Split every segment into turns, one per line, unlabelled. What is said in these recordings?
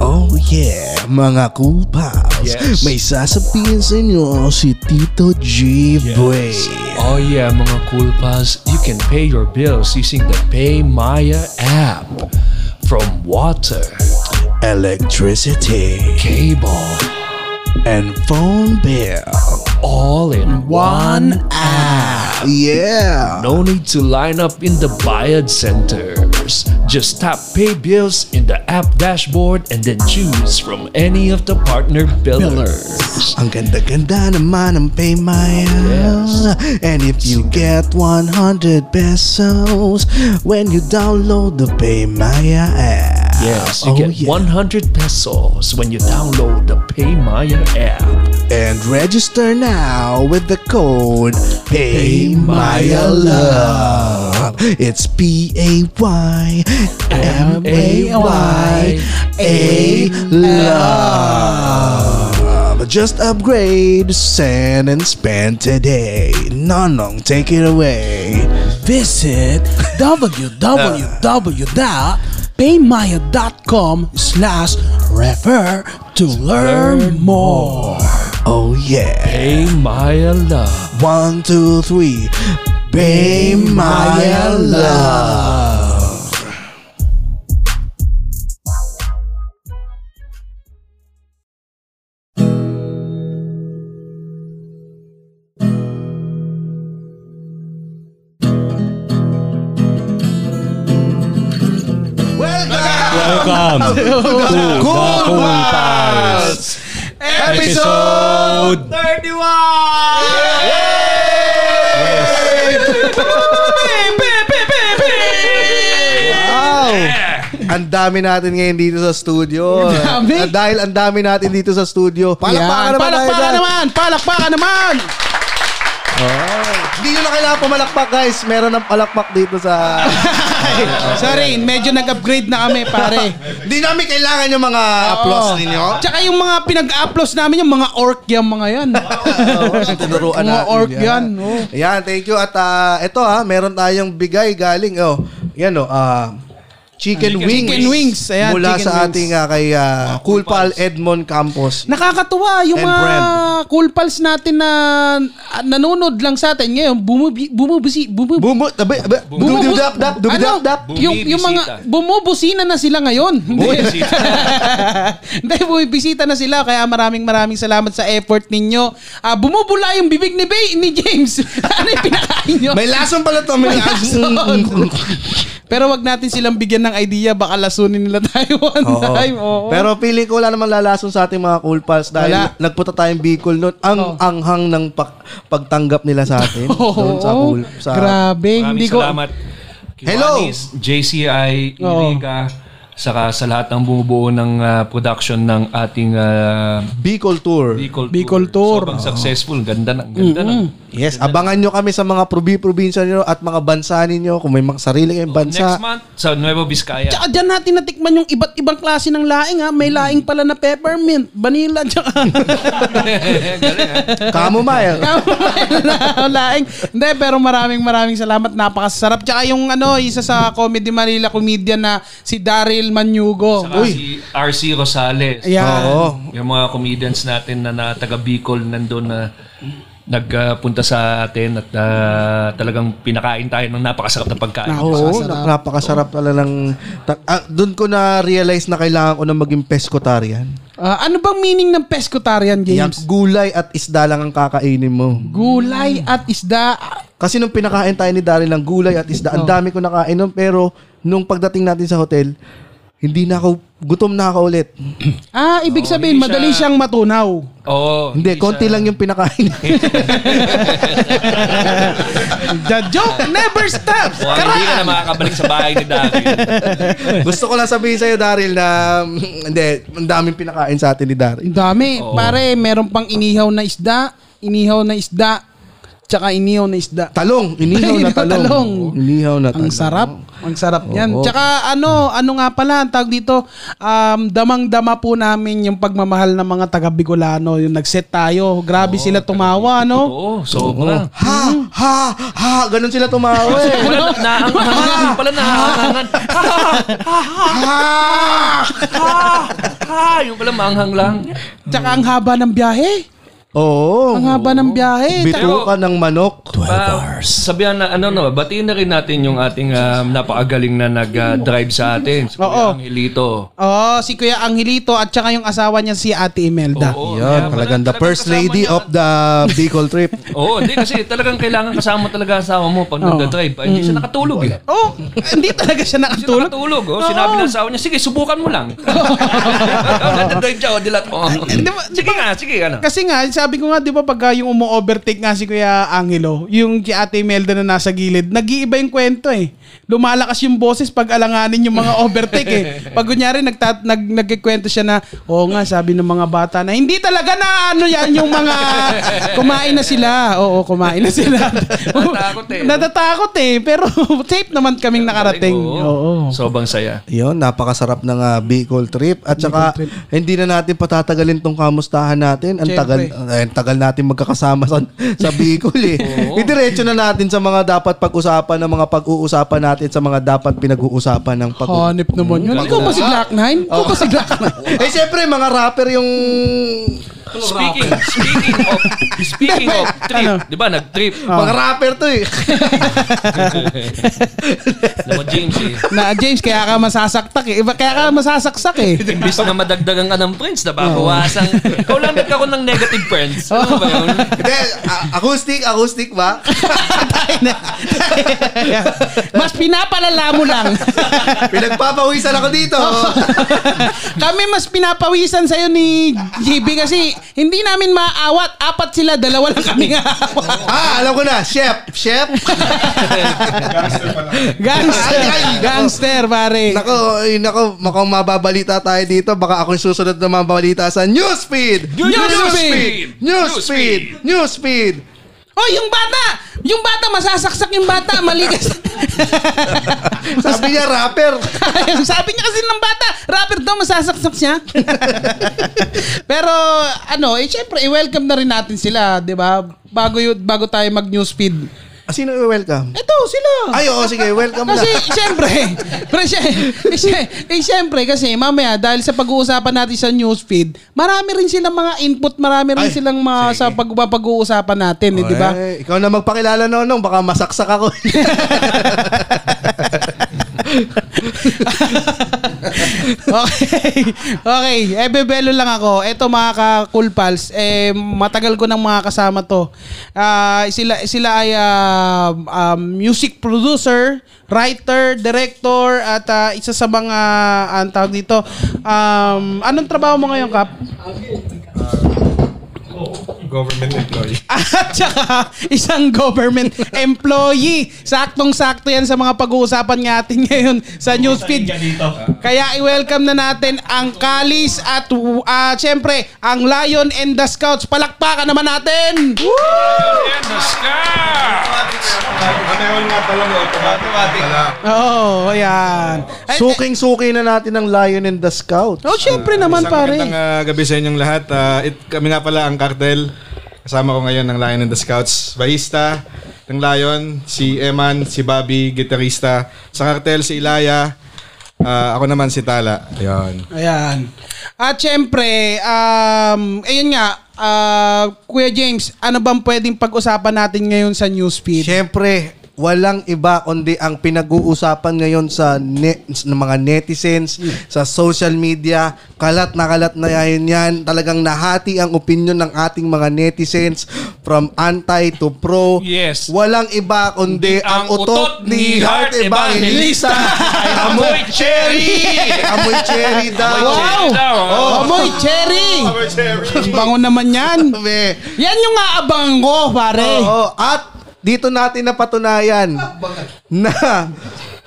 Oh, Yeah, mga cool pals.
Yes.
May sasabihin sa inyo si Tito G. Boy.
Oh yeah, mga cool pals, you can pay your bills using the PayMaya app. From water,
Electricity
cable,
and phone bill.
all in one app.
Yeah.
No need to line up in the Bayad centers. Just tap Pay Bills in the app dashboard and then choose from any of the partner billers.
Ang ganda-ganda naman ng Paymaya.
Yes.
And if you get 100 pesos when you download the Paymaya app.
Yes, you
Oh,
get
yeah.
100 pesos when you download the PayMaya app.
And register now with the code PAYMAYALOVE. It's P A Y M A Y A Love. Just upgrade, send, and spend today. Nonong, take it away.
Visit www.paymaya.com slash refer to learn more.
Oh, yeah.
PayMaya love.
One, two, three. Paymaya Love.
Welcome to the Cool Pals episode 31!
Wow! Ang dami natin ngayon dito sa studio.
Ang dami?
At dahil ang dami natin dito sa studio. Palakpakan naman tayo
palakpakan
dyan.
naman! Palakpakan naman!
Hindi nyo na kailangan pumalakpak guys. Meron ng palakpak dito sa...
Sorry, medyo nag-upgrade na kami, pare.
Hindi namin kailangan yung mga applause ninyo.
Tsaka yung mga pinag-upload namin, yung mga orc yan, mga yan.
Tinuruan
Mga
natin.
orc yan, oh.
Ayan, thank you. At ah, ito ha, meron tayong bigay galing. Oh, yan oh, ah, Chicken,
Chicken
wings.
wings. Ayan,
Mula
chicken wings.
sa ating ah, kay ah, Cool Pal Edmond Campos.
Nakakatuwa yung
And
mga
brand.
cool pals natin na ah, nanonood lang sa atin ngayon. Bumubi, bumubusi, bumubi,
Bumu, tabi, tabi,
Bumubu-
dududap, dap, dududap, dap.
Ano? Yung, yung mga bumubusina na sila ngayon. Bumibisita. Hindi, bumibisita na sila. Kaya maraming maraming salamat sa effort ninyo. Ah, bumubula yung bibig ni, Bay, ni James. ano yung pinakain nyo?
May lasong pala to. May
May
lasong.
lasong. Pero wag natin silang bigyan ng idea. Baka lasunin nila tayo one
Oo.
time. Oo.
Pero feeling ko wala namang lalason sa ating mga cool pals dahil
Wala.
nagpunta tayong Bicol noon. Ang
Oo.
anghang ng pag- pagtanggap nila sa atin.
Oo.
doon sa cool sa
Grabe.
Maraming
hindi ko,
salamat.
Hello!
Kiwanis, JCI,
Oo.
Eureka, saka sa lahat ng bumubuo ng ah, production ng ating ah,
Bicol Tour.
Bicol Tour.
Bicol Tour.
Sobrang successful. Ganda ng ganda ng
Yes, abangan nyo kami sa mga probi-probinsya nyo at mga bansa ninyo kung may mga sarili kayong bansa.
Next month sa Nueva Vizcaya.
Tsaka dyan natin natikman yung iba't ibang klase ng laing ha. May laing pala na peppermint, vanilla, tsaka
Galing, ah.
Camomile.
Kamay laing. Hindi, pero maraming maraming salamat. Napakasarap. Tsaka yung ano, isa sa Comedy Manila comedian na si Daryl Manyugo.
Saka si RC Rosales.
Ayan.
Oo.
Yung mga comedians natin na, na taga Bicol nandun na nagpunta sa atin at ah, talagang pinakain tayo ng napakasarap na pagkain.
Oo, nap- napakasarap pala ng... ta- ah, doon ko na-realize na kailangan ko na maging pescotarian.
Ah, ano bang meaning ng pescotarian,
Yung
James?
gulay at isda lang ang kakainin mo.
Gulay at isda. Ah,
Kasi nung pinakain tayo ni Daryl ng gulay at isda,
Oh.
ang dami ko nakain nun. Pero nung pagdating natin sa hotel, hindi na ako, gutom na ako ulit.
Ah, ibig sabihin, madali siyang matunaw. Oh,
Oo.
hindi, konti lang yung pinakain.
The joke never stops.
Mukhang hindi ka na makakabalik sa bahay ni Daryl.
Gusto ko lang sabihin sa'yo, Daryl, na hindi, ang daming pinakain sa atin ni Daryl.
Ang dami. Pare, meron pang inihaw na isda, inihaw na isda, tsaka inihaw na isda.
Talong, inihaw na talong.
Talong.
Inihaw na
Ang
talong.
sarap. Ang sarap niyan.
Oo.
Tsaka ano, ano nga pala ang tawag dito, um, damang-dama po namin yung pagmamahal ng mga taga-Bicolano. Yung nag-set tayo. Grabe sila tumawa, no?
Oo, sobra.
Ha, ha, ha, ganun sila tumawa eh.
Wala na, naangangan. Pala naangangan.
ha,
Ah, yung pala maanghang lang.
Tsaka
Mm.
ang haba ng biyahe.
Oo.
Ang haba ng biyahe. Tsaka-
Bituka ng manok.
12
Ah,
hours.
sabihan na, ano no, batiin na rin natin yung ating ah, napakagaling na nag-drive sa atin. Si
Oo.
Kuya Angelito.
Oo, oh, si Kuya Angelito at tsaka yung asawa niya si Ate Imelda.
Oo,
Yan,
kaya
talagang the
talagang
first
kasama
lady
niya-
of the Bicol trip.
Oo, hindi kasi talagang kailangan kasama talaga asawa mo pag nagda-drive. Ay, Hindi siya nakatulog eh.
Oh, hindi talaga siya
Hindi siya
nakatulog.
nakatulog. Oh. Sinabi ng asawa niya, sige, subukan mo lang. Nagda-drive siya, oh, dilat ko.
Di ba-
Sige nga, sige, ano.
Kasi nga, sabi ko nga, di ba pagka yung umu-overtake nga si Kuya Angelo, yung si Ate Imelda na nasa gilid, nag-iiba yung kwento eh. Lumalakas yung boses pag alanganin yung mga overtake eh. Pag kunyari, nagta- nag- nagkikwento siya na, oo nga, sabi ng mga bata na, hindi talaga na ano yan yung mga kumain na sila. Oo, kumain na sila.
Natatakot eh.
Natatakot eh. Pero safe naman kaming nakarating. Oo.
oh. Sobrang saya.
Yun, napakasarap ng ah, Bicol trip. At saka, hindi na natin patatagalin tong kamustahan natin. Ang tagal,
Siyempre.
eh, ang tagal natin magkakasama sa, sa Bicol eh. Idiretso na natin sa mga dapat pag-usapan ng mga pag-uusapan natin sa mga dapat pinag-uusapan ng pag
Hanip naman yun. Ikaw ba si Black Nine? Ikaw ba si Black Nine?
Eh, syempre, mga rapper yung...
Speaking, speaking of, speaking of trip,
Ano?
di ba, nag-trip.
Mga rapper to eh.
Naman James eh.
na James, kaya ka masasaktak eh. Iba, kaya ka masasaksak eh.
Imbis na madagdagan ka ng friends, nababawasan. Ikaw lang nagkaroon ng negative friends. Ano ba yun?
Hindi, a- acoustic, acoustic ba?
Mas pinapalala mo lang.
Pinagpapawisan ako dito.
Kami mas pinapawisan sa'yo ni JB kasi hindi namin maaawat. Apat sila, dalawa lang kami nga.
ah, alam ko na. Chef, chef.
Gangster.
Ay, ay, nako.
Gangster, pare.
Nako, ay, nako, mukhang mababalita tayo dito. Baka ako yung susunod na mababalita sa newsfeed.
Newsfeed!
Newsfeed! Newsfeed!
Oh, yung bata! Yung bata, masasaksak yung bata. Maligas.
Sabi niya rapper.
Sabi niya kasi ng bata, rapper daw, masasaksak siya. Pero ano, eh, syempre, i-welcome na rin natin sila, di ba? Bago, yun, bago tayo mag-newsfeed.
Ah, Sino i-welcome?
Ito, sila.
Ay, oo, sige, welcome na.
Kasi, siyempre, pero siya, eh, siya- eh, siyempre, kasi mamaya, dahil sa pag-uusapan natin sa newsfeed, marami rin silang mga input, marami rin
Ay, Oh,
silang mga sa pag, pag-uusapan natin, eh, di ba?
Ay, ikaw na magpakilala nonong, baka masaksak ako.
okay. Okay. Eh, bebelo lang ako. Ito mga ka-cool pals, eh, matagal ko nang mga kasama to. Ah, sila, sila ay ah, um, music producer, writer, director, at ah, isa sa mga, ah, ang tawag dito, um, anong trabaho mo ngayon, Kap?
Ah, Government employee.
At saka, Ah, isang government employee. Saktong-sakto yan sa mga pag-uusapan natin ngayon sa newsfeed. Kaya i-welcome na natin ang Kalis at ah, syempre, ang Lion and the Scouts. Palakpakan naman natin!
Ano nga pala no? Automatic pala.
Oo, oh, ayan. Ay, ay-
Suking-suki na natin ng Lion and the Scout.
oh, syempre naman
Isang
pare.
magandang ah, gabi sa inyong lahat. Ah, it, kami nga pala ang cartel. Kasama ko ngayon ng Lion and the Scouts. Bahista ng Lion, si Eman, si Bobby, gitarista. Sa cartel, si Ilaya. Ah, ako naman si Tala. Ayun.
Ayan. At syempre, um, ayun nga, ah, Kuya James, ano bang pwedeng pag-usapan natin ngayon sa newsfeed?
Siyempre, walang iba kundi ang pinag-uusapan ngayon sa, ne- sa mga netizens, sa social media. Kalat na kalat na yan yan. Talagang nahati ang opinion ng ating mga netizens from anti to pro.
Yes.
Walang iba kundi ang, utot ni Heart Evangelista.
Amoy cherry!
Amoy cherry daw.
Wow!
Oh.
Oh, Amoy, cherry! Ang Bango naman yan.
Sabi.
Yan yung aabangan ko, pare.
Oo. At dito natin napatunayan na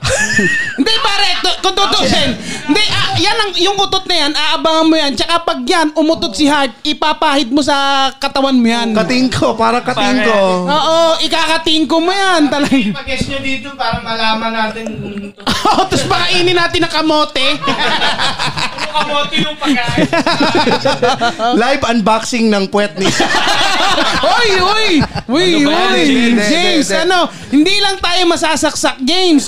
Hindi, pare. tu- Kung tutusin. Hindi, ah, yan ang, yung utot na yan, aabangan mo yan. Tsaka pag yan, umutot si Heart, ipapahid mo sa katawan mo yan.
katingko, para katingko.
Oo, ikakatingko mo yan. Talagang.
Pag-guess nyo dito para malaman natin kung ano
Oo, tapos pakainin natin ng kamote.
kamote yung pagkain.
Live unboxing ng puwet ni
Oy, oy! Uy,
Ano ba
uy!
yan, James?
Hindi,
James,
hindi,
ano? Hindi lang tayo masasaksak, James.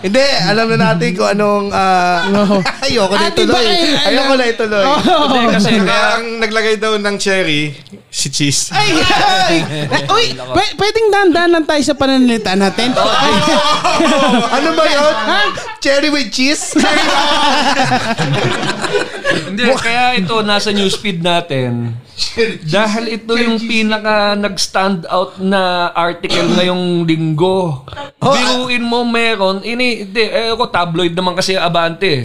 Hindi, alam na natin kung anong... ah, ayoko na
Oh. Ate, baka
ituloy.
yun, ano? Oh.
Ayoko na ituloy.
Hindi, kasi
Kaya ang naglagay daw ng cherry, si Cheese.
Ay, ay! Uy, pwe- pwedeng dandan lang tayo sa pananalita natin.
Ano ba yun? Cherry with cheese?
Hindi, kaya ito nasa newsfeed natin. Dahil ito yung pinaka nag-stand out na article ngayong linggo. Biruin mo meron, ini, hindi, eh ako tabloid naman kasi abante. eh.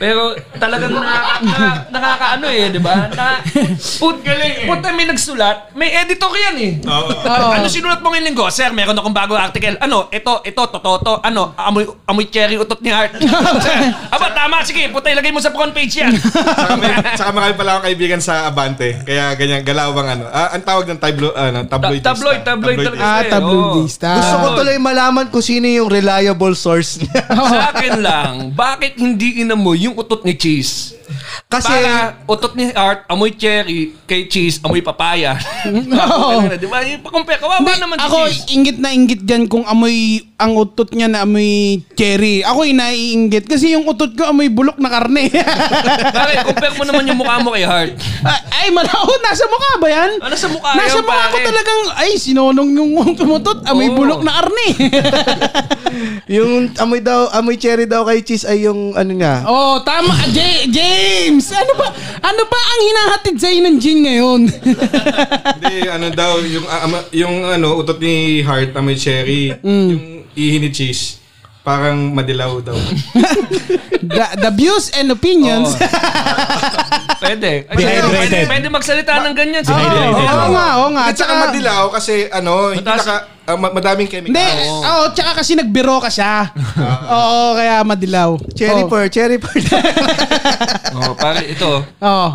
Pero talagang nakaka, nakaka- nakakaano eh, di ba? Na, put, puta may nagsulat, may editor yan eh. Ano sinulat mo ngayong linggo? Sir, meron akong bagong article. Ano? Ito, ito, totoo to. Ano? Amoy, amoy cherry utot ni Art. Sir, aba, tama. Sige, puta, ilagay mo sa front page yan.
saka, may, saka marami pala akong kaibigan sa Abante. Kaya ganyan, galaw ang ano. Ah, ang tawag ng tablo, ano, tabloid.
Ta- tabloid, tabloid talaga.
ah, tabloidista.
Gusto ko tuloy malaman kung sino yung reliable source niya.
sa akin lang, bakit hindi inamoy yung utot ni Cheese?
Kasi,
Para utot ni Art, amoy cherry, kay Cheese, amoy papaya. No. Di ba? Yung pa-compare, kawawa
Hindi,
naman si
ako,
Cheese.
ingit na ingit dyan kung amoy, ang utot niya na amoy cherry. Ako, inaiingit. Kasi yung utot ko amoy bulok na karne.
Bakit? Compare mo naman yung mukha mo kay Art.
ay, malaho. Nasa mukha ba yan?
Ah, nasa mukha
Nasa
yan,
mukha ko
pare.
talagang, ay, sinonong yung tumutot. Amoy
Oo.
bulok na karne.
yung amoy daw, amoy cherry daw kay cheese ay yung ano niya.
oh, tama. J- James! Ano ba, ano ba ang hinahatid sa'yo ng gin ngayon?
Hindi, ano daw, yung, ah, ama- yung ano, utot ni Heart na may cherry,
Mm.
yung ihi ni Cheese, parang madilaw daw.
the, the views and opinions.
Pwede. Ay,
Dehydrated.
Pwede, pwede magsalita ng ganyan. Sige.
Dehydrated.
Oo nga, oo nga.
At saka madilaw kasi ano, hindi
Mataas-
naka, ah, ma- madaming chemical.
Hindi, oh, tsaka kasi nagbiro ka siya.
Ah.
Oo, kaya madilaw.
Cherry
oh.
pearl, cherry pearl.
Oh, pare, ito.
Oo.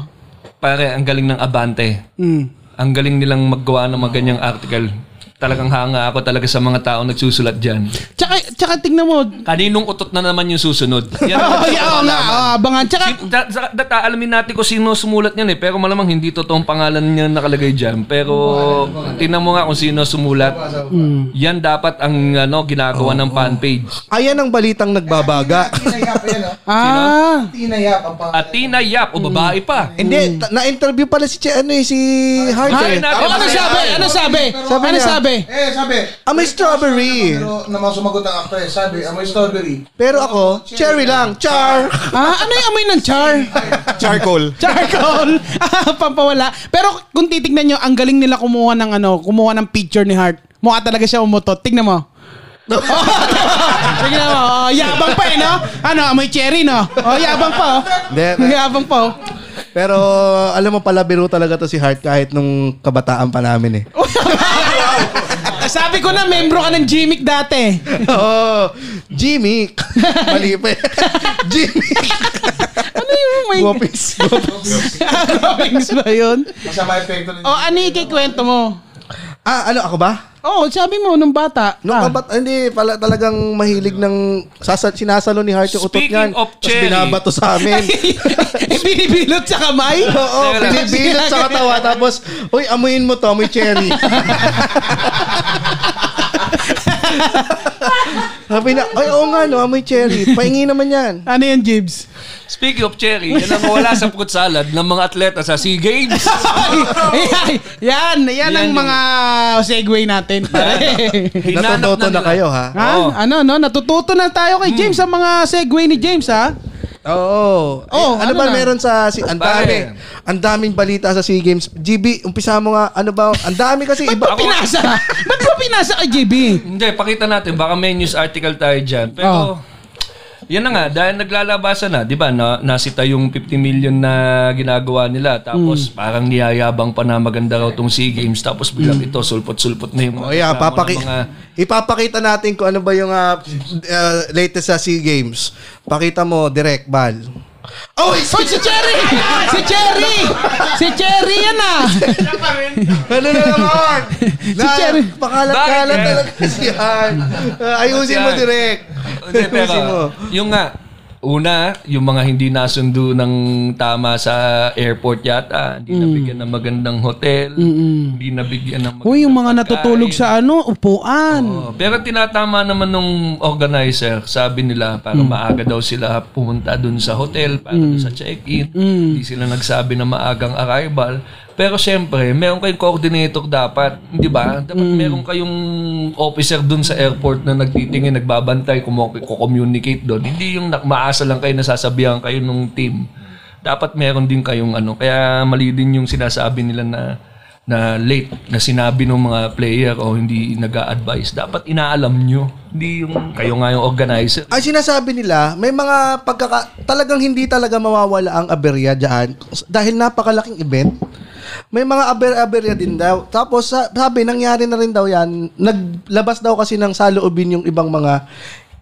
Pare, ang galing ng Abante.
Hmm.
Ang galing nilang maggawa ng mga ganyang article. Talagang hanga ako talaga sa mga tao nagsusulat dyan.
Tsaka, tsaka tingnan mo.
Kaninong utot na naman yung susunod? Yan ang
Oo,
gusto
yeah,
ko
oo nga,
malaman.
oo, abangan. Tsaka,
Si- da- sa- Data, alamin natin kung sino sumulat niyan eh. Pero malamang hindi totoong pangalan niya nakalagay dyan. Pero tingnan mo nga kung sino sumulat.
Hmm.
Yan dapat ang ano, ginagawa ng fanpage.
Ayan ang balitang nagbabaga.
ah,
Atina Yap, o babae pa.
Hmm.
Hindi, ta- na-interview pala si, Che- ano eh, si Hart. eh.
Ay, na-
oh, ano sabi? Ano sabi?
Sabi
ano
niya-
sabi?
Eh, sabi.
Amoy strawberry.
Pero na mga sumagot ang actress, sabi, amoy strawberry.
Pero ako, cherry lang. Char!
Ah, ano yung amoy ng char?
Charcoal.
Charcoal. Ah, Pampawala. Pero kung titignan nyo, ang galing nila kumuha ng ano, kumuha ng picture ni Hart. Mukha talaga siya umutot. Tingnan mo. Oh, Tingnan mo. Oh, yabang pa eh, no? Ano, amoy cherry, no? Oh, yabang pa.
Hindi,
Oh. Yabang pa. Oh.
Pero alam mo pala, biro talaga to si Hart kahit nung kabataan pa namin eh.
Sabi ko na, membro ka ng Jimmick dati.
Oo. Jimmy. Mali pa eh. Jimmy.
Ano yung may...
Guwapis.
Guwapings ba yun?
Masama epekto
O,
na
ano yung kikwento mo?
Ah, ano ako ba?
Oo, sabi mo, nung bata.
Nung
ah.
kabat, hindi, pala, talagang mahilig ng sasa, sinasalo ni Hart yung utot
Speaking
niyan.
of
Tapos
cherry.
binabato sa amin.
eh, binibilot sa kamay?
Oo,
Teka lang.
binibilot sa katawa. Tapos, uy, amuin mo to, amoy cherry. Sabi na, ay, oo nga, no, amoy cherry. Pahingi naman yan.
Ano yan, Jibs?
Speaking of cherry, yan ang wala sa fruit salad ng mga atleta sa SEA Games.
Ay, yan, yan, ang
yung-
mga segue natin.
Hinanap
Natutoto na
nila.
kayo, ha?
ha?
Oo.
Ano, no? Natututo na tayo kay James sa mga segue ni James, ha?
Oo.
Oo,
Eh, ano,
ano
ba
na?
meron sa si ang dami.
Pare.
Ang daming balita sa SEA Games. GB, umpisa mo nga ano ba? Ang dami kasi iba.
Ba't pinasa? Ba't ba pinasa kay JB?
Hindi, pakita natin. Baka may news article tayo dyan. Pero, yan na nga. Dahil naglalabasan na, di ba, na, nasita yung 50 million na ginagawa nila. Tapos, parang niyayabang pa na maganda raw tong SEA Games. Tapos, biglang ito, sulpot-sulpot na yung mga
O Oh, yeah,
reklamo ng
papaki
mga-
ipapakita natin kung ano ba yung ah, uh, latest sa SEA Games. Pakita mo direct bal. Oh, is-
Hoy, si Cherry! Si Cherry! Si Cherry yan, ah!
ano na naman?
Si Cherry.
Pakalat-kalat
Bakit?
talaga si Han. Ah, ayusin mo
Yan.
direct.
Hindi, pero,
Ayusin mo.
yung nga, Una, yung mga hindi nasundo ng tama sa airport yata, hindi nabigyan ng magandang hotel, hindi nabigyan ng magandang
Uy, yung mga
pagkain.
natutulog sa ano, upuan.
Oo, Pero tinatama naman nung organizer, sabi nila para maaga daw sila pumunta dun sa hotel para dun sa check-in. Hindi sila nagsabi na maagang arrival. Pero syempre, meron kayong coordinator dapat, hindi ba? Dapat meron kayong officer dun sa airport na nagtitingin, nagbabantay, kumo- kukommunicate dun. Hindi yung nak- maasa lang kayo, nasasabihan kayo nung team. Dapat meron din kayong ano. Kaya mali din yung sinasabi nila na na late na sinabi ng mga player o hindi nag advise dapat inaalam nyo. Hindi yung kayo nga yung organizer.
Ang sinasabi nila, may mga pagkaka... Talagang hindi talaga mawawala ang aberya dyan dahil napakalaking event. May mga aber-aberya din daw. Tapos sa- sabi, nangyari na rin daw yan. Naglabas daw kasi ng saloobin yung ibang mga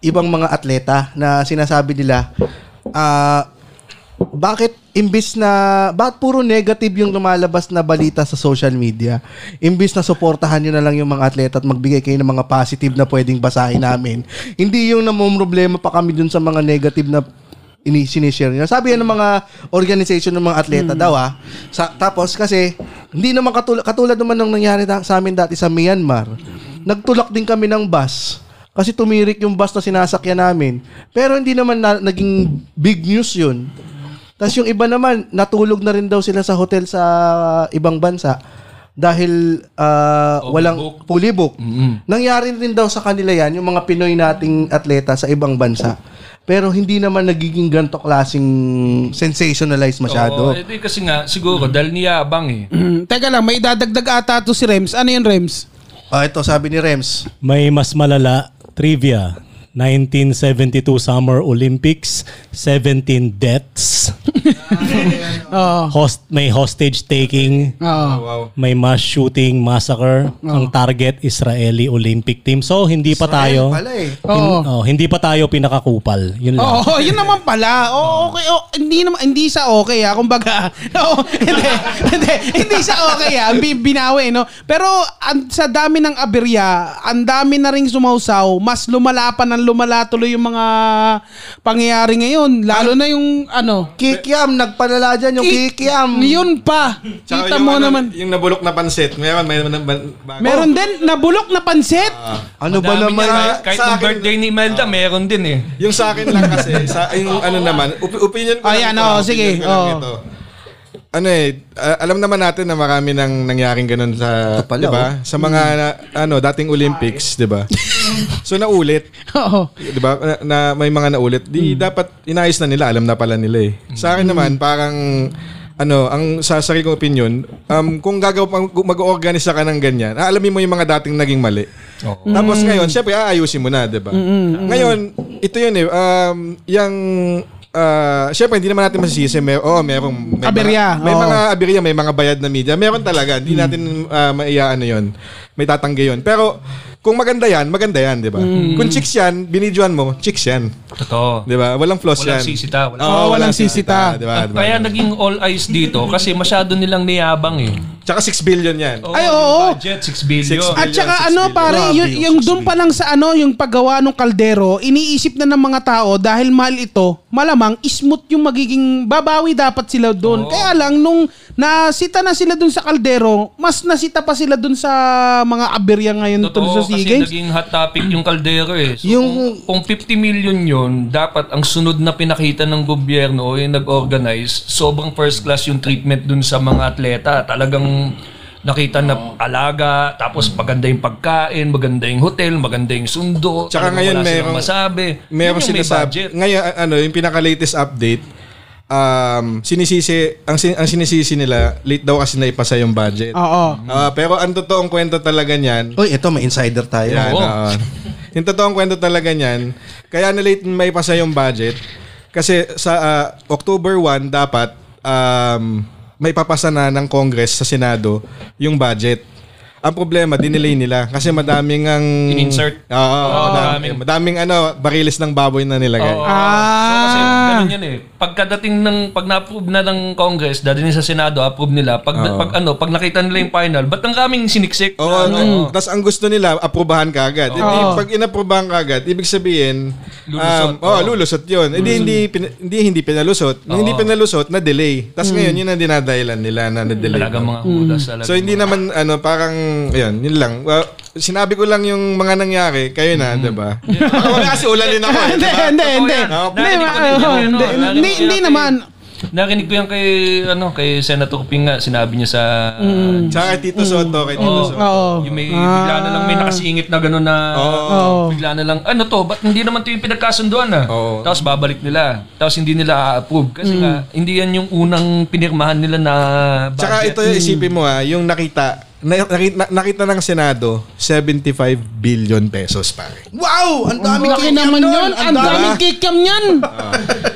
ibang mga atleta na sinasabi nila, ah, bakit imbis na bakit puro negative yung lumalabas na balita sa social media imbis na suportahan nyo na lang yung mga atleta at magbigay kayo ng mga positive na pwedeng basahin namin hindi yung namumroblema pa kami dun sa mga negative na ini sinishare nyo. Sabi yan ng mga organization ng mga atleta daw ah. Sa, tapos kasi hindi naman katulad, katulad naman ng nangyari ta- sa amin dati sa Myanmar. Nagtulak din kami ng bus. Kasi tumirik yung bus na sinasakyan namin. Pero hindi naman na- naging big news yun. Tapos yung iba naman, natulog na rin daw sila sa hotel sa ibang bansa dahil ah, walang pulibok. Nangyari rin daw sa kanila yan, yung mga Pinoy nating atleta sa ibang bansa. Pero hindi naman nagiging ganto klaseng sensationalized masyado.
Oo, ito yung Oh, kasi nga, siguro, dahil niyabang eh.
Mm, Teka lang, may dadagdag ata to si Rems. Ano yun, Rems?
Ah, ito sabi ni Rems.
May mas malala, trivia. 1972 Summer Olympics, 17 deaths.
Oo.
Host, may hostage taking,
Oo.
may mass shooting, massacre. Ang target, Israeli Olympic team. So, hindi pa tayo.
Pala eh.
Oo.
hin- oh, hindi pa tayo pinakakupal. Yun lang.
Oo, yun naman pala. Oo, okay. oo, hindi naman hindi sa okay ah. Kumbaga, oo, hindi, hindi, hindi sa okay ah. Bi- Binawi, no. Pero an, sa dami ng aberya, ang dami na ring sumausaw, mas lumala pa ng lumala tuloy yung mga pangyayari ngayon, lalo na yung ano.
Kikiam, nagpadala dyan yung
Ki-
kikiam.
Yun pa.
Tsaka
Kita
yung
mo
ano,
naman.
Yung ano. nabulok na pansit. Meron, may may- may- bago.
Meron din nabulok na pansit.
Ah.
Ano ba
Dami
naman?
niya, kahit, kahit
sa
nung
akin-
birthday ni Imelda, meron din eh.
Yung sa akin lang kasi, sa yung ano naman, op- opinion ko
Oh,
lang
yan,
ito,
oh,
opinion
sige,
ko lang
oh.
ito. Ano eh, a- alam naman natin na marami nang nangyaring ganun sa,
Ito pala, oh.
'di ba? Sa mga
Mm.
na- ano, dating Olympics, 'di ba? so naulit,
Oo.
'di ba? Na, na, may mga naulit. Di dapat inayos na nila, alam na pala nila eh. Sa akin naman parang ano, ang sa sarili kong opinion, um, kung gagaw mag-organize ka ng ganyan, aalamin mo yung mga dating naging mali. Tapos ngayon, syempre aayusin mo na, 'di ba? Ngayon, ito 'yun eh, um, yung ah, syempre hindi naman natin masisisi, may oh, merong may
Aberya,
Mga, may
oo.
mga aberya, Ah, may mga bayad na media. Meron talaga, hindi natin ah, maiaano 'yon. May tatanggi 'yon. Pero kung maganda 'yan, maganda 'yan, 'di ba? Kung chicks 'yan, binidyoan mo, chicks 'yan,
Totoo.
'di ba? Walang flaws
Walang
'yan.
sisita. Walang
Oo,
walang sisita.
'di ba?
At
Diba?
kaya naging all eyes dito kasi masyado nilang niyabang eh.
Tsaka 6 billion 'yan.
Oo,
Ay,
yung
oo.
Budget, 6
Six
billion.
At
billion,
saka
six
ano
billion.
pare,
Grabe
yung,
yung
yung
six
doon pa lang sa ano, yung paggawa ng kaldero, iniisip na ng mga tao dahil mahal ito, malamang smooth yung magiging babawi dapat sila doon. Kaya lang nung nasita na sila doon sa kaldero, mas nasita pa sila doon sa mga aberya ngayon tol sa
Totoo,
SEA
kasi
Games.
naging hot topic yung kaldero eh. So,
Yung-
kung, kung 50 million yun, dapat ang sunod na pinakita ng gobyerno o yung nag-organize, sobrang first class yung treatment dun sa mga atleta. Talagang nakita na alaga, tapos
Mm.
maganda yung pagkain, maganda yung hotel, maganda yung sundo.
Tsaka
talagang
ngayon
wala silang
merong-
masabi.
Meron
Yun yung may budget.
sinasabi. Ngayon, a- ano, yung pinaka-latest update, um, sinisisi, ang, sin- ang sinisisi nila, late daw kasi naipasa yung budget.
Oo.
Ah, pero ang totoong kwento talaga niyan,
Uy, ito may insider tayo.
yan,
Oo.
oo. yung totoong kwento talaga niyan, kaya na late may pasa yung budget, kasi sa ah, October 1 dapat um, may papasa na ng Congress sa Senado yung budget. Ang problema, dinelay nila kasi madaming ang...
In-insert.
Oo, oo,
Oo,
madaming, madaming ano, barilis ng baboy na nilagay.
Oo.
Ah.
So, kasi
Ah.
ganun yan eh. Pagkadating ng, pag na-approve na ng Congress, dadalhin sa Senado, approve nila. Pag, pag ano, pag nakita nila yung final, ba't ang kaming siniksik?
Oo,
na, ano,
tas ang gusto nila, aprobahan ka agad. Eh, di, pag inaprubahan ka agad, ibig sabihin,
Lulusot,
um, oh,
oo.
lulusot yun. Eh, di, hindi, pin- hindi, hindi pinalusot. Nung Hindi pinalusot, na-delay. Tas ngayon, yun ang dinadahilan nila na na-delay.
Talaga Mm. mga hudas talaga.
So, hindi naman, ano, parang, yun, yun lang. Well, sinabi ko lang yung mga nangyari, kayo na,
Mm-hmm.
di ba? Baka wala kasi ulalin ako. Eh,
Hindi,
diba?
hindi,
Totoo
hindi.
yan.
Hindi, ma-
Narinig ko din yan, ano,
hindi,
narinig ko
Hindi
yan
naman.
Narinig ko yan kay, ano, kay Senator Ping nga, sinabi niya sa...
Tsaka kay Tito Soto, kay Tito Soto.
Oo.
Yung may, bigla na lang may nakasingit na gano'n na...
Oo.
Bigla na lang, ano to, ba't hindi naman to yung pinagkasunduan ah?
Oo.
Tapos babalik nila. Tapos hindi nila a-approve. Kasi nga, hindi yan yung unang pinirmahan nila na budget.
Tsaka ito, isipin mo ha, yung nakita, na- nakita, nakita ng Senado, 75 billion pesos pare.
Wow! Ang daming
Laki
kikiam
naman
nun!
yun. Ang daming kikam yan.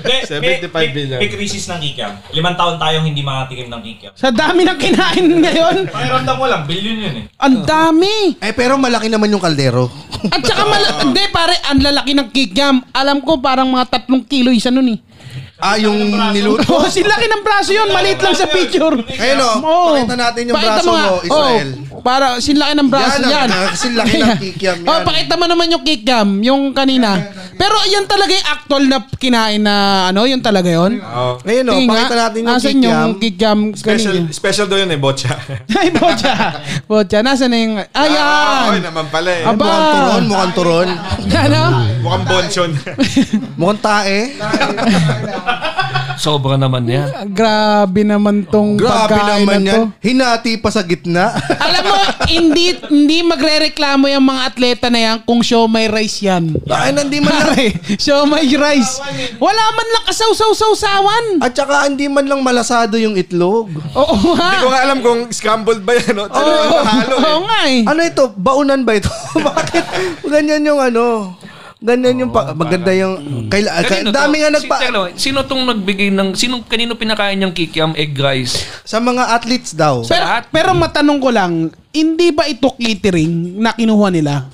May-
75
may-
billion.
May crisis ng kikiam. Limang taon tayong hindi makatikim ng kikiam.
Sa dami ng kinain ngayon.
Pakiramdam ko lang, billion yun eh.
Ang dami.
Eh, pero malaki naman yung kaldero.
At saka mala- hindi pare, ang lalaki ng kikiam. Alam ko parang mga tatlong kilo isa nun eh.
ah, yung niluto.
Oh, si laki ng braso yun. Maliit lang sa picture.
Ayun o,
Oo.
pakita natin yung
Pakita
braso
nga.
mo, Israel.
Oo, para sinlaki ng braso
Yan
yan.
ang- ah, sinlaki ng kikiam yan.
Oh, pakita mo naman yung kikiam, yung kanina. Pero yan talaga yung actual na kinain na ano, yun talaga yun.
Ngayon o,
Tingnan,
Oh. pakita natin yung
nasan
kikiam.
yung kikiam
Oh. Special,
kanina?
special daw yun eh, Bocha.
Ay, Bocha. Bocha, nasan na yung...
Ah, okay
Ayan!
naman pala eh.
Aba.
Mukhang turon, mukhang turon.
Ano?
Mukhang bonchon.
Mukhang tae.
Sobra naman yan.
Grabe naman tong
Grabe
pagkain
naman
na
yan.
to.
Hinati pa sa gitna.
Alam mo, hindi hindi magrereklamo yung mga atleta na yan kung show may rice yan.
Ay, hindi man lang.
Pare, show may rice. Wala man lang kasaw-saw-sawan.
At saka hindi man lang malasado yung itlog.
Oo nga.
Hindi ko nga alam kung scrambled ba yan. No? Ano
Oo,
yung halo
oo
eh.
nga eh.
Ano ito? Baunan ba ito? Bakit? Ganyan yung ano. Ganyan yung pa- maganda yung
Mm.
kaila,
Kanino
ka- dami
to?
nga
Si-
nagpa
oh.
teka lang, sino tong nagbigay ng sino kanino pinakain yung kikiam egg rice?
sa mga athletes daw.
Pero,
lahat.
pero matanong ko lang, hindi ba ito catering na kinuha nila?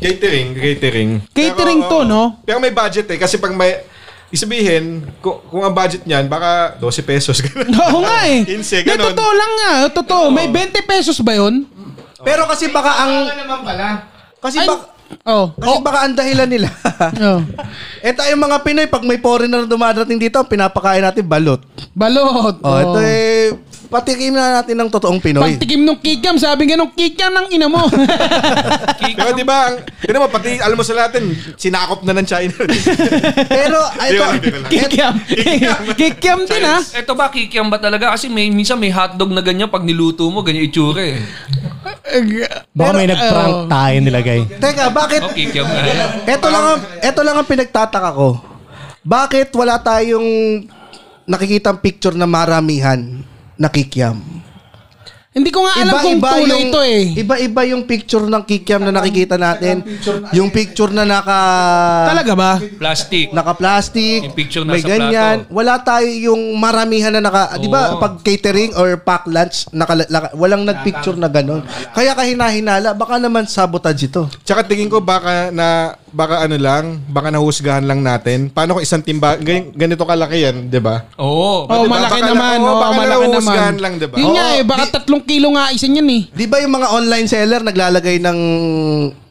Catering, catering.
Catering to, no?
Pero may budget eh. Kasi pag may, isabihin, kung, kung ang budget niyan, baka 12 pesos.
Oo nga eh.
15,
Di,
ganun.
totoo lang nga. Totoo. May 20 pesos ba yun?
Pero kasi baka ang
Ano naman pala?
kasi
Ay,
bak-
oh.
kasi baka ang dahilan nila.
oh.
Eh tayong mga Pinoy pag may foreigner dumadating dito, ang pinapakain natin balot.
Balot.
Oh, ito eh patikim na natin ng totoong Pinoy.
Pagtikim ng kikam, sabi nga nung kikam ng ina mo.
Pero di ba, ang, tignan mo, pati alam mo sa Latin, sinakop na ng China.
Pero ito
Di ba?
kikam. kikam din ah. ha.
Ito ba kikiam ba talaga kasi may minsan may hotdog na ganyan pag niluto mo ganyan itsura eh.
Baka may nag-prank
oh. eh,
tayo nilagay.
Teka, bakit
Oh, kikiam nga yan.
Ito lang ang, ito lang ang pinagtataka ko. Bakit wala tayong nakikitang picture na maramihan na kikiam?
Hindi ko nga alam kung tunay ito eh.
Iba-iba yung picture ng kikiam na nakikita natin. Yung picture na naka
Talaga ba?
Plastic.
naka-plastic,
Yung picture
may
nasa
ganyan.
plato.
Wala tayo yung maramihan na naka, 'di ba?
Oo.
Pag catering or pack lunch, naka, naka- walang nagpicture na ganun. Kaya kahinahinala, baka naman sabotage ito.
Tsaka tingin ko baka na baka ano lang, baka nahusgahan lang natin. Paano kung isang timba gan- ganito kalaki yan, 'di ba?
Oh,
Oo.
Diba?
malaki
Baka-
naman.
oo,
Oh,
baka
malaki naman.
nahuhusgahan lang, diba?
Yun nga
Oo,
eh, baka
di-
tatlong kilo nga isa niyan eh.
Di ba yung mga online seller naglalagay ng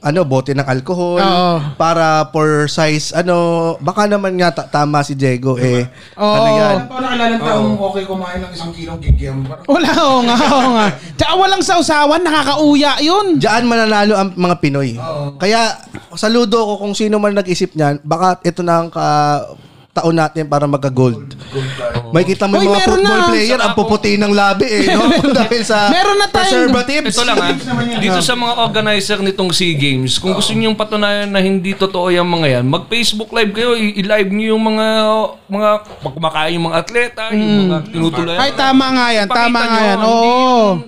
ano bote ng alcohol
Oo.
para for size ano baka naman nga ta- tama si Diego eh
Oo.
ano yan
Parang alalang taong okay kumain ng isang kilong kikiam. Parang
Wala, oo nga, oo nga. Tsaka walang sausawan, nakakauya yun.
Diyan mananalo ang mga Pinoy. Kaya saludo ko kung sino man nag-isip niyan, baka ito na ang ka taon natin para magka-gold. May kita mo
Uy,
yung mga
meron
football
na.
player ang puputi ng labi eh, no? Dahil sa
Meron na tayong-
preservatives.
Ito lang ah. Dito sa mga organizer nitong SEA Games, kung gusto niyo patunayan na hindi totoo yung mga yan, mag-Facebook live kayo, i- i-live niyo yung mga mga pag kumakain yung mga atleta, yung mga tinutuloy.
Hmm. Ay, tama nga yan,
Pakita
tama nga
nyo,
yan.
hindi
Oo.
yung-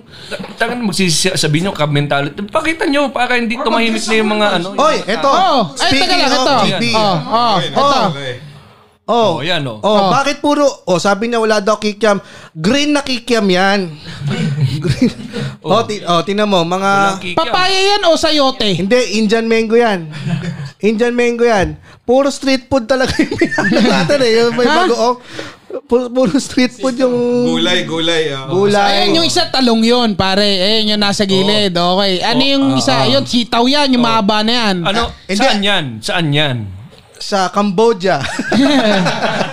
Tangan magsisisabi nyo, ka mentality. Pakita nyo para hindi tumahimik na yung mga ano.
Oy, ito.
Oo. Oh, Ay, taga
Speaking
lang,
of
ito. oh,
GB.
Oo, oo, ito.
Oh,
Oh, yan, oh.
Oh, bakit puro oh, sabi niya wala daw kikiam. Green na kikiam 'yan. Green. Oh, ti- oh, tingnan mo mga
ah,
Walang kikiam.
Papaya yan o sayote?
hindi Indian mango 'yan. Indian mango yan. Puro street food talaga yung pinakain natin eh. Yung may bagoong. Puro, puro street food yung
Gulay, gulay. ah.
gulay.
Ayun, yung isa talong yon pare. Ayun, yung nasa gilid. Okay. Ano yung isa? Ayun, sitaw yan. Yung mahaba na yan.
Ano?
Hindi.
Saan yan? Saan yan?
Sa Cambodia.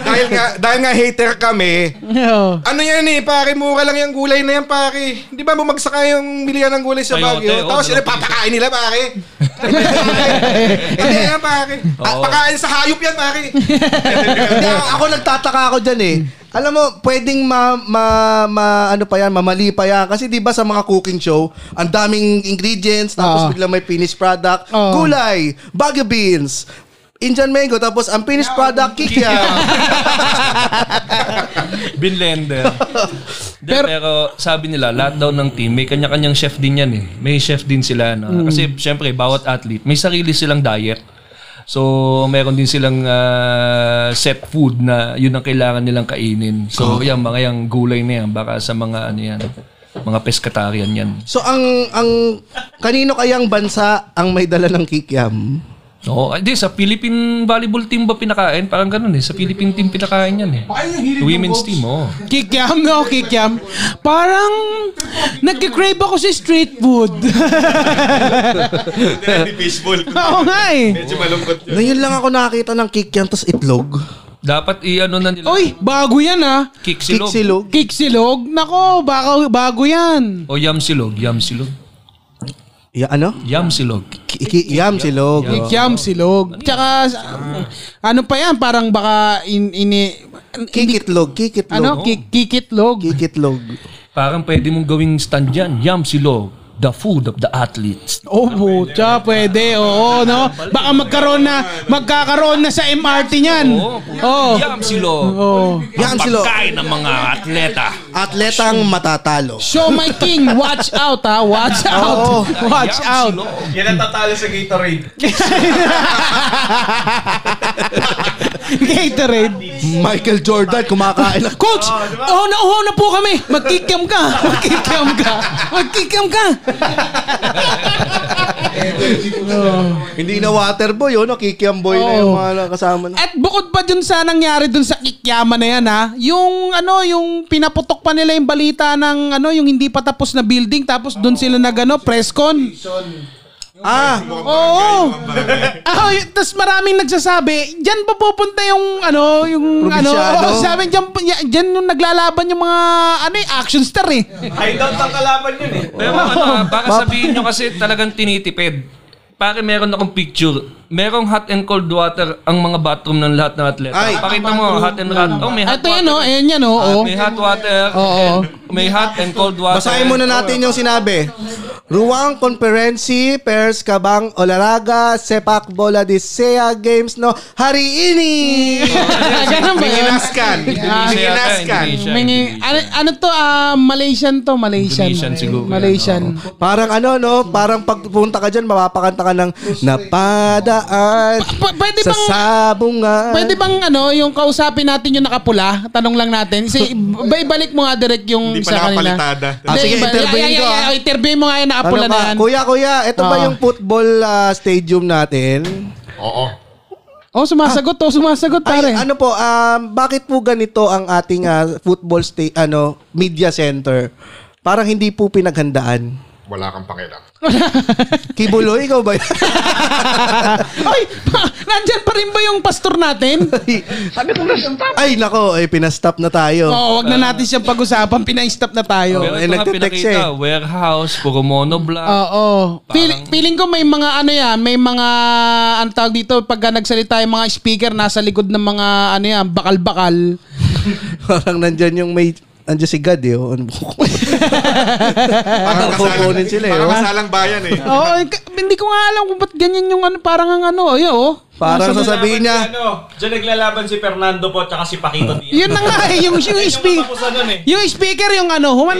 dahil nga, dahil nga hater kami,
Oo.
ano yan eh, pare, mura lang yung gulay na yan, pare. Di ba bumagsak ka yung bilihan ng gulay sa
Sayote,
Baguio?
oh,
Tapos yun,
dalawang
papakain nila, pare. Hindi yan, pare. Ah,
Oo.
pakain sa hayop yan, pare.
Hindi, ako, ako nagtataka ako dyan eh. Alam mo, pwedeng ma, ma, ma ano pa yan, mamali pa yan. Kasi di ba sa mga cooking show, ang daming ingredients, tapos
Oo.
biglang may finished product.
Oo.
Gulay, baga beans, Indian mango, tapos ang finished product, kikya.
Binlender. Hindi, pero,
Pero-
sabi nila, lahat daw ng team, may kanya-kanyang chef din yan eh. May chef din sila. Na, Kasi syempre, bawat athlete, may sarili silang diet. So, meron din silang ah, set food na yun ang kailangan nilang kainin. So, yan, mga yung gulay na yan. Baka sa mga ano yan, mga pescatarian yan.
so, ang, ang, kanino kayang bansa ang may dala ng kikiam?
Oo, hindi, sa Philippine volleyball team ba pinakain? Parang ganun eh. Sa Philippine team pinakain yan eh. Women's team, oh. oo.
Kikiam, no? Kikiam. Parang nagkikrave ako sa street food.
Hindi baseball.
Oo nga eh.
Medyo malungkot yun.
Ngayon lang ako nakakita ng kikiam, tapos itlog.
Dapat i-ano na nila.
Oy, bago yan ah.
Kick silog.
Kiksilog.
Kiksilog? Nako, baka bago yan.
O yam silog, yam silog.
Ya, ano?
Yam silog.
Kikiam silog.
Kikiam, silog. Tsaka, ano pa yan? Parang baka in, ini...
Kikitlog. Kikitlog.
Ano? Kik- Kikitlog.
Kikitlog.
Parang pwede mong gawing stand yan. Yam silog. The food of the athletes.
Oh, pucha, pwede. Oo, no? Baka magkaroon na, magkakaroon na sa MRT niyan. Oh. Oo.
Yam silog.
Oo.
Yan silog.
Pagkain ng mga atleta.
Atletang matatalo.
Show my king, watch out ha, watch out.
Oo.
Watch
Yam
out.
silog.
Yan ang tatalo sa Gatorade.
Gatorade.
Michael Jordan kumakain ng
Coach, oh, na oh, na po kami. Magkikiam ka. Magkikiam ka. Magkikiam ka.
Hindi na waterboy yun, no? kikiam boy na yung mga kasama na.
At bukod pa dun sa nangyari dun sa kikiama na yan ha, yung ano, yung pinaputok pa nila yung balita ng ano, yung hindi pa tapos na building tapos dun sila ano, nagano press con.
Ah,
Oo. Oh, tapos maraming nagsasabi, diyan pa pupunta yung ano, yung ano,
Probinsyano.
oh, sabi diyan diyan yung naglalaban yung mga ano, eh, action star eh.
Hideout ang kalaban yun eh.
Pero ano, ah, baka sabihin nyo kasi talagang tinitipid. Pare, meron akong picture. Merong hot and cold water ang mga bathroom ng lahat ng atleta.
Ay.
Pakita mo, hot and hot. Oh, may hot
Ito
water.
yan oh, ayan yan oh. oh.
May hot water.
Oo.
and May hot and cold water.
basahin muna natin yung sinabi. Ruang Konferensi, Pers Kabang Olaraga, Sepak Bola de Sea Games no Hariini.
Ganun ba yun?
Kinaskan.
Indonesia ata,
Kinaskan.
Indonesia,
Mingi- ano,
Indonesia.
ano to? ah, Malaysian to? Malaysian.
Indonesian siguro yan,
Malaysian.
Parang ano no, parang pagpunta ka diyan mapapakanta ka ng napadaan.
Pa- pwede
sa
bang-
sabungan.
Pwede bang ano, yung kausapin natin yung nakapula? Tanong lang natin. Kasi ibalik mo nga direct yung
Hindi pa
sa kanila.
nakapalitada.
Ah, sige,
iba-
interviewin
ay, ay,
ko,
ay,
ah.
ay, Interviewin mo nga yung nakapula na
Ano ba?
yan.
Kuya, kuya, ito ba
Ah.
yung football ah, stadium natin?
Oh, sumasagot to. Sumasagot, pare.
Ay, ano po, um, bakit po ganito ang ating ah, football sta- ano, media center? Parang hindi po pinaghandaan.
Wala kang pakialam.
Kibulo, ikaw ba? yun?
Ay, pa- nandyan pa rin ba yung pastor natin?
Sabi ko na Ay, nako, eh, pinastop na
Oo,
tayo.
wag na natin siyang pag-usapan. Pina-stop na tayo.
Pero
eh,
ito nga
nagtitext siya
pinakita, warehouse, puro monoblock.
Oo. Feel- feeling ko may mga ano yan, may mga, ang tawag dito, pagka nagsalita yung mga speaker, nasa likod ng mga, ano yan, bakal-bakal.
Parang nandyan yung may, nandyan si God eh. oh. Ano po? Parang Ah, kukunin sila eh.
Parang
oh.
masalang bayan eh.
Oo, eh, k- hindi ko nga alam kung ba't ganyan yung ano, parang ang ano, ayun, oh.
Parang sasabihin niya,
Ano, Diyan naglalaban si Fernando po at saka si Paquito Diaz.
Yun na nga, eh, yung, yung, speaker,
Katapusan nun eh.
yung speaker, yung ano, human,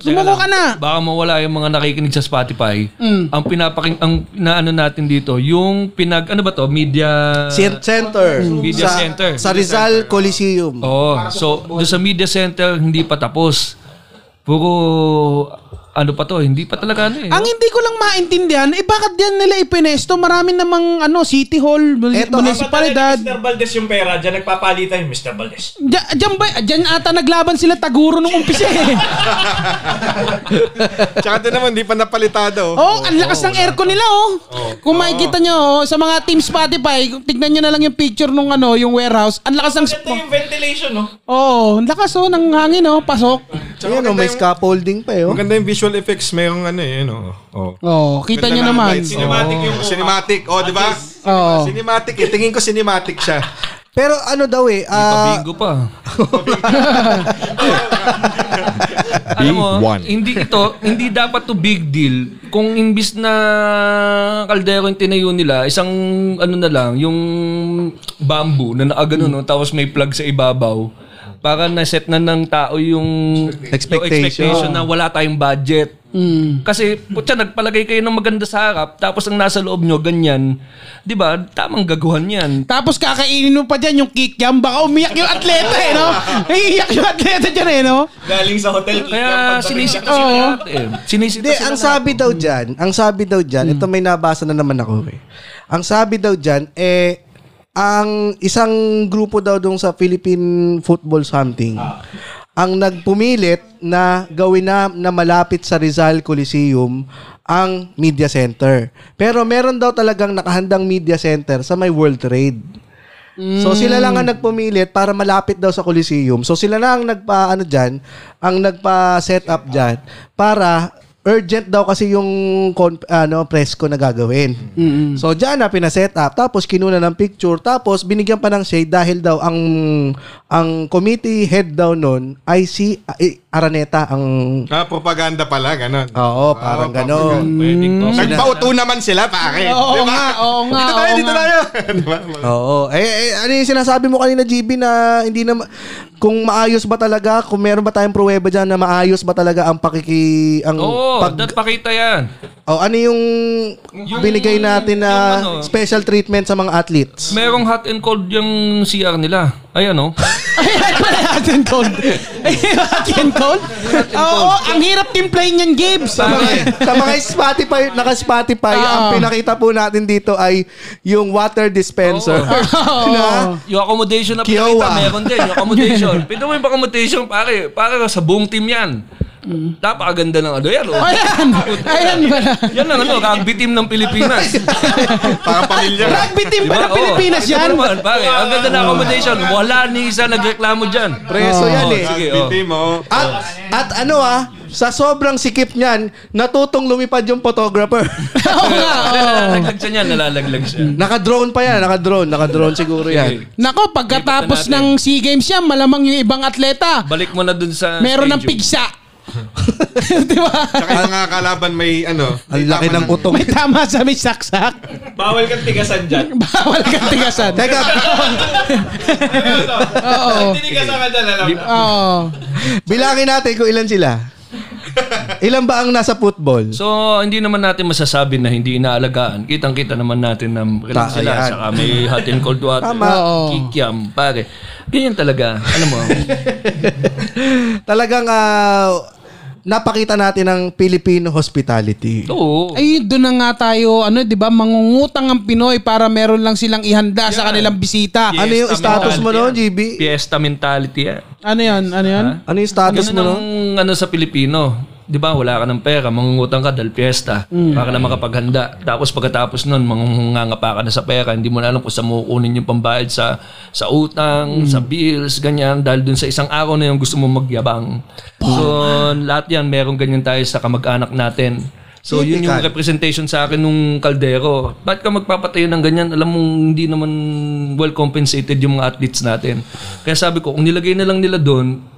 sumuko ka na.
Baka mawala yung mga nakikinig sa Spotify. Ang pinapaking ang naano natin dito, yung pinag ano ba to, media
Cent- center.
ano, Media
sa,
center.
Sa Rizal Coliseum.
Oo. so, doon sa media center hindi pa tapos. Puro ano pa to, hindi pa talaga ano eh.
Ang hindi ko lang maintindihan, eh bakit diyan nila ipinesto? Marami namang ano, city hall, muni-
Eto,
municipalidad.
Mr. Valdez yung pera, dyan nagpapalitan yung Mr. Valdez.
Diyan, diyan, ba, diyan ata naglaban sila Taguro nung umpisa eh.
Tsaka din naman, di pa napalitado.
oh, ang lakas ng aircon nila oh. Kung makikita nyo oh, sa mga Team Spotify, tignan nyo na lang yung picture nung ano, yung warehouse. Ang lakas ng...
Ito yung ventilation, no?
Oh, ang lakas oh, ng hangin oh, pasok.
Ayan, oh, may scaffolding pa eh, oh. yun.
Maganda yung visual effects. Mayroong ano eh, no? Oh.
Oh, kita nyo
Ganda ng
naman.
lights. Cinematic yung... Cinematic. Oh, di ba?
Oh.
Cinematic eh. Tingin ko cinematic siya.
Pero ano daw eh, ah,
Pabigo pa. Alam mo, hindi ito, hindi dapat to big deal kung imbis na kaldero yung tinayo nila, isang ano na lang, yung bamboo na nakagano, no, tapos may plug sa ibabaw para na-set na ng tao yung
Expectation.
yung expectation na wala tayong budget. Kasi putya nagpalagay kayo ng maganda sa harap tapos ang nasa loob nyo ganyan. 'Di ba? Tamang gaguhan 'yan.
Tapos kakainin mo pa dyan yung kick jam. Baka umiyak yung atleta eh, no? Iiyak yung atleta dyan eh, no?
Galing sa hotel.
Kaya sinisita
Oo.
sila lahat eh. Sinisita
Hindi,
sila
ang
lahat.
sabi daw dyan, ang sabi daw dyan, ito may nabasa na naman ako eh. Ang sabi daw dyan, eh, ang isang grupo daw dong sa Philippine Football something, ang nagpumilit na gawin na, na malapit sa Rizal Coliseum ang media center. Pero meron daw talagang nakahandang media center sa may World Trade. So sila lang ang nagpumilit para malapit daw sa Coliseum. So sila lang ang nagpa ano diyan, ang nagpa set up diyan para urgent daw kasi yung con- ano press ko na gagawin. So diyan na pina-set up tapos kinuna ng picture tapos binigyan pa ng shade dahil daw ang ang committee head daw noon ay si eh, Araneta ang
Ah, propaganda pala, ganun.
Ah, Oo, parang ganon.
Pwedeng to.
Hmm.
Nagpauto naman sila, pare.
Oo
Di ba?
nga, oo nga,
Dito tayo,
oo
dito
nga.
tayo. Di ba?
Oo. Eh, eh, ano yung sinasabi mo kanina, GB, na hindi na... ma- Kung maayos ba talaga, kung meron ba tayong pruweba dyan na maayos ba talaga ang pakiki... Ang
Oo,
pag-
dapat pakita yan.
o, ano yung, binigay natin na
yung ano.
special treatment sa mga athletes?
Merong hot and cold yung CR nila. Ayan oh.
Ayan pala, hot and cold. Ayan, hot and cold? Oo, ang hirap timplahin niyan, Gibbs.
sa
eh.
mga, sa mga Spotify, naka-Spotify,
Oo.
ang pinakita po natin dito ay yung water dispenser. na,
Yung accommodation na
Kiowa.
pinakita, meron din. Yung accommodation. Pwede mo yung accommodation, pare. Para sa buong team yan. Napakaganda ng ano yan. Oh.
Ayan, ayan pala.
Yan ang ano, rugby team ng Pilipinas.
Parang pamilyar.
Rugby team
Di
pa
ba?
ng
Oo.
Pilipinas
Ito
yan.
naman, pare. Ang ganda ng accommodation. Wala ni isa nagreklamo dyan.
preso yan
Oo,
eh.
sige,
Rugby
oh.
team, oh.
At, at ano ah, sa sobrang sikip niyan, natutong lumipad yung photographer.
Oo nga, oo.
Nalalaglag siya niyan. Nalalaglag siya.
Naka-drone pa yan, naka-drone, naka-drone siguro yan.
Nako, pagkatapos ng SEA Games yan, malamang yung ibang atleta,
Balik mo na dun sa
meron ng
stadium.
pigsa. Di ba?
Tsaka yung mga kalaban may ano.
Ang laki ng utong.
May tama sa may saksak.
Bawal kang tigasan dyan.
Bawal kang tigasan.
Teka,
Oo.
Tinigasan ka dyan, alam mo.
Oo.
bilangin natin kung ilan sila. Ilan ba ang nasa football?
So, hindi naman natin masasabi na hindi inaalagaan. Kitang-kita naman natin na relax sila.
Tayaan.
Saka may hot and cold water.
Tama.
Oo.
Kikiam, pare. Ganyan talaga. Alam mo,
Talagang ah, napakita natin ang Filipino hospitality.
oo.
Ay, doon na nga tayo, ano, di ba, mangungutang ang Pinoy para meron lang silang ihanda sa kanilang bisita.
Ano yung status mo noon, GB?
Fiesta mentality yan.
Ano yan? Ano yan?
Ano yung status
Ganun
mo noon?
ang ano sa Pilipino. Di ba, wala ka ng pera, mangungutang ka dahil piyesta para na makapaghanda. Tapos pagkatapos nun, mangunganga ka na sa pera. Hindi mo na alam kung saan mo kukunin yung pambayad sa, sa utang, sa bills, ganyan. Dahil dun sa isang araw na yung gusto mo magyabang. So, lahat yan, meron ganyan tayo sa kamag-anak natin. So, yun yung representation sa akin nung kaldero. Ba't ka magpapatayo ng ganyan? Alam mong hindi naman well compensated yung mga athletes natin. Kaya sabi ko, kung nilagay na lang nila doon,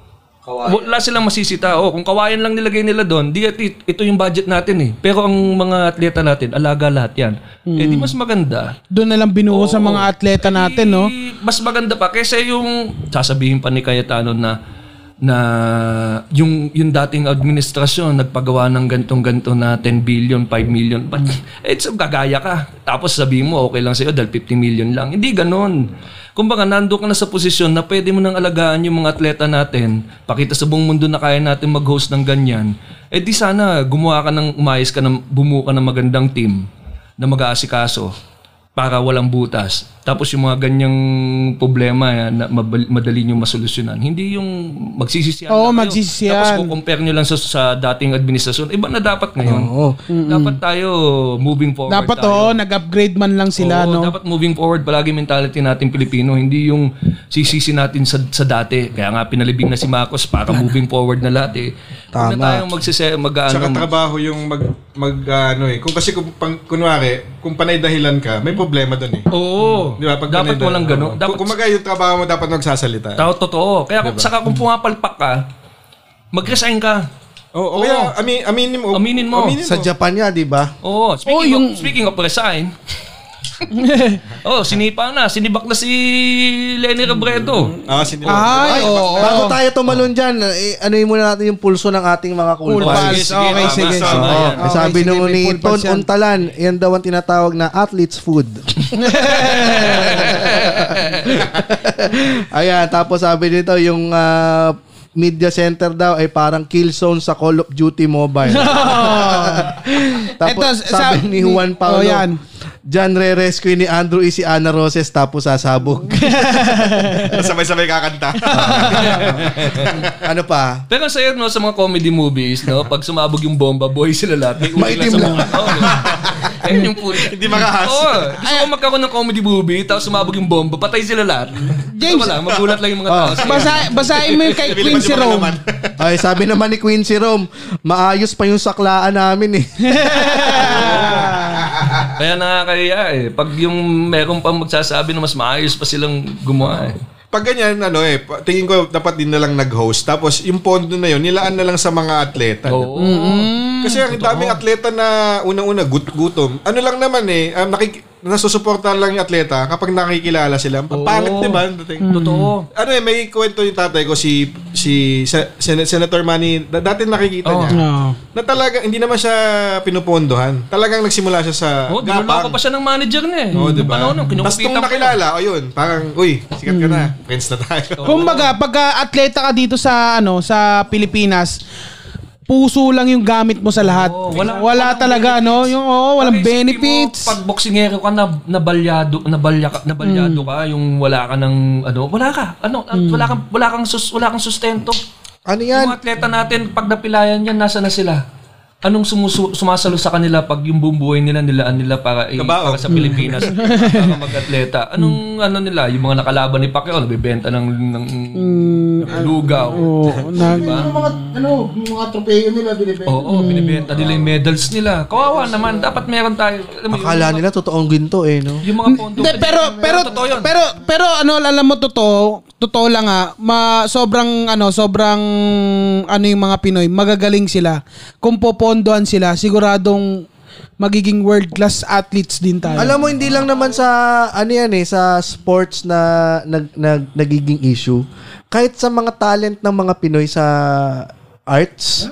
wala silang masisita. O, kung kawayan lang nilagay nila doon, di at it- ito yung budget natin eh. Pero ang mga atleta natin, alaga lahat yan. Eh di mas maganda.
Doon na lang binuo sa mga atleta natin, no?
Mm, Di mas maganda pa kaysa yung sasabihin pa ni Cayetano na na yung yung dating administrasyon nagpagawa ng gantong-ganto na 10 billion, 5 million. But it's gagaya ka. Tapos sabi mo okay lang sa'yo dahil 50 million lang. Hindi ganoon. Kumbaga nandoon ka na sa posisyon na pwede mo nang alagaan yung mga atleta natin. Pakita sa buong mundo na kaya natin mag-host ng ganyan. Eh di sana gumawa ka ng umayos ka ng bumuo ka ng magandang team na mag-aasikaso para walang butas. Tapos yung mga ganyang problema eh, na mabal- madali nyo masolusyonan. Hindi yung magsisisihan.
Oo,
na kayo.
magsisisihan.
Tapos kukompare nyo lang sa, sa dating administrasyon. Iba na dapat ngayon. Dapat tayo moving forward
Dapat
tayo.
oh, nag-upgrade man lang sila, no?
Oo, Dapat moving forward palagi mentality natin Pilipino, hindi yung sisisi natin sa, sa dati. Kaya nga pinalibing na si Marcos para moving forward na lahat eh. Huwag
Tama.
na tayong magsise, mag,
Tsaka
ano,
trabaho yung mag, mag ah, ano eh. Kung kasi kung, pang, kunwari, kung panay dahilan ka, may problema dun eh.
Oo.
Di ba? Pag
dapat
panay-
walang gano'n.
Oo.
Dapat
Kung kumagay yung trabaho mo, dapat magsasalita.
Tao, totoo. Kaya
Diba?
kung, saka kung pumapalpak ka, mag-resign ka.
Oo, oh, kaya ami, aminin mo.
Aminin mo.
Sa Japan niya, di ba?
Oo, speaking,
Oh, yung-
of, speaking of resign, oh, sinipa na. Sinibak na si Lenny Robredo.
Ah, sinila.
Ay, oo.
Bago tayo tumalon dyan, eh, ano yun muna natin yung pulso ng ating mga cool,
Cool
pals.
pals. Okay,
tama,
sige.
tama
Oo,
yan.
Okay,
Eh, sabi
sige,
nung
may
ni
full
Ton
pulse yan.
Untalan, yan daw ang tinatawag na athlete's food. Ayan, tapos sabi nito yung ah, media center daw ay parang kill zone sa Call of Duty Mobile. tapos
Eto, sa-
sabi ni Juan Paulo,
Oh, yan.
Diyan re-rescue ni Andrew is si Ana Roses tapos sasabog.
Sabay-sabay kakanta.
Ah. ano pa?
Pero ang sayo, no, sa mga comedy movies, no, pag sumabog yung bomba, boy sila lahat. May uwi
Maitim
lang. Sa mga, oh, Ayun yung puri.
Hindi makahas.
Oo. gusto ko magkaroon ng comedy movie, tapos sumabog yung bomba, patay sila lahat.
James- Ah.
So, wala, magulat lang yung mga tao. Sige.
Basa, basahin mo yung kay Quincy Rome.
Ay, sabi naman ni Quincy Rome, maayos pa yung saklaan namin eh.
Kaya nakakaya eh. Pag yung meron pang magsasabi na mas maayos pa silang gumawa eh.
Pag ganyan, ano eh, pa- tingin ko dapat din na lang nag-host. Tapos yung pondo na yun, nilaan na lang sa mga atleta.
Oo.
Kasi ang daming atleta na unang-una gut- gutom. Ano lang naman eh, um, nakik- nasusuportahan lang yung atleta kapag nakikilala sila. Ang pangit, di ba?
Totoo.
Ano eh, may kwento yung tatay ko, si, si Sen- Sen- Senator Manny, da- dati nakikita niya. Na talaga, hindi naman siya pinupondohan. Talagang nagsimula siya sa
Oo, oh, dinulungan ko pa siya ng manager niya eh.
Oo, di ba?
Ano,
Tapos nung nakilala, o yun, parang, uy, sikat ka na, friends na tayo.
Kumbaga, pagka atleta ka dito sa ano sa Pilipinas, puso lang yung gamit mo sa lahat.
Oo,
wala,
wala- walang
talaga no, yung oo, walang benefits.
Mo, pag boksingero ka na nabalyado, nabalya
Mm.
ka, nabalyado ka, yung wala ka ng ano, wala ka. Ano, at
Mm.
wala kang wala kang sus, wala kang sustento.
Ano
Yung
yan?
mga atleta natin pag napilayan yan, nasa na sila? Anong sumusu- sumasalo sa kanila pag yung buong buhay nila nilaan nila para, i-
Kabao. Mm.
para sa Pilipinas para mag-atleta? Anong ano nila? Yung mga nakalaban ni Pacquiao, nabibenta ng, ng, ng lugaw.
Mm. Oo, nag-
Yung mga, ano, yung mga tropeyo nila, binibenta.
Oo, binibenta nila yung medals nila. Kawawa naman, dapat meron tayo. Alam mo,
Akala nila totoong ginto eh, no?
Yung mga pondo.
Hindi, pero pero
totoo yun.
pero pero ano alam mo totoo, totoo lang ah. Ma sobrang ano, sobrang ano yung mga Pinoy, magagaling sila. Kung popondohan sila, siguradong magiging world class athletes din tayo.
Alam mo, hindi lang naman sa, ano yan eh, sa sports na nag, nag, nagiging issue. Kahit sa mga talent ng mga Pinoy sa arts,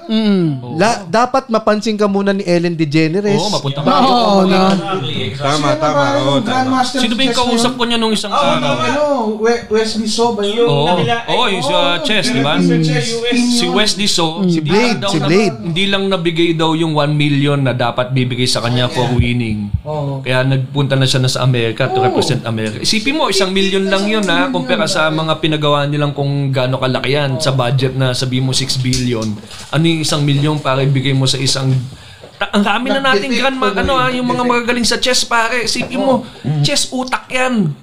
la, dapat mapansin ka muna ni Ellen DeGeneres.
Oo, mapunta ka.
Bago
Oo,
ka
no.
Tama, tama. Oo, tama.
Sino ba yung kausap ko niya nung isang
Oo,
araw?
tama. Ano, We- Wesley So ba yun?
Oo,
nakila-
Oo, yung sa
Oo,
chess, di
oh,
ba?
yung sa chess, US.
Si Wes Diso, si
Mm. Blade, si Blade.
hindi lang nabigay daw yung 1 million na dapat bibigay sa kanya for winning. Kaya nagpunta na siya na sa Amerika to represent America. Isipin mo, isang million lang yun ha, kumpara sa mga pinagawa nilang kung gaano kalaki yan sa budget na sabi mo 6 billion. Ano yung isang million para ibigay mo sa isang Ta- ang dami na nating grand ma- ano ha, yung mga magagaling sa chess pare. Isipin mo,
Mm.
chess utak yan.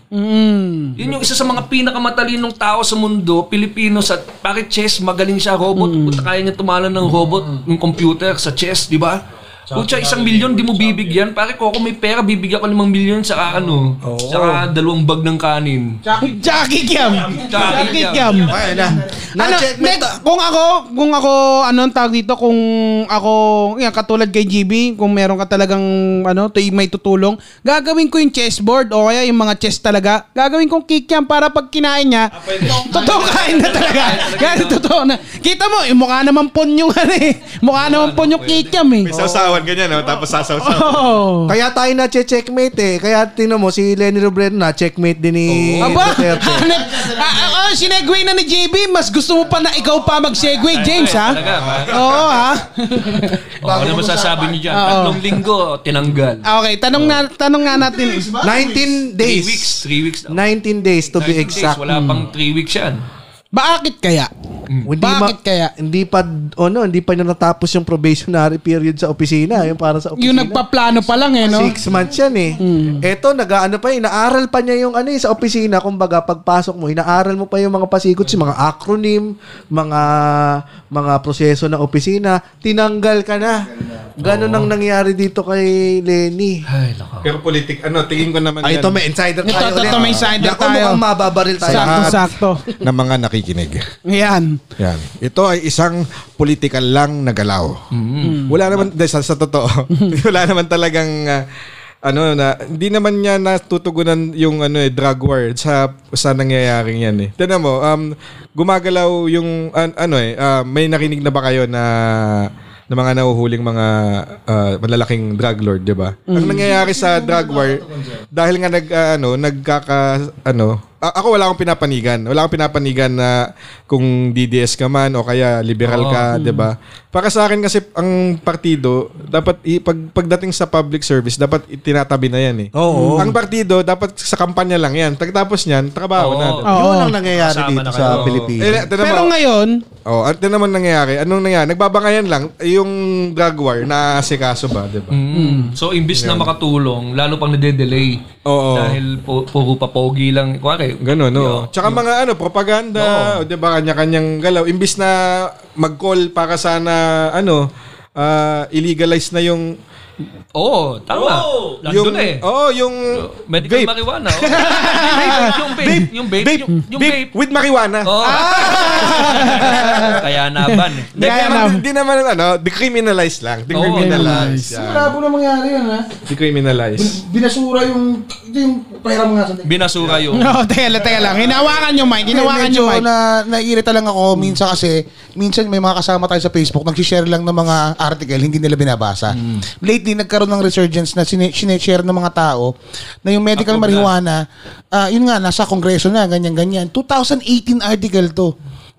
Yun yung isa sa mga pinakamatalinong tao sa mundo, Pilipino sa Mm. pare chess, magaling siya robot, Puta, kaya niya tumalan ng robot, ng computer Mm. sa chess, di ba? Kutsa, isang milyon, di mo bibigyan. Pare, ko, kung may pera, bibigyan ko limang milyon, saka ano, saka dalawang bag ng kanin.
Jackie Kiam. Jackie Kiam.
Okay na.
Ano,
Na-checkmate.
next, kung ako, kung ako, ano ang tawag dito, kung ako, yan, katulad kay GB, kung meron ka talagang, ano, to, may tutulong, gagawin ko yung chessboard o kaya yung mga chess talaga, gagawin kong kick yan para pag kinain niya, totoo Ah, kain na talaga. Gano'n totoo na. Kita mo, eh, mukha naman pon yung, ano eh, mukha naman pon yung kick yan eh.
May sawsawan ganyan, no? tapos sasawsaw.
Oh.
Kaya tayo na checkmate eh. Kaya tingnan mo si Lenny Robredo na checkmate din ni
Aba,
Eh, Duterte.
hanap, ah, ah, oh, sinegway na ni JB, mas gusto mo pa na ikaw pa mag-segway, James, ha?
Talaga, pare.
Oo, ha?
Oh, ano masasabi niyo dyan?
Oo.
Tatlong linggo, tinanggal.
Ah, Okay, tanong na tanong nga natin.
19
Three
days.
weeks, three weeks. daw.
19 days to be
19 days,
exact.
Wala pang three weeks yan.
Bakit kaya?
Hindi
Bakit kaya?
Hindi pa, ano, hindi pa niya natapos yung probationary period sa opisina. Yung para sa opisina.
Yung nagpaplano pa lang eh, no? Mm.
Six months yan eh. Eto, nag-ano pa, inaaral pa niya yung ano eh, sa opisina. Kumbaga, pagpasok mo, inaaral mo pa yung mga pasikot, yung mga acronym, mga mga proseso ng opisina. Tinanggal ka na. Ganon ang nangyari dito kay Lenny.
Ay, nako.
Pero politik, ano, tingin ko naman
Ay, ito may insider
Ito,
tayo
ito,
ulit.
ito, may insider
Naku,
tayo.
mukhang mababaril tayo.
Sakto-sakto.
ng mga nakikinig.
Yan.
Yan. Ito ay isang political lang na galaw.
Wala naman, dahil sa, sa totoo, wala naman talagang, ah, ano na, hindi naman niya natutugunan yung ano eh, drug war sa, sa nangyayaring yan eh. Tignan mo, um, gumagalaw yung, an- ano eh, ah, may narinig na ba kayo na ng mga nahuhuling mga ah, malalaking drug lord, 'di ba? Ang nangyayari sa drug war dahil nga nag ah, ano, nagkaka ano, a- ako wala akong pinapanigan. Wala akong pinapanigan na kung DDS ka man o kaya liberal ka, 'di ba? Para sa akin kasi ang partido dapat i- pag- pagdating sa public service dapat itinatabi na 'yan eh.
Oo.
Ang partido dapat sa kampanya lang 'yan. Pagtapos niyan, trabaho
Oo.
na.
Yun
Oo.
ang nangyayari
Kasama
dito
na
sa
kayo.
Pilipinas.
Eh, tignan
Pero
mo.
ngayon,
Oh, at yun naman nangyayari. Anong nangyayari? Nagbabangayan lang eh, yung drug war na si Kaso ba, 'di ba?
Mm. So imbis na makatulong, lalo pang nade-delay.
Oo.
Dahil pu- puro pa pogi lang. Kuwari,
Ganun, no. Tsaka mga ano, propaganda, o 'di ba, kanya-kanyang galaw imbis na mag-call para sana ano, ah, illegalize na yung
Oo, tama.
yung
Nandun eh.
oh, yung vape.
Medical marijuana. oh. yung vape. Yung vape. Yung vape. Yung
Vape
vape.
with marijuana.
Oo. Kaya naban. eh.
Ah. Hindi
Kaya
naman,
naman.
hindi naman ano, decriminalize lang. Decriminalize.
Decriminalize.
Yeah.
Malabo na mangyari yan, ha?
Decriminalize.
Binasura yung... Ito yung pahiram nga sa
Binasura yun.
no, oh, teka lang, teka lang. Hinawakan yung mic, hinawakan
Medyo
yung mic.
na, naiirita lang ako minsan kasi minsan may mga kasama tayo sa Facebook nagsishare lang ng mga article hindi nila binabasa. Lately nagkaroon ng resurgence na sine- sineshare ng mga tao na yung medical
Approve na.
marijuana ah, yun nga nasa kongreso na ganyan ganyan. 2018 article to.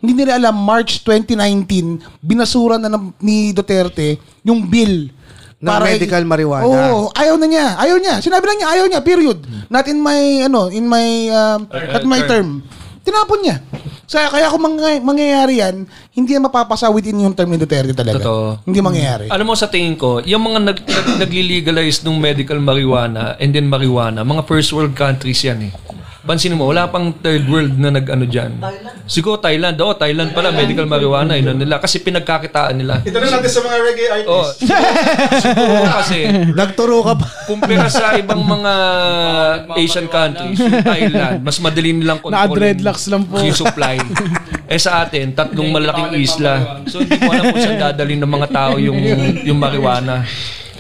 Hindi nila alam March 2019 binasura na ng, ni Duterte yung bill
Ng medical marijuana.
Oo, Oh, ayaw na niya. Ayaw niya. Sinabi lang niya, ayaw niya. Period. Not in my, ano, in my, um, at my term. Tinapon niya. So, kaya kung mangya- mangyayari yan, hindi yan mapapasa within yung term ni Duterte talaga.
Totoo.
Hindi mangyayari.
Alam mo sa tingin ko, yung mga nag, nag, nagli-legalize ng medical marijuana and then marijuana, mga first world countries yan eh. Pansin mo, wala pang third world na nag-ano dyan. Siguro Thailand. Oo, Thailand pala, medical marijuana. Yun nila. Kasi pinagkakitaan nila.
Itanong natin sa mga reggae
Oh,
Oo.
artists.
Siguro kasi,
Nagturo ka pa.
kumpara sa ibang mga Asian countries, yung Thailand, mas madali nilang kontrolin.
Naka-dreadlocks lang po.
Yung supply. eh sa atin, tatlong malalaking isla. So hindi ko alam kung saan dadalhin ng mga tao yung yung marijuana.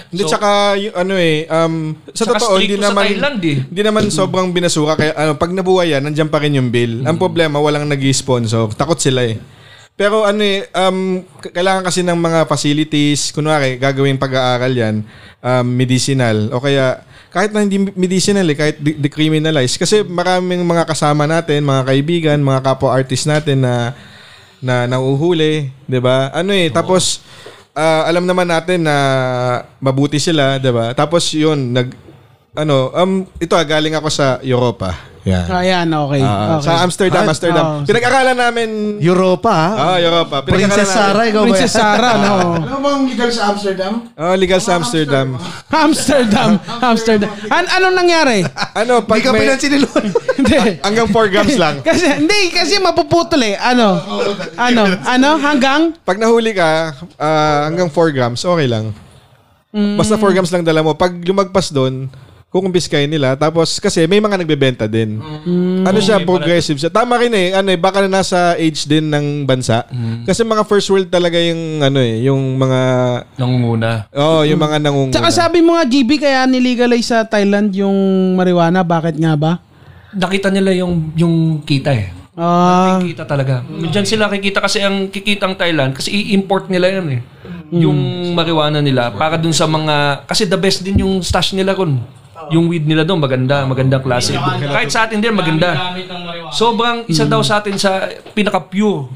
Hindi,
So-
tsaka yung ano eh, um, sa
Tsaka
totoo, hindi
stricto sa
naman,
Thailand eh.
hindi naman sobrang binasura. Kaya ano, pag nabuhay yan, nandiyan pa rin yung bill. Ang problema, walang nag sponsor Takot sila eh. Pero ano eh, um, k- kailangan kasi ng mga facilities. Kunwari, gagawin pag-aaral yan, um, medicinal. O kaya, kahit na hindi medicinal eh, kahit de- decriminalize. Kasi maraming mga kasama natin, mga kaibigan, mga kapwa-artist natin na na nauhuli, 'di ba? Ano eh, tapos ah, alam naman natin na mabuti sila, 'di ba? Tapos 'yun nag ano, um ito ah, galing ako sa Europa. Yeah.
Ayan, okay.
Ah,
okay.
Sa Amsterdam,
Ah,
Amsterdam.
ah.
Pinag-akala namin
Europa ha?
Ah, Europa. Pinag-akala
Princess
namin-
Sarah, ikaw ba?
Princess Sarah, no.
Alam mo bang legal sa Amsterdam?
Oh, legal sa Amsterdam.
Amsterdam, Amsterdam. An anong nangyari?
ano, pag
Hindi ka
may,
pinansin ni Lord.
Hindi.
hanggang 4 grams lang.
Kasi, hindi, kasi mapuputol eh. Ano? Ano? Ano? Hanggang?
Pag nahuli ka, ah, hanggang 4 grams, okay lang. Basta 4 grams lang dala mo. Pag lumagpas doon, kukumpiskahin nila. Tapos, kasi may mga nagbebenta din. Ano siya, progressive siya. Tama rin eh. Ano eh, baka na nasa age din ng bansa. Kasi mga first world talaga yung, ano eh, yung mga,
Nangunguna.
oh, yung mga nangunguna.
Tsaka sabi mo nga, GB, kaya nilegalize sa Thailand yung marijuana. Bakit nga ba?
Nakita nila yung yung kita eh.
Ah,
Kita talaga. Diyan sila kikita kasi ang kikitang Thailand kasi i-import nila yan eh.
Hmm.
Yung marijuana nila para dun sa mga kasi the best din yung stash nila kun. Yung weed nila doon maganda, magandang klase. Kahit sa atin din maganda.
Gamit ng marijuana. Hmm.
Sobrang isa daw sa atin sa pinaka-pure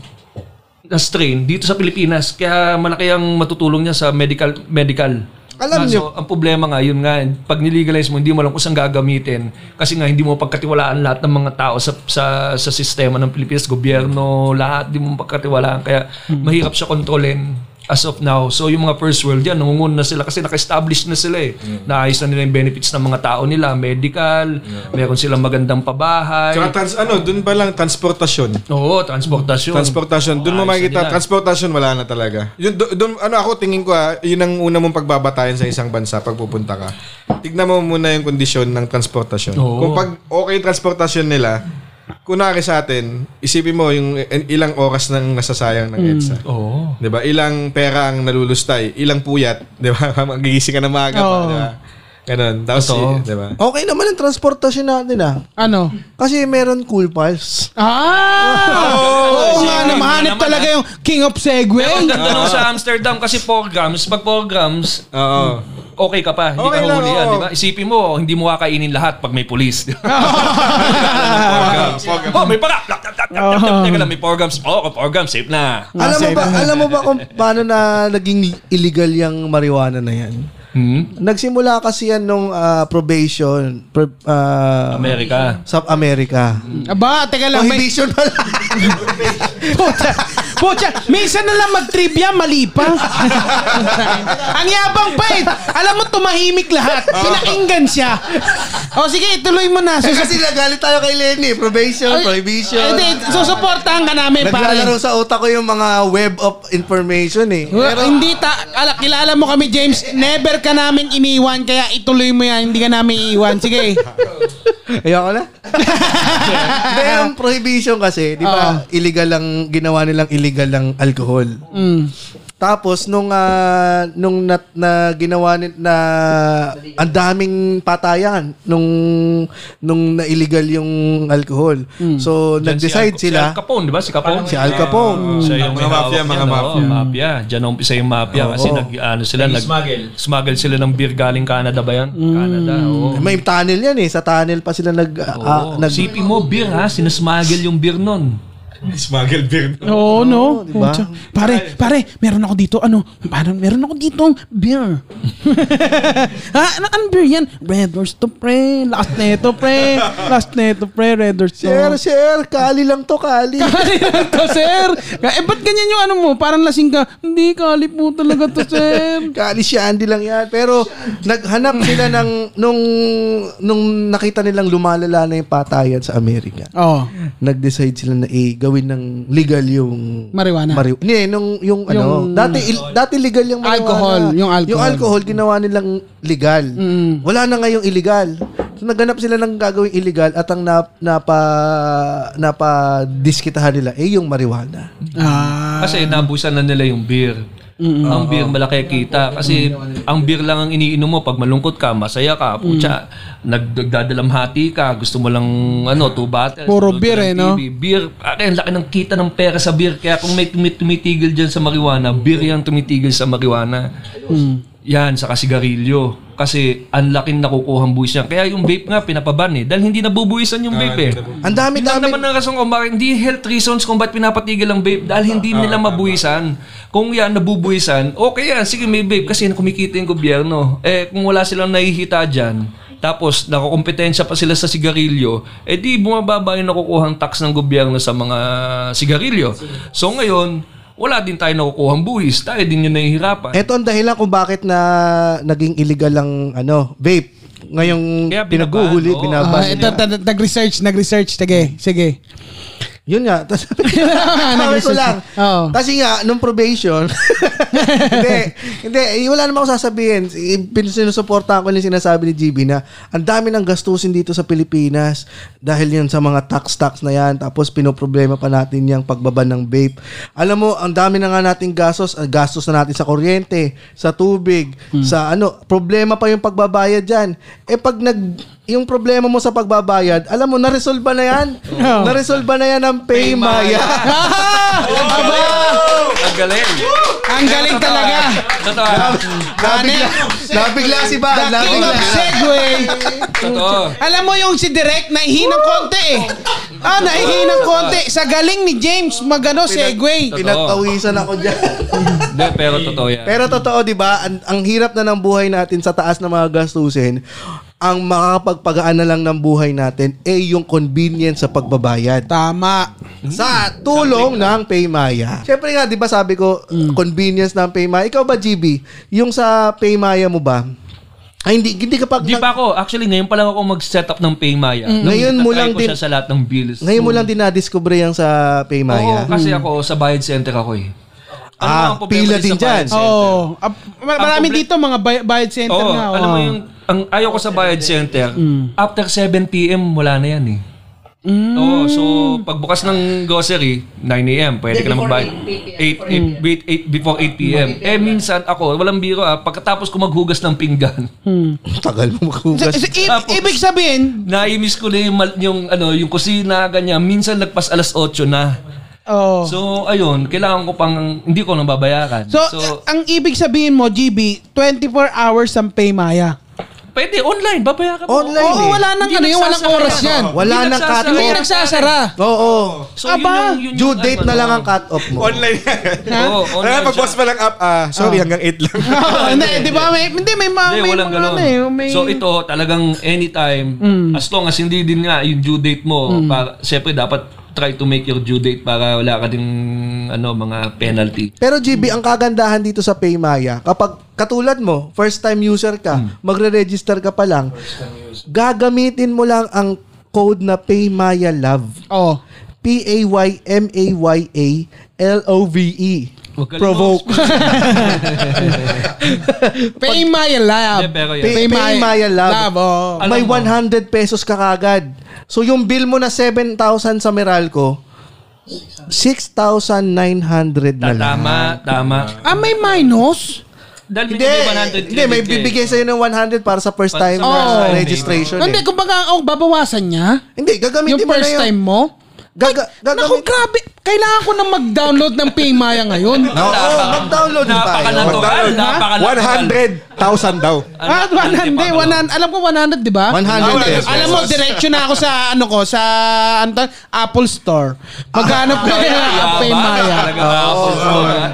na strain dito sa Pilipinas. Kaya malaki ang matutulong niya sa medical medical.
Alam
Kaso,
niyo-
ang problema nga, yun nga, pag nilegalize mo, hindi mo alam kung saan gagamitin. Kasi nga, hindi mo pagkatiwalaan lahat ng mga tao sa, sa, sa sistema ng Pilipinas, gobyerno, lahat, hindi mo pagkatiwalaan. Kaya,
Hmm.
mahirap siya kontrolin as of now. So, yung mga first world yan, nangunguna na sila kasi naka-establish na sila eh. Naayos na nila yung benefits ng mga tao nila, medical, meron silang magandang pabahay.
Tsaka trans, ano, dun pa lang, transportasyon.
Oo, transportasyon.
Transportasyon. Doon mo
Ayos na
makikita,
nila.
transportasyon wala na talaga. Yun, do- doon, ano ako, tingin ko ah, yun ang una mong pagbabatayan sa isang bansa pag pupunta ka. Tignan mo muna yung kondisyon ng transportasyon.
Oo.
Kung pag okay yung transportasyon nila, kunwari sa atin, isipin mo yung eh, ilang oras nang nasasayang ng EDSA.
Hmm. Oo.
'Di ba? Ilang pera ang nalulustay, ilang puyat, 'di ba? Magigising ka na maaga pa,
Oo.
'di ba? Ganun. Tapos,
Totoo.
eh, 'di ba?
Okay naman ang transportasyon natin ah.
ano?
Kasi meron cool pals.
Ah! Oo nga,
Hindi
namahanap
naman,
talaga yung king of Segway.
Pero ang ganda nung sa Amsterdam kasi programs, pag programs,
Oo.
okay ka pa. Hindi
Okay
ka
lang,
huli yan,
oo.
di ba? Isipin mo, hindi mo kakainin lahat pag may pulis.
Programs.
oh, may pala. Lak, lak, lak, lak, lak, lak. Teka lang, may programs. Oh, okay, programs, safe na.
Alam mo ba, alam mo ba kung paano na naging illegal yung marijuana na yan?
Hmm?
Nagsimula kasi yan nung ah, probation pro- ah,
Amerika.
sa Amerika.
Aba, teka
Oh,
lang. Hmm. May,
Prohibition pala.
pucha, pucha, minsan na lang mag-trivia, mali pa. Ang yabang pa eh. Alam mo, tumahimik lahat. Pinakinggan siya. O sige, ituloy mo na.
Eh,
Susup-
kasi nagalit tayo kay Lenny. Probation, prohibition.
Hindi, susuportahan ka namin, pare.
Naglalaro sa utak ko yung mga web of information eh.
Pero, hindi ta ala, kilala mo kami James never ka namin iniwan kaya ituloy mo yan hindi ka namin iiwan sige
Ayoko na. Hindi, ang prohibition kasi, di ba, illegal lang, ginawa nilang illegal lang alcohol. Mm. Tapos, nung, ah, nung na, na ginawa ni, na ang daming patayan nung, nung na-illegal yung alcohol. So,
Dyan
nag-decide
si
sila,
Al, si Al Capone, di ba? Si Capone.
si Al Capone.
Siya yung
Mga
may
mafia,
hawak
mga
niyan,
mafia.
oo, mafia. Diyan ang umpisa yung mafia kasi nag, ano sila, nag,
Nag-smuggle.
smuggle sila ng beer galing Canada ba yan? Canada, oo.
May tunnel yan eh. Sa tunnel pa sila nag... ah,
Oo.
nag
Isipin mo, beer ha, sinasmuggle yung beer nun.
Smuggled beer.
oo no diba? Pucha. pare pare meron ako dito ano parang meron ako dito beer ha ano ano beer yan red horse to pre last neto pre last neto pre red horse to
Sir, sir, kali lang to, kali.
Kali lang to, sir. Eh, ba't ganyan yung ano mo? Parang lasing ka. Hindi, kali po talaga to, sir.
Kali si Andy lang yan. Pero naghanap sila ng nung nung nakita nilang lumalala na yung patayan sa Amerika.
Oh.
Nag-decide sila na eh, gawin ng legal yung
Marijuana.
mari- Hindi, nung yung, ano,
Yung-
dati il- dati legal yung marijuana.
Alcohol, yung alcohol.
Yung alcohol ginawa nilang legal. Wala na ngayong illegal. So naghanap sila ng gagawing illegal at ang nap, napa napa diskitahan nila eh yung marijuana.
Ah.
Kasi nabusan na nila yung beer. Ang beer malaki kita. Kasi ang beer lang ang iniinom mo. Pag malungkot ka, masaya ka, putya,
Mm.
nag- nagdadalamhati ka, gusto mo lang ano, two bottles.
Puro
tulog ka
beer
ng
eh, no?
TV. Beer, pare, ang laki ng kita ng pera sa beer. Kaya kung may tumi- tumitigil dyan sa marijuana, beer yung tumitigil sa marijuana.
Mm.
Yan, sa kasigarilyo. Kasi ang laking nakukuhang buwis niya. Kaya yung vape nga, pinapaban eh. Dahil hindi nabubuwisan yung vape eh.
Ang dami
Yun lang
dami
naman ang rason kung bakit hindi health reasons kung ba't pinapatigil ang vape dahil hindi nila mabuhisan. Kung yan, nabubuhisan, okay yan, sige may vape kasi kumikita yung gobyerno. Eh, kung wala silang nahihita dyan, tapos nakukompetensya pa sila sa sigarilyo, eh di bumababa yung nakukuhang tax ng gobyerno sa mga sigarilyo. So ngayon, wala din tayo nakukuhang buhis. Tayo din yung nahihirapan.
Ito ang dahilan kung bakit na naging illegal ang ano, vape. Ngayong
Kaya binaban,
pinaguhuli,
oo.
Ah,
binaban.
Ah, ito, ta- ta- nag-research, nag-research. Sige, sige.
Yun nga. Tapos sabi ko lang.
Oo.
Kasi nga, nung probation, hindi, hindi, eh, wala naman akong sasabihin. I- pin- Sinusuportahan ko lang yung sinasabi ni GB na ang dami ng gastusin dito sa Pilipinas dahil yun sa mga tax-tax na yan. Tapos pinoproblema pa natin yung pagbaba ng vape. Alam mo, ang dami na nga nating gastos. ah, Gastos na natin sa kuryente, sa tubig, sa ano. Problema pa yung pagbabayad dyan. Eh pag nag yung problema mo sa pagbabayad, alam mo, na-resolve ba na yan? Na-resolve ba na yan ng Paymaya?
Ang galing. Ah,
Ang galing talaga.
Totoo.
nabigla, nabigla si Bad.
The king
Nabigla.
of Segway.
Totoo.
Alam mo yung si Direk, nahihinang konti eh. Ah, nahihinang konti. Sa galing ni James, magano segway.
Pinagpawisan ako dyan.
Hindi, pero totoo yan.
Pero totoo, di ba? Ang, ang hirap na ng buhay natin sa taas ng mga gastusin, ang makakapagpagaan na lang ng buhay natin ay yung convenience sa pagbabayad. Hmm?
Tama.
Sa tulong ng Paymaya. Siyempre nga, di ba sabi ko, convenience ng Paymaya. Ikaw ba, GB? Yung sa Paymaya mo ba? Ay, hindi, hindi ka pa...
Di pa ako. Actually, ngayon pa lang ako mag-set up ng Paymaya.
Mm. Ngayon mo lang
din.
din-
siya sa lahat ng bills.
Ngayon mo lang din na-discover yan sa
Oo,
Paymaya.
kasi ako sa bayad center ako eh. Ano
Ah,
ang
pila
problema sa
din
bayad
dyan.
center?
Oo. Oh, maraming
Ang
dito mga bay- bayad center
Oo,
nga. oh.
alam mo
oo.
yung ang ayaw ko sa bayad center,
Mm.
after 7 PM wala na yan eh. Oo, so pagbukas ng grocery, 9 AM, pwede ka na magbayad.
Mm.
8, 8, 8, before 8 PM. Eh minsan ako, walang biro ah, pagkatapos ko maghugas ng pinggan,
Tagal
So,
mo maghugas.
so,
Ah,
i- ibig sabihin,
naimis ko na yung, mal- yung, ano, yung kusina, ganyan. Minsan nagpas alas 8 na.
oh. So,
So ayun, kailangan ko pang, hindi ko nababayaran.
eh, ang ibig sabihin mo, GB, 24 hours ang Paymaya.
Pwede, online. Babayaran mo. Oh,
Online
Oo,
eh.
wala nang ano, yung walang oras yan.
Wala
Hindi
nang
nagsasara.
cut-off.
Hindi nagsasara.
Oo.
So,
Aba,
yun yung, yun
Due
yung-
date na
ano,
lang ang cut-off mo.
Online.
Oo,
Ano
online
nga, pag-boss
siya.
pa lang up. Ah, sorry, hanggang 8 lang.
Oo, Hindi, di ba? May, hindi, may
Ah,
mga,
Ah, Hindi,
may
walang
mga
ganun.
ano eh, may-
So ito, talagang anytime,
Mm.
as long as hindi din nga yung due date mo, para, syempre dapat try to make your due date para wala ka ding ano, mga penalty.
Pero GB, ang kagandahan dito sa Paymaya, kapag katulad mo, first time user ka, magre-register ka pa lang, gagamitin mo lang ang code na Paymaya Love.
Oh.
P-A-Y-M-A-Y-A L-O-V-E.
Huwag ka
E. Provoke.
Paymaya
Ah,
Love.
Hindi, pero yun.
Pay- Paymaya Love.
oo.
Alam
May
mo.
100 pesos ka kagad. So yung bill mo na 7,000 sa Meralco, 6,900 na lang.
Tama, tama.
Ah, may minus?
Dahil
Hindi, hindi, may bibigay
eh?
sa'yo ng 100 para sa first time
Para
sa
na
first time,
registration. eh.
Hindi, kumbaga, oh, babawasan niya?
Hindi, gagamitin
yung
mo na
first
yun.
time mo?
Gaga,
Naku,
gagamit.
grabe. Kailangan ko na mag-download ng Paymaya ngayon.
Oo, mag-download din tayo.
Napakanatural.
Mag-download,
ha?
Napakanatural.
100,000 daw.
Ano?
Ah,
Ano,
100, 100. Alam ko 100, di ba?
100 pesos.
Alam mo, diretso na ako sa, ano ko, sa ano, to, Apple Store. Maghanap
Ah,
ko na ng Paymaya.
Talaga, tapos, ah.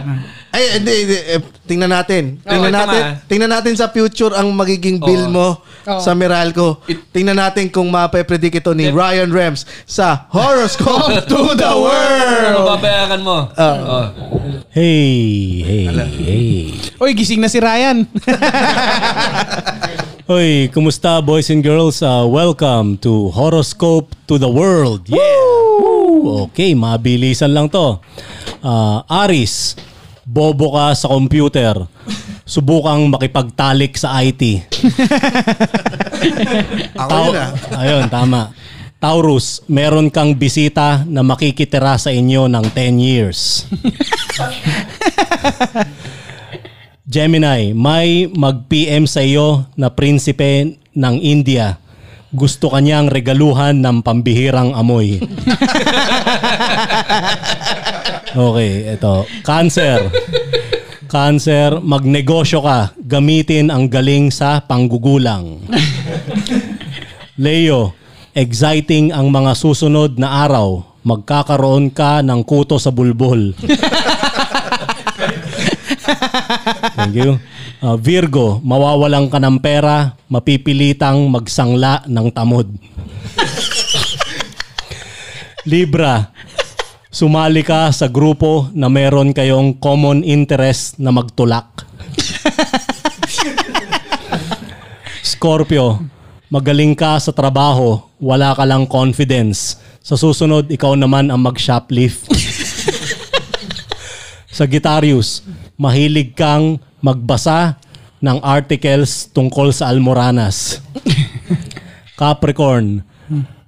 Ay, hindi, hindi. Eh, tingnan natin. Tingnan
ito
natin.
nga.
Tingnan natin sa future ang magiging bill mo sa Meralco. Tingnan natin kung mape-predict ito ni Ryan Rems sa Horoscope to the
Ano
World.
babayaran mo?
Ah.
Oh.
Hey, hey, hey.
Uy, gising na si Ryan.
Hoy, kumusta boys and girls? Uh, welcome to Horoscope to the World. Yeah. Woo! Okay, mabilisan lang to. Uh, Aris, bobo ka sa computer. Subukang makipagtalik sa IT.
Ako yun
Ano,
ah.
Ayun, tama. Taurus, meron kang bisita na makikitira sa inyo ng 10 years. Gemini, may mag-PM sa iyo na prinsipe ng India. Gusto kanyang regaluhan ng pambihirang amoy. okay, eto. Cancer. Cancer, magnegosyo ka. Gamitin ang galing sa panggugulang. Leo, exciting ang mga susunod na araw. Magkakaroon ka ng kuto sa bulbol. Thank you. Uh, Virgo, mawawalan ka ng pera, mapipilitang magsangla ng tamod. Libra, sumali ka sa grupo na meron kayong common interest na magtulak. Scorpio, magaling ka sa trabaho, wala ka lang confidence. Sa susunod, ikaw naman ang mag-shoplift. Sagittarius, mahilig kang magbasa ng articles tungkol sa Almoranas. Capricorn,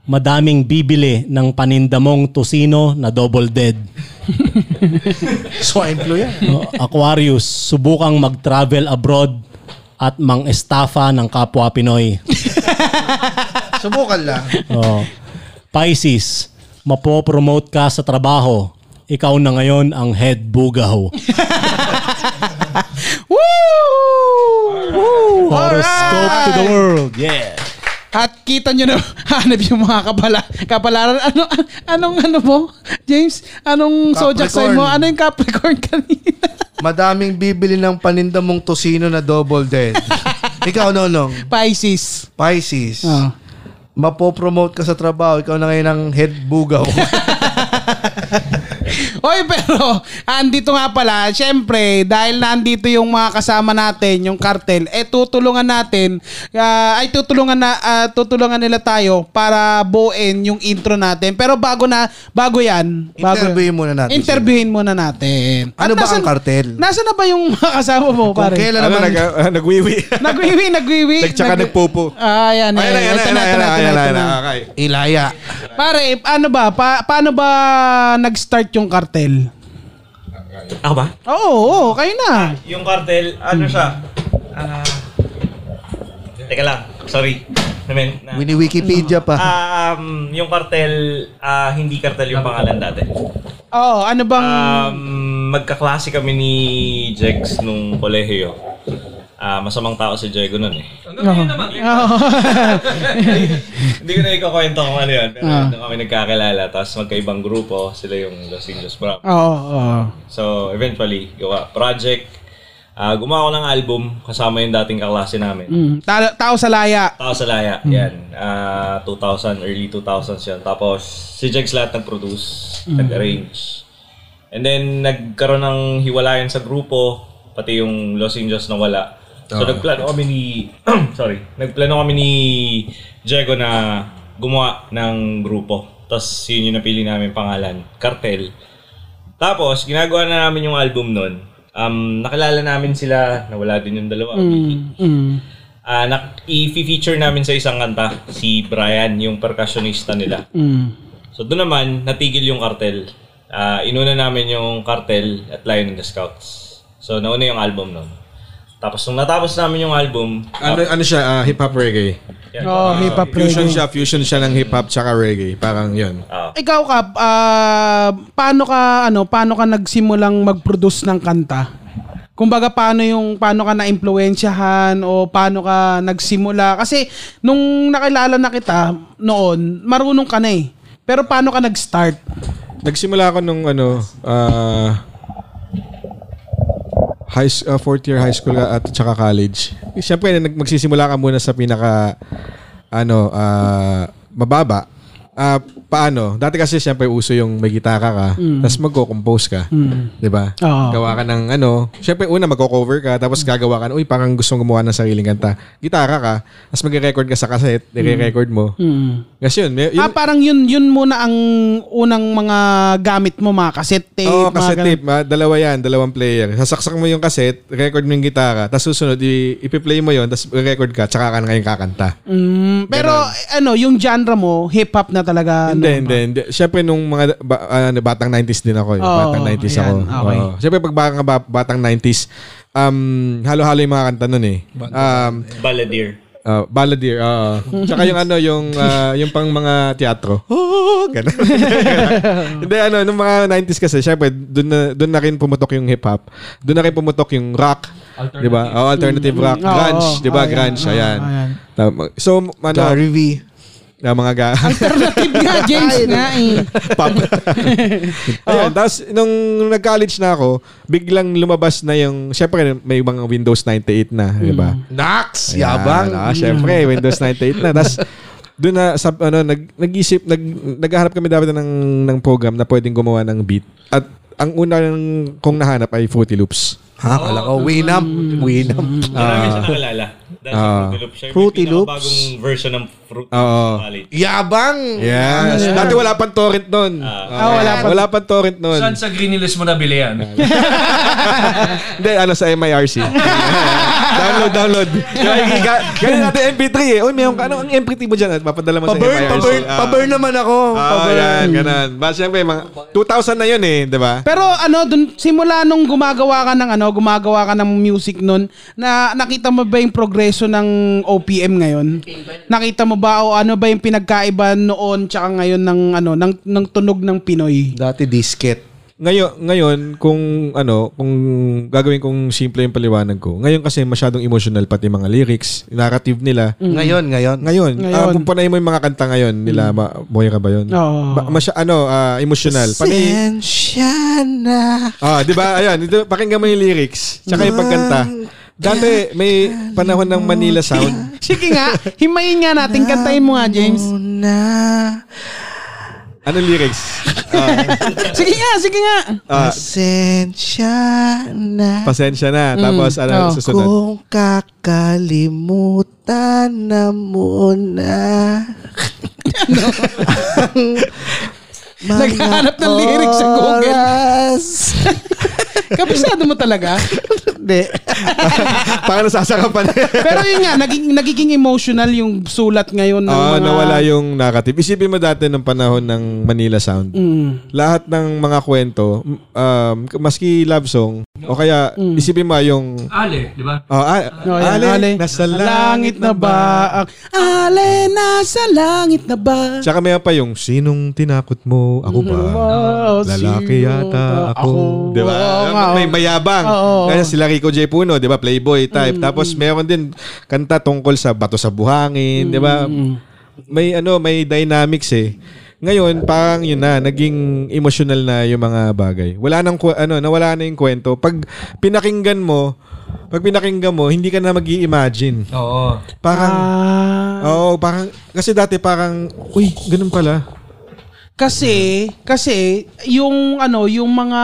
madaming bibili ng panindamong tusino na double dead.
Swine flu yan.
No? Aquarius, subukang mag-travel abroad at mang-estafa ng kapwa Pinoy.
Subukan lang.
Oo. Pisces, mapopromote ka sa trabaho. Ikaw na ngayon ang head bugaw.
Woo!
Horoscope to the world. Yeah.
At kita nyo na hanap yung mga kapala, kapalaran. Ano, anong ano mo, James? Anong zodiac sign mo?
Capricorn.
Ano yung Capricorn kanina?
Madaming bibili ng paninda mong tosino na double dead. Ikaw, Nonong.
Pisces.
Pisces.
Ah.
Mapopromote ka sa trabaho. Ikaw na ngayon ang head bugaw.
Oy, pero andito nga pala, syempre, dahil nandito yung mga kasama natin, yung cartel, eh tutulungan natin, ah, ay tutulungan na ah, tutulungan nila tayo para buuin yung intro natin. Pero bago na bago 'yan, bago
Interviewin muna natin
Interviewin muna natin.
Ano ba ang cartel?
Nasaan na ba yung mga kasama mo,
Kung
pare?
kailan
Ano,
naman
nag, ah, nagwiwi.
Nagwiwi, nagwiwi.
Nagtsaka
nagwi-
nagpupo.
Ah, yan.
Ayan,
Ayan,
ayan,
Ito na, ito
ayan, ayan,
na, ito
ayan,
na, ito
ayan.
na.
Okay.
Ilaya.
Pare, ano ba? Pa- paano ba nag-start yung cartel?
Ako ba?
Oo, oo, kayo na.
Yung cartel, ano siya? Ah... teka lang, sorry. Namin, na,
Wini-Wikipedia pa.
um, yung cartel, ah, hindi cartel yung pangalan dati.
Oo, ano bang...
Um, magkaklase kami ni Jex nung kolehiyo. Ah, masamang tao si Jego nun eh.
Oo.
Hindi ko na ikakwento kung ano yun. Pero
Ah.
nung kami nagkakilala, tapos magkaibang grupo, sila yung Los Angeles Brown.
Oo, oo.
So, eventually, gawa project. Ah, gumawa ko ng album kasama yung dating kaklase namin.
Ah.
Mm, tao, tao sa laya.
Tao sa Laya, yan. Ah, 2000, early 2000s yan. Tapos, si Jegs lahat nag-produce, nag-arrange. And then, nagkaroon ng hiwalayan sa grupo, pati yung Los Angeles na wala. So, nagplano kami ni... sorry. Nagplano kami ni Diego na gumawa ng grupo. Tapos, yun yung napili namin pangalan, Cartel. Tapos, ginagawa na namin yung album nun. Um, nakilala namin sila, nawala din yung dalawa. Wiki.
Mm.
Ah, nak- i-feature namin sa isang kanta si Brian, yung percussionista nila.
Mm.
So doon naman, natigil yung cartel. Ah, inuna namin yung cartel at Lion and the Scouts. So nauna yung album nun. Tapos nung natapos namin yung album,
ano, ano siya? ah, hip-hop reggae.
yan.
Oo, hip-hop
Ah, Fusion
reggae.
siya. Fusion siya ng hip-hop tsaka reggae. Parang yun.
Ah,
Ikaw ka, ah, paano ka ano, paano ka nagsimulang mag-produce ng kanta? Kumbaga paano yung paano ka na-impluwensyahan o paano ka nagsimula? Kasi nung nakilala na kita noon, marunong ka na eh. Pero paano ka nag-start?
Nagsimula ako nung ano, ah, high, s- ah, fourth year high school at tsaka college. Siyempre, nag- magsisimula ka muna sa pinaka, ano, ah, mababa. Ah, paano? Dati kasi siyempre uso yung may gitara ka, tapos magko-compose ka. 'Di ba?
Oo.
Gawa ka ng ano, siyempre una magko-cover ka, tapos gagawa ka, uy, parang gustong gumawa ng sariling kanta. Gitara ka, tapos magre-record ka sa cassette, nire-record mo.
Mm.
Kasi yun, may-
ah,
yun-
parang yun yun muna ang unang mga gamit mo, mga cassette tape,
Oo, oh,
mga
cassette
ganun.
tape. ah, dalawa yan, dalawang player. Sasaksak mo yung cassette, record mo yung gitara, tapos susunod, i- ipi-play mo yon tapos record ka, tsaka ka na ngayon kakanta.
Mm, pero eh, ano, yung genre mo, hip-hop na talaga.
Hindi,
ano,
hindi, hindi. Siyempre, nung mga ba- ano, batang 90s din ako. eh.
Oo,
batang 90s ako.
ayan, okay.
Oo. Siyempre, pag baka ba- batang 90s, um, halo-halo yung mga kanta nun eh. Um,
Balladeer.
uh, balladeer, oo. Tsaka yung ano, yung, ah, yung pang mga teatro. Oh, ganun. Hindi, ano, nung mga 90s kasi, syempre, doon na, doon na rin pumutok yung hip-hop. Doon na rin pumutok yung rock. Alternative. Diba? Oh, alternative rock.
Oo, mm,
grunge.
oo.
diba?
Ayan,
grunge.
oo,
Ayan.
ayan.
Tama. So, ano,
Gary V.
ah, mga ga...
Alternative nga, James nga eh.
pop. Ayun, tapos nung nag-college na ako, biglang lumabas na yung, syempre may mga Windows 98 na, di ba?
Nax!
Ayan,
Yabang.
Ah, syempre, Windows 98 na. Tapos, doon na, sa, ano, nag, nag-isip, nag, naghahanap kami dapat ng, ng program na pwedeng gumawa ng beat. At ang una ng, kong nahanap ay Fruity Loops.
Ha? Kala ko, Winamp. Winamp.
Marami siya nakalala. Dahil sa Fruity Loops. Siya
Ah.
yung
Fruity
may
Loops.
pinakabagong version ng Fruity
Oo.
Loops Valley.
Yabang!
Yes. Dati wala pang torrent nun.
Ah.
wala pang wala pang torrent nun.
Saan sa Green Hills mo nabili yan?
Hindi, ano sa MIRC. download, download. Ganun natin MP3 eh. Uy, mayroon ka. Ano ang MP3 mo dyan? At Papadala mo sa
Paburn,
MIRC.
paburn,
Ah.
paburn naman ako.
Ah,
Paburn.
yan, ganun. Ba, syempre, mga 2,000 na yun eh, di ba?
Pero ano, dun, simula nung gumagawa ka ng ano, gumagawa ka ng music nun, na nakita mo ba yung progreso ng OPM ngayon? Nakita mo ba o ano ba yung pinagkaiba noon tsaka ngayon ng ano, ng, ng tunog ng Pinoy?
Dati disket.
Ngayon, ngayon kung ano, kung gagawin kong simple yung paliwanag ko. Ngayon kasi masyadong emotional pati mga lyrics, narrative nila.
Ngayon, Hmm. ngayon.
Ngayon,
Mm. Ngayon. Mm.
ah, pumpanay mo yung mga kanta ngayon nila, ma- Moira ba yun?
Oo.
Ba- masya, ano, ah, emotional. Pati,
Sensya na.
Ah, 'di ba? Ayun, ito, pakinggan mo yung lyrics, tsaka yung pagkanta. Dati may panahon ng Manila Sound.
Sige nga, himayin nga natin, kantahin mo nga, James.
Una.
Ano lyrics?
Sige nga, sige nga.
Ah,
Sensya na.
pasensya na. Tapos
oh.
ano susunod?
Kung kakalimutan na muna. ano?
Naghahanap ng lyrics sa Google. Kabisado mo talaga.
Hindi.
Parang nasasarapan.
Pero yun nga, naging, nagiging emotional yung sulat ngayon ng
Ah,
mga...
nawala yung narrative. Isipin mo dati ng panahon ng Manila Sound.
Mm.
Lahat ng mga kwento, m- um, maski love song, o kaya isipin mo yung
Ale, di ba?
Oh, ah,
Mm. Oh, yan,
ale,
ale,
nasa
langit na ba? ang- Ale, nasa langit na ba?
Tsaka may pa yung sinong tinakot mo? Ako ba?
Wow,
Lalaki
sino
yata
ba
ako.
ako?
Di ba?
Oo nga,
may
oo.
mayabang.
Oo. Mm,
Kaya sila Rico J. Puno, di ba? Playboy type. Tapos meron din kanta tungkol sa bato sa buhangin, di
Mm,
ba? May ano, may dynamics eh. Ngayon, parang yun na, naging emotional na yung mga bagay. Wala nang, kwe- ano, nawala na yung kwento. Pag pinakinggan mo, pag pinakinggan mo, hindi ka na mag imagine
Oo.
Parang,
Ah.
oo, parang, kasi dati parang, uy, ganun pala.
Kasi, kasi, yung ano, yung mga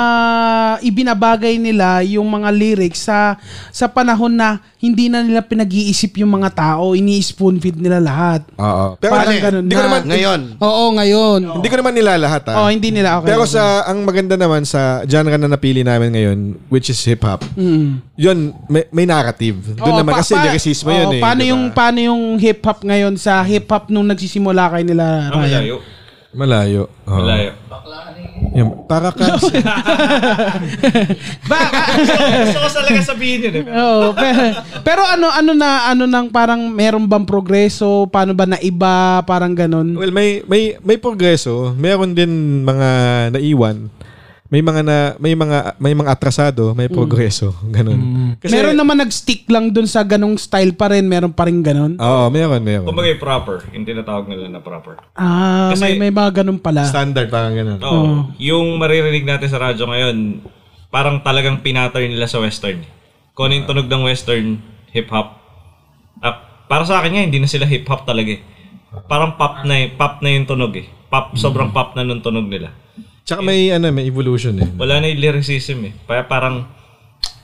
ibinabagay nila, yung mga lyrics sa, sa panahon na hindi na nila pinag-iisip yung mga tao, ini-spoon feed nila lahat.
Oo. Pero
Parang
ano eh,
ganun
Hindi ko
na.
naman,
Ngayon.
Oo, ngayon.
hindi ko naman nila lahat ah.
Oo, hindi nila. Okay.
Pero sa ang maganda naman sa genre na napili namin ngayon, which is hip hop.
Mm.
Yun, may, may narrative.
Oo,
Doon naman
pa-
kasi
pa-
lyricism
oo,
yun eh.
Paano
diba?
yung paano yung hip hop ngayon sa hip hop nung nagsisimula kay nila? Ryan?
Ah, malayo.
malayo. Oo.
Ah.
Malayo.
Yun, para ka
Ba,
Gusto ko talaga sabihin yun eh.
Oo, pero, pero ano ano na ano nang parang meron bang progreso, paano ba naiba, parang ganun.
Well, may may may progreso, meron din mga naiwan. May mga na may mga may mga atrasado, may progreso, ganun.
Mm.
Kasi-
meron naman nag-stick lang dun sa ganung style pa rin, meron pa rin ganun.
Oo, meron, meron.
Kumbaga yung proper. Yung tinatawag nila na proper.
Ah,
Kasi-
may may mga ganun pala.
Standard parang ganun.
Oo.
Hmm.
Yung maririnig natin sa radyo ngayon, parang talagang pinattern nila sa western. Kung ano yung tunog ng western, hip-hop. Ah, para sa akin nga, hindi na sila hip-hop talaga eh. Parang pop na, eh, pop na yung tunog eh.
Hmm.
Pop, sobrang pop na nung tunog nila.
Tsaka may ano, may evolution eh.
Wala na yung lyricism eh. Kaya parang,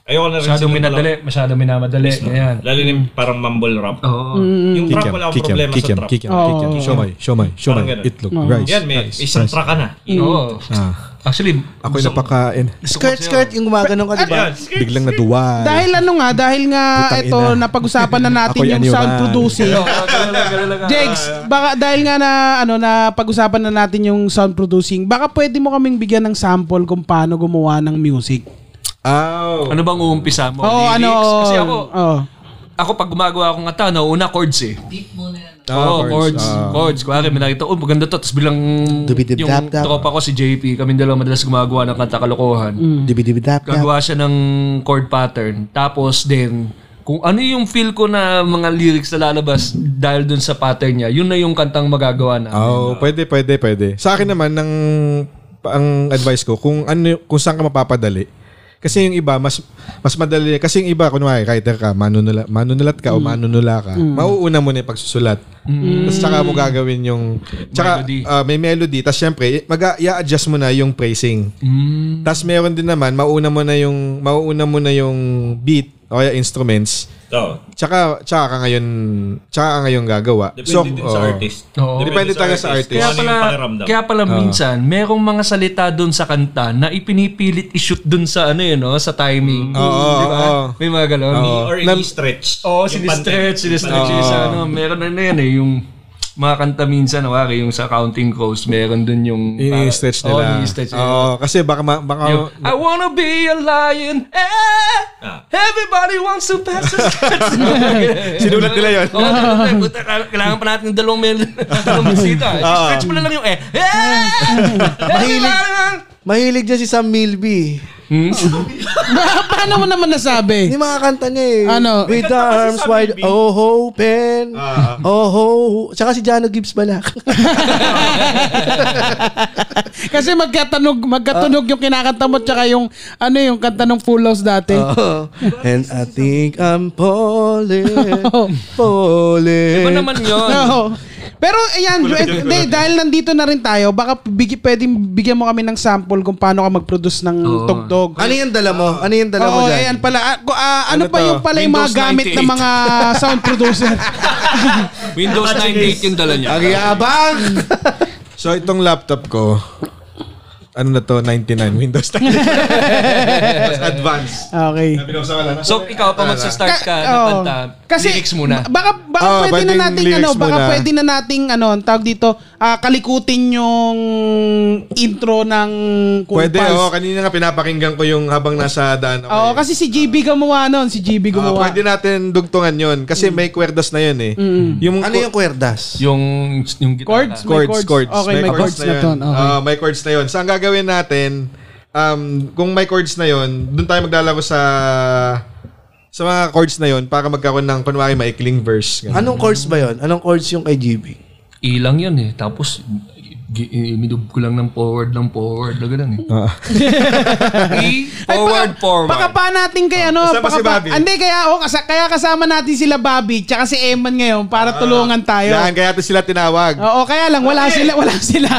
ayoko na rin
Masyadong
simulan.
minadali, masyadong minamadali. Ayan.
Lalo na yung parang mumble rap.
Oo.
Yung
Kick
trap,
him,
wala akong
kick him,
problema
kick
sa
him,
trap.
kick him, kick him.
Oo.
Shomay, shomay, shomay.
Parang ganun.
Itlog, rice.
Yan, may isang track ka na.
Mm.
Oo.
Ah,
Actually,
ako'y napakain.
Skirt, skirt. Yung gumaganong ka, di ba?
Biglang naduwa.
Dahil ano nga, dahil nga
Putang
ito
ina.
napag-usapan na natin
Ako'y ano
yung
aniwan.
sound producing. Jegs,
Ah.
baka dahil nga na ano na pag-usapan na natin yung sound producing, baka pwede mo kaming bigyan ng sample kung paano gumawa ng music.
Ow.
Ano bang uumpisa mo?
Oo,
Lyrics?
ano?
Kasi ako,
oo.
ako pag gumagawa akong kanta, nauuna chords eh.
Ah,
Oo, chords.
ah.
Chords. Kuwari, may nakita, oh, maganda to. Tapos bilang yung
Dubidibdab-dab.
tropa ko si JP, kami dalawa madalas gumagawa ng kanta kalokohan.
Dibidibidap ka.
Gagawa siya ng chord pattern. Tapos then, kung ano yung feel ko na mga lyrics na lalabas dahil dun sa pattern niya, yun na yung kantang magagawa na.
Oh, pwede, pwede, pwede. Sa akin naman, ng, ang advice ko, kung ano, kung saan ka mapapadali, Kasi yung iba, mas mas madali. Kasi yung iba, kunwari, writer ka, manunula, manunulat ka o manunula ka, mauuna mo na yung pagsusulat. Tapos tsaka mo gagawin yung... Tsaka
Melody.
ah, may melody. Tapos syempre, mag adjust mo na yung phrasing.
Hmm.
Tapos meron din naman, mauuna mo na yung, mauuna mo na yung beat o kaya instruments.
Oo.
Tsaka, tsaka ka ngayon, tsaka ka ngayon gagawa.
Depende din sa
oo.
artist.
Oo.
oh. Depende talaga sa artist.
Kung
Kaya
ano
pala,
yung pakiramdam.
kaya pala
Ah.
minsan, merong mga salita doon sa kanta na ipinipilit ishoot doon sa ano yun, no? sa timing.
Mm. Oo,
Di ba?
oo.
May mga gano'n.
Oo.
Or ini-stretch. Yung
Oo, sinistretch,
pante-
sinistretch
Oo.
yung sa ano. Meron na yan eh, yung mga kanta minsan, wari, yung sa Counting Crows, meron doon yung...
Ini-stretch nila.
Oo, Oh, ini-stretch nila.
Oo, kasi baka, ma- baka
Yung, Oh, I wanna be a lion. Eh, everybody wants to pass the steps.
Sinulat nila yun.
Oo, sinulat nila. Puta, kailangan pa natin ng dalawang mel, dalawang bisita.
Ah.
Stretch mo na lang yung eh. Eh,
Mahilig.
everybody wants-
Mahilig dyan si Sam Milby.
Paano mo naman nasabi?
Yung mga kanta niya eh.
Ano?
With the arms wide oh, open. Oh, Tsaka si Jano Gibbs Balak.
Kasi magkatanog, magkatunog yung kinakanta mo tsaka yung ano yung kanta ng Full House dati.
Oh, and I think I'm falling,
Oo. Eh.
falling.
Iba Ano naman yun.
Oo. Pero ayan, eh, hindi, dahil nandito na rin tayo, baka bigi, pwedeng bigyan mo kami ng sample kung paano ka mag-produce ng
Oo.
tugtog.
Ano yung dala mo? Ano yung dala mo
Oo,
dyan?
ayan pala. Ah, ko- ah, ano,
Ano
pa
to?
yung pala yung mga
Windows
gamit ng
98.
mga sound producer? Ah,
Windows 98 yung dala niya.
Ang yabang!
So itong laptop ko, ano na to, 99 Windows 99. Mas advanced.
okay.
Binuksan ko lang.
So, ikaw pa magsa-start ka,
oo.
nakanta,
oh. Kasi,
lyrics muna.
ba- Baka, baka
Oo,
pwede na
Oh, pwedeng
nating
lyrics
ano, baka
muna.
pwede na nating ano, ang tawag dito, ah, kalikutin yung intro ng Cool
Pwede,
Pals. Ah,
oo. kanina nga pinapakinggan ko yung habang nasa daan ako.
Oo,
eh.
kasi si JB gumawa nun, si JB
Ah,
gumawa.
pwede natin dugtungan yun. Kasi may kwerdas na yun eh. Yung,
Ano yung kwerdas?
Yung, yung gitara.
Chords? May
chords, chords.
Okay, may, chords, na,
yun.
ton. Okay.
Ah, may chords na yun. So, ang gagawin natin, um, kung may chords na yun, doon tayo maglalaro sa sa mga chords na yun para magkaroon ng kunwari maikling verse. Ganun.
Anong chords ba yon? Anong chords yung kay GB?
Ilang yun eh. Tapos, gi- inidub ko lang ng forward ng forward na gano'n eh. E,
Ah. Ay,
forward,
baka-
forward.
Baka pa natin kay ano,
Oh, Kasama
baka
si
pa-
Bobby.
Hindi, kaya, oh, kasa- kaya kasama natin sila Bobby tsaka si Eman ngayon para tulungan tayo.
Ah, Yan, kaya ito sila tinawag.
Oo, kaya lang, wala sila, wala sila.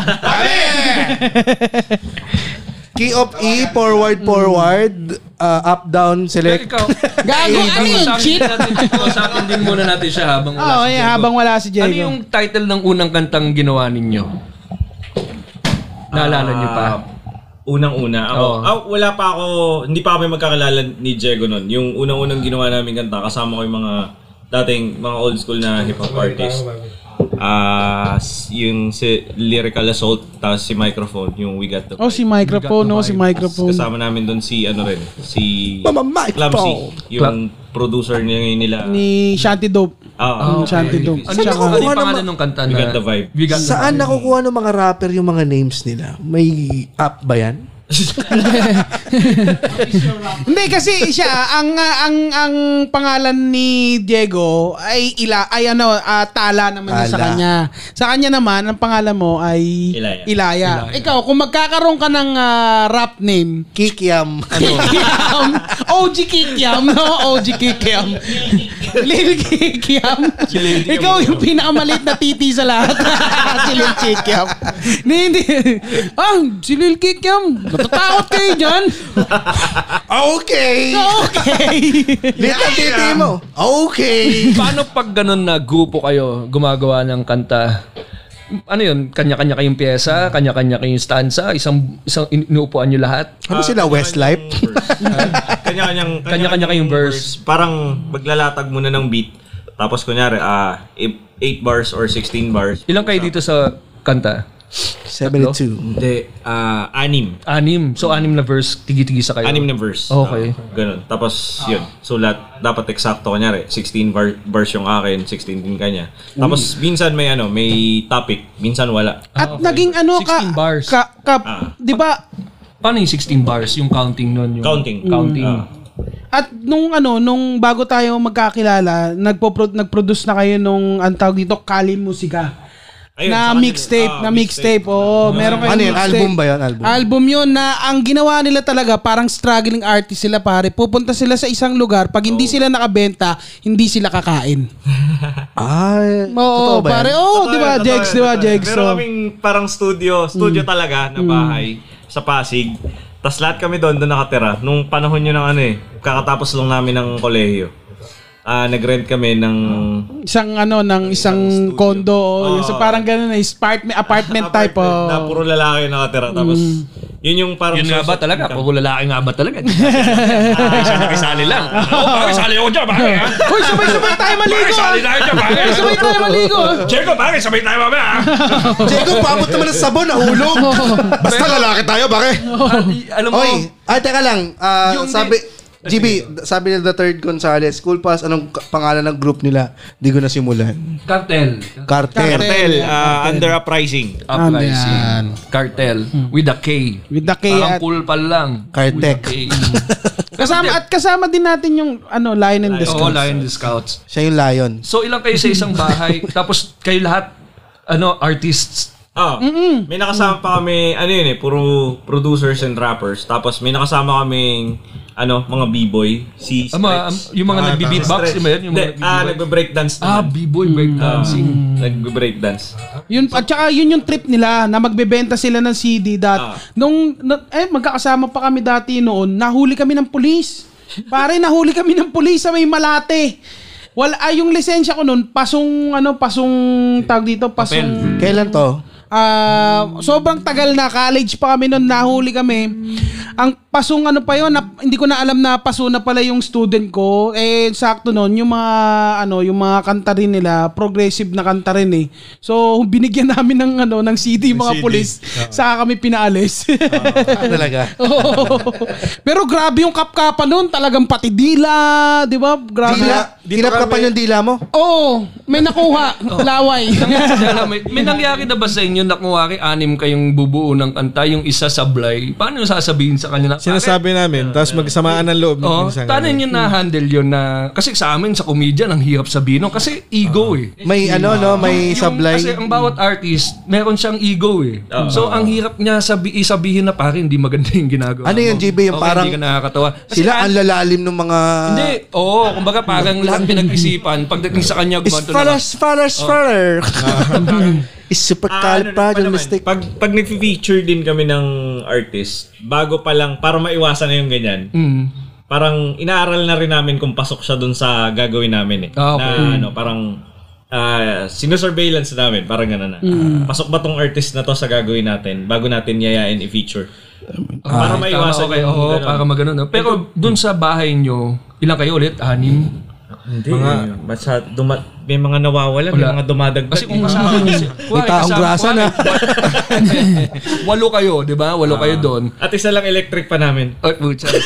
Key of E, forward, forward, uh, up, down,
Pero
select.
ikaw,
Gago, ano yun, cheat?
Sa akin din muna natin siya habang wala
Oo,
si
eh,
Diego.
habang wala si Diego.
Ano yung title ng unang kantang ginawa ninyo? Naalala niyo
Ah,
pa?
Unang-una. Ako,
Oo.
ah, wala pa ako, hindi pa kami magkakilala ni Diego nun. Yung unang-unang ginawa namin kanta, kasama ko yung mga dating mga old school na hip-hop artist. Ah, s- yung si Lyrical Assault, tapos si Microphone, yung We Got The
Oh, si microphone, no? Si
Oh.
microphone.
Kasama namin doon si ano rin, si
Mama Mike
Clumsy, yung producer niya ngayon nila.
Ni Shanty Dope.
Ah,
Yung Shanty Dope.
Ano yung
nakukuha
ano yung
naman?
pangalan ng kanta na?
We Got The Vibe.
We Got The
Saan nakukuha ng mga rapper yung mga names nila? May app ba yan?
Hindi kasi siya ang ah, ang ang pangalan ni Diego ay ila ay ano ah, tala naman yun sa
Tala.
kanya. Sa kanya naman ang pangalan mo ay
Ilaya.
Ikaw kung magkakaroon ka ng ah, rap name
Kikiam.
Ano?
Kikiam. OG Kikiam, no? OG Kikiam. Lil Kikiam. Ikaw yung pinakamalit na titi sa lahat. si Lil Kikiam. Hindi, hindi. Ah, si Lil Kikiam. Natatakot kayo dyan.
Okay!
Okay.
Dito titi mo. Okay!
Paano pag ganun na grupo kayo gumagawa ng kanta? Ano yun? Kanya-kanya kayong pyesa, kanya-kanya kayong stanza, isang isang inuupuan niyo lahat.
Ano sila, Westlife?
Kanya-kanyang
Kanya-kanya kayong verse.
Parang maglalatag muna ng beat. Tapos kunyari, ah, 8 bars or 16 bars.
Ilang kayo dito sa kanta?
72.
Hindi, ah, anim.
Anim. So anim na verse, tigi-tigi sa kayo.
Anim na verse.
Oh, Okay.
Ah, ganun. Tapos, yun. So, lahat, dapat eksakto. Kunyari, 16 var- verse yung akin, 16 din kanya. Tapos, minsan may ano, may topic. Minsan wala.
At naging ano ka,
16 bars.
ka, ka
Ah.
di ba,
Paano yung 16 bars? Yung counting nun? Yung
Counting.
Counting.
Ah.
at nung ano, nung bago tayo magkakilala, nagpo nag-produce na kayo nung, ang tawag dito, Kali Musika.
Ayun,
na
sa kanila.
mixtape,
Ah,
na mixtape. Oo, meron kayong
Ano yun?
mixtape.
Album ba yun? Album.
Album yun na ang ginawa nila talaga parang struggling artist sila pare. Pupunta sila sa isang lugar, pag
Oh.
hindi sila nakabenta, hindi sila kakain.
Ay, totoo
Oo,
ba yan?
pare. Oo,
Totoo
Oh, di
yun,
ba,
totoo
Jex,
yun,
di ba,
totoo yun.
Jex? Mm.
ano Meron
Oo.
kaming parang studio, studio talaga na bahay
Mm.
sa Pasig. Tapos lahat kami doon, doon nakatira. Nung panahon yun ng ano eh, kakatapos lang namin ng kolehiyo. Ah, nag-rent kami ng...
Isang ano, ng isang condo. oo, yun. So parang ganun, eh, apartment, apartment type. oh. oo.
Na puro lalaki nakatira. Tapos,
Mm.
yun yung parang...
Yun nga ba talaga?
income.
Puro lalaki nga ba talaga? Isa nakisali lang. Oo, bakit sali ako dyan, bakit? ha?
Hoy, sabay-sabay tayo
Bakit
maligo!
sali tayo dyan, bakit?
Sabay-sabay tayo maligo!
Jacob, bakit sabay tayo mamaya? ha?
Jacob, paabot naman ng sabon, nahulog.
Basta lalaki tayo, pare.
Alam mo,
Oy, ay, teka lang. Ah,
Yung
sabi, GB, sabi nila The Third Gonzales, Cool Pass, anong ka- pangalan ng group nila? Di ko nasimulan.
cartel.
Cartel.
Cartel, ah, under uprising.
Ano
Uprising. Cartel.
Hmm.
With a K.
With the K
Parang
at-
cool pa lang.
Cartec.
With a K.
Kasama, at kasama din natin yung ano, Lion and the
Oo,
Scout.
Lion the Scouts.
Siya yung lion.
So ilang kayo sa isang bahay, tapos kayo lahat, ano, artists.
Ah, May nakasama pa kami, ano yun eh, puro producers and rappers. Tapos may nakasama kaming, ano, mga b-boy. Si
Ah, mga-
Stretch.
yung mga nagbe-beatbox,
Stretch.
yung mga yun, yung
Hindi, ah,
mga nagbe-beatbox.
nagbe-breakdance naman.
Ah, mm. b-boy
Hmm.
breakdancing.
Nagbe-breakdance.
Yun, at saka yun yung trip nila na magbebenta sila ng CD dati.
Ah.
Nung, na- eh, magkakasama pa kami dati noon, nahuli kami ng pulis. Pare, nahuli kami ng pulis sa may malate. Wala, ay, yung lisensya ko noon, pasong, ano, pasong, tawag dito, pasong,
Kailan to?
ah, sobrang tagal na, college pa kami noon, nahuli kami. Ang pasong ano pa yun, na- hindi ko na alam na paso na pala yung student ko. Eh, sakto noon, yung mga, ano, yung mga kanta rin nila, progressive na kanta rin eh. So, binigyan namin ng, ano, ng CD yung mga pulis. Saka kami pinaalis.
Talaga.
Oo. Pero grabe yung kapkapa noon, talagang pati dila, di ba? Grabe.
Dila, tinap ka pa yung dila mo?
Oo, may nakuha, laway.
Alam mo, may nangyari na ba sa inyo na kuwari anim kayong bubuo ng kanta, yung isa sablay? Paano yung sasabihin sa kanila?
Sinasabi namin, tapos magsamaan ng loob ng
Oh,
isang
paano
ano.
nyo na-handle yun na... Kasi sa amin, sa komedya, ang hirap sabihin. no? Kasi ego eh.
May ano, no? May
Yung-
sablay.
Kasi ang bawat artist, meron siyang ego eh. So, ang hirap niya sabi, isabihin na pare, hindi maganda yung ginagawa
Ano yung
mo.
GB? Yung
Okay,
parang-
Hindi ka nakakatawa. Kasi
Sila ang lalalim ng mga...
Hindi. Oo. kumbaga parang lahat pinag-isipan. Pagdating sa kanya,
Is
gumanto na.
faller, faller, faller. Is super
Ah,
mistake.
ano, Pag, pag nag-feature din kami ng artist, bago pa lang, para maiwasan na yung ganyan,
Mm.
parang inaaral na rin namin kung pasok siya dun sa gagawin namin eh.
Ah, okay.
Na ano, parang ah, sinosurveillance namin, parang gano'n na.
Mm.
pasok ba tong artist na to sa gagawin natin bago natin yayain i-feature? para
Ah, Tama,
maiwasan
okay,
yung
oo,
ganun.
para maganon. no? Pero dun sa bahay nyo, ilang kayo ulit? Anim?
Hindi. Mga, basta duma- may mga nawawala, may mga
Wala.
dumadagdag. eh.
Kasi kung kasama nyo si... May
taong grasa na.
Walo kayo, di ba? Walo
Ah.
kayo doon.
At isa lang electric pa namin.
Oh, putya.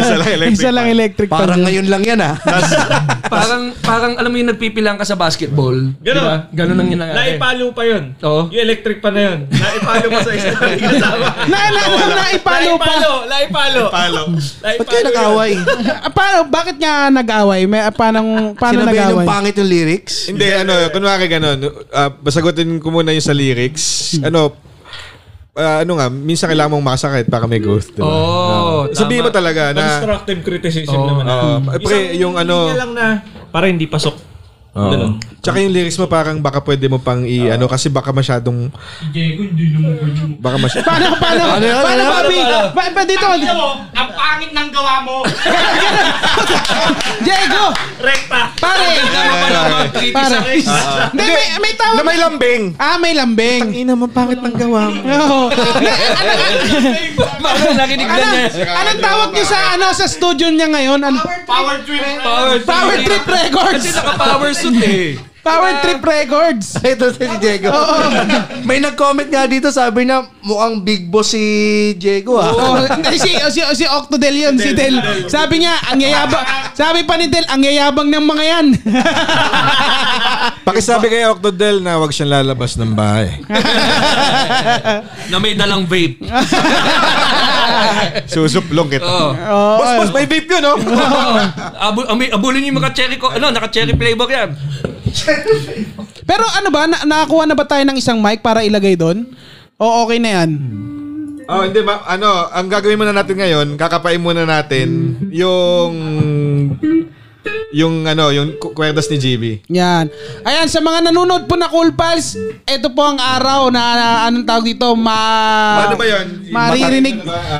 Isa lang electric.
Isa lang electric pa
Parang
dyan.
ngayon lang yan, ah.
parang, parang alam mo yung nagpipilang ka sa basketball. di
Ganon.
ba? Ganon ang nangyari.
Naipalo pa yun.
Oo.
Yung electric pa na yun. Naipalo pa sa isa lang kasama.
Naalala ko na ipalo pa.
Naipalo, naipalo.
Palo.
Ba't kayo nag-away?
Ah, paano, bakit nga nag-away? May, ah, paano, paano
Sinabihan yung
nag-away?
pangit yung lyrics?
Hindi, ano, kunwari ganun. Ah, basagutin ko muna yung sa lyrics.
Hmm.
Ano, ah, ano nga, minsan kailangan mong masakit para may growth. Diba?
Oh,
Oo,
Ah. Sabihin mo
tama.
talaga na...
Constructive criticism
Oo.
naman.
Oo. Eh, pre, yung ano...
Hindi lang na para hindi pasok. Ganun.
Tsaka yung lyrics mo parang baka pwede mo pang i ano kasi baka masyadong baka masyadong
Paano, paano,
Ano yun?
paano,
Ano?
Bobby? Pa, pa dito.
ang pangit ng gawa mo.
Diego!
Rekta.
Pare! Pare! Hindi,
Ah.
may, may tawag.
Na may lambing.
Ah, may lambing.
Ina mo, pangit ang gawa mo.
Oo.
Parang nakinig na
Anong,
niya.
anong tawag niyo sa ano sa studio niya ngayon? Ano?
Power trip.
Power,
Power Trip Records.
Kasi naka-power suit eh.
Power Trip Records.
Ito si Diego. May nag-comment nga dito, sabi na mukhang big boss si Diego ah.
Oh, hindi, si, si, si Octo Del yun, si Del. Sabi niya, ang yayabang, sabi pa ni Del, ang yayabang ng mga yan.
Pakisabi kay Octodel na wag siyang lalabas ng bahay.
Na may dalang vape.
Susuplong kita.
Oo.
boss, boss, may vape yun, no?
Abo, ami, abulin niyo yung mga cherry ko. Ano, naka-cherry flavor yan.
Pero ano ba, na- nakakuha na ba tayo ng isang mic para ilagay doon? O okay na yan?
Oh, hindi ma- ano, ang gagawin muna natin ngayon, kakapain muna natin yung yung ano, yung ku- kwerdas ni GB.
Yan. Ayan, sa mga nanonood po na Cool Pals, ito po ang araw na, na anong tawag dito, ma...
Ano ba yun? Ano
Maririnig,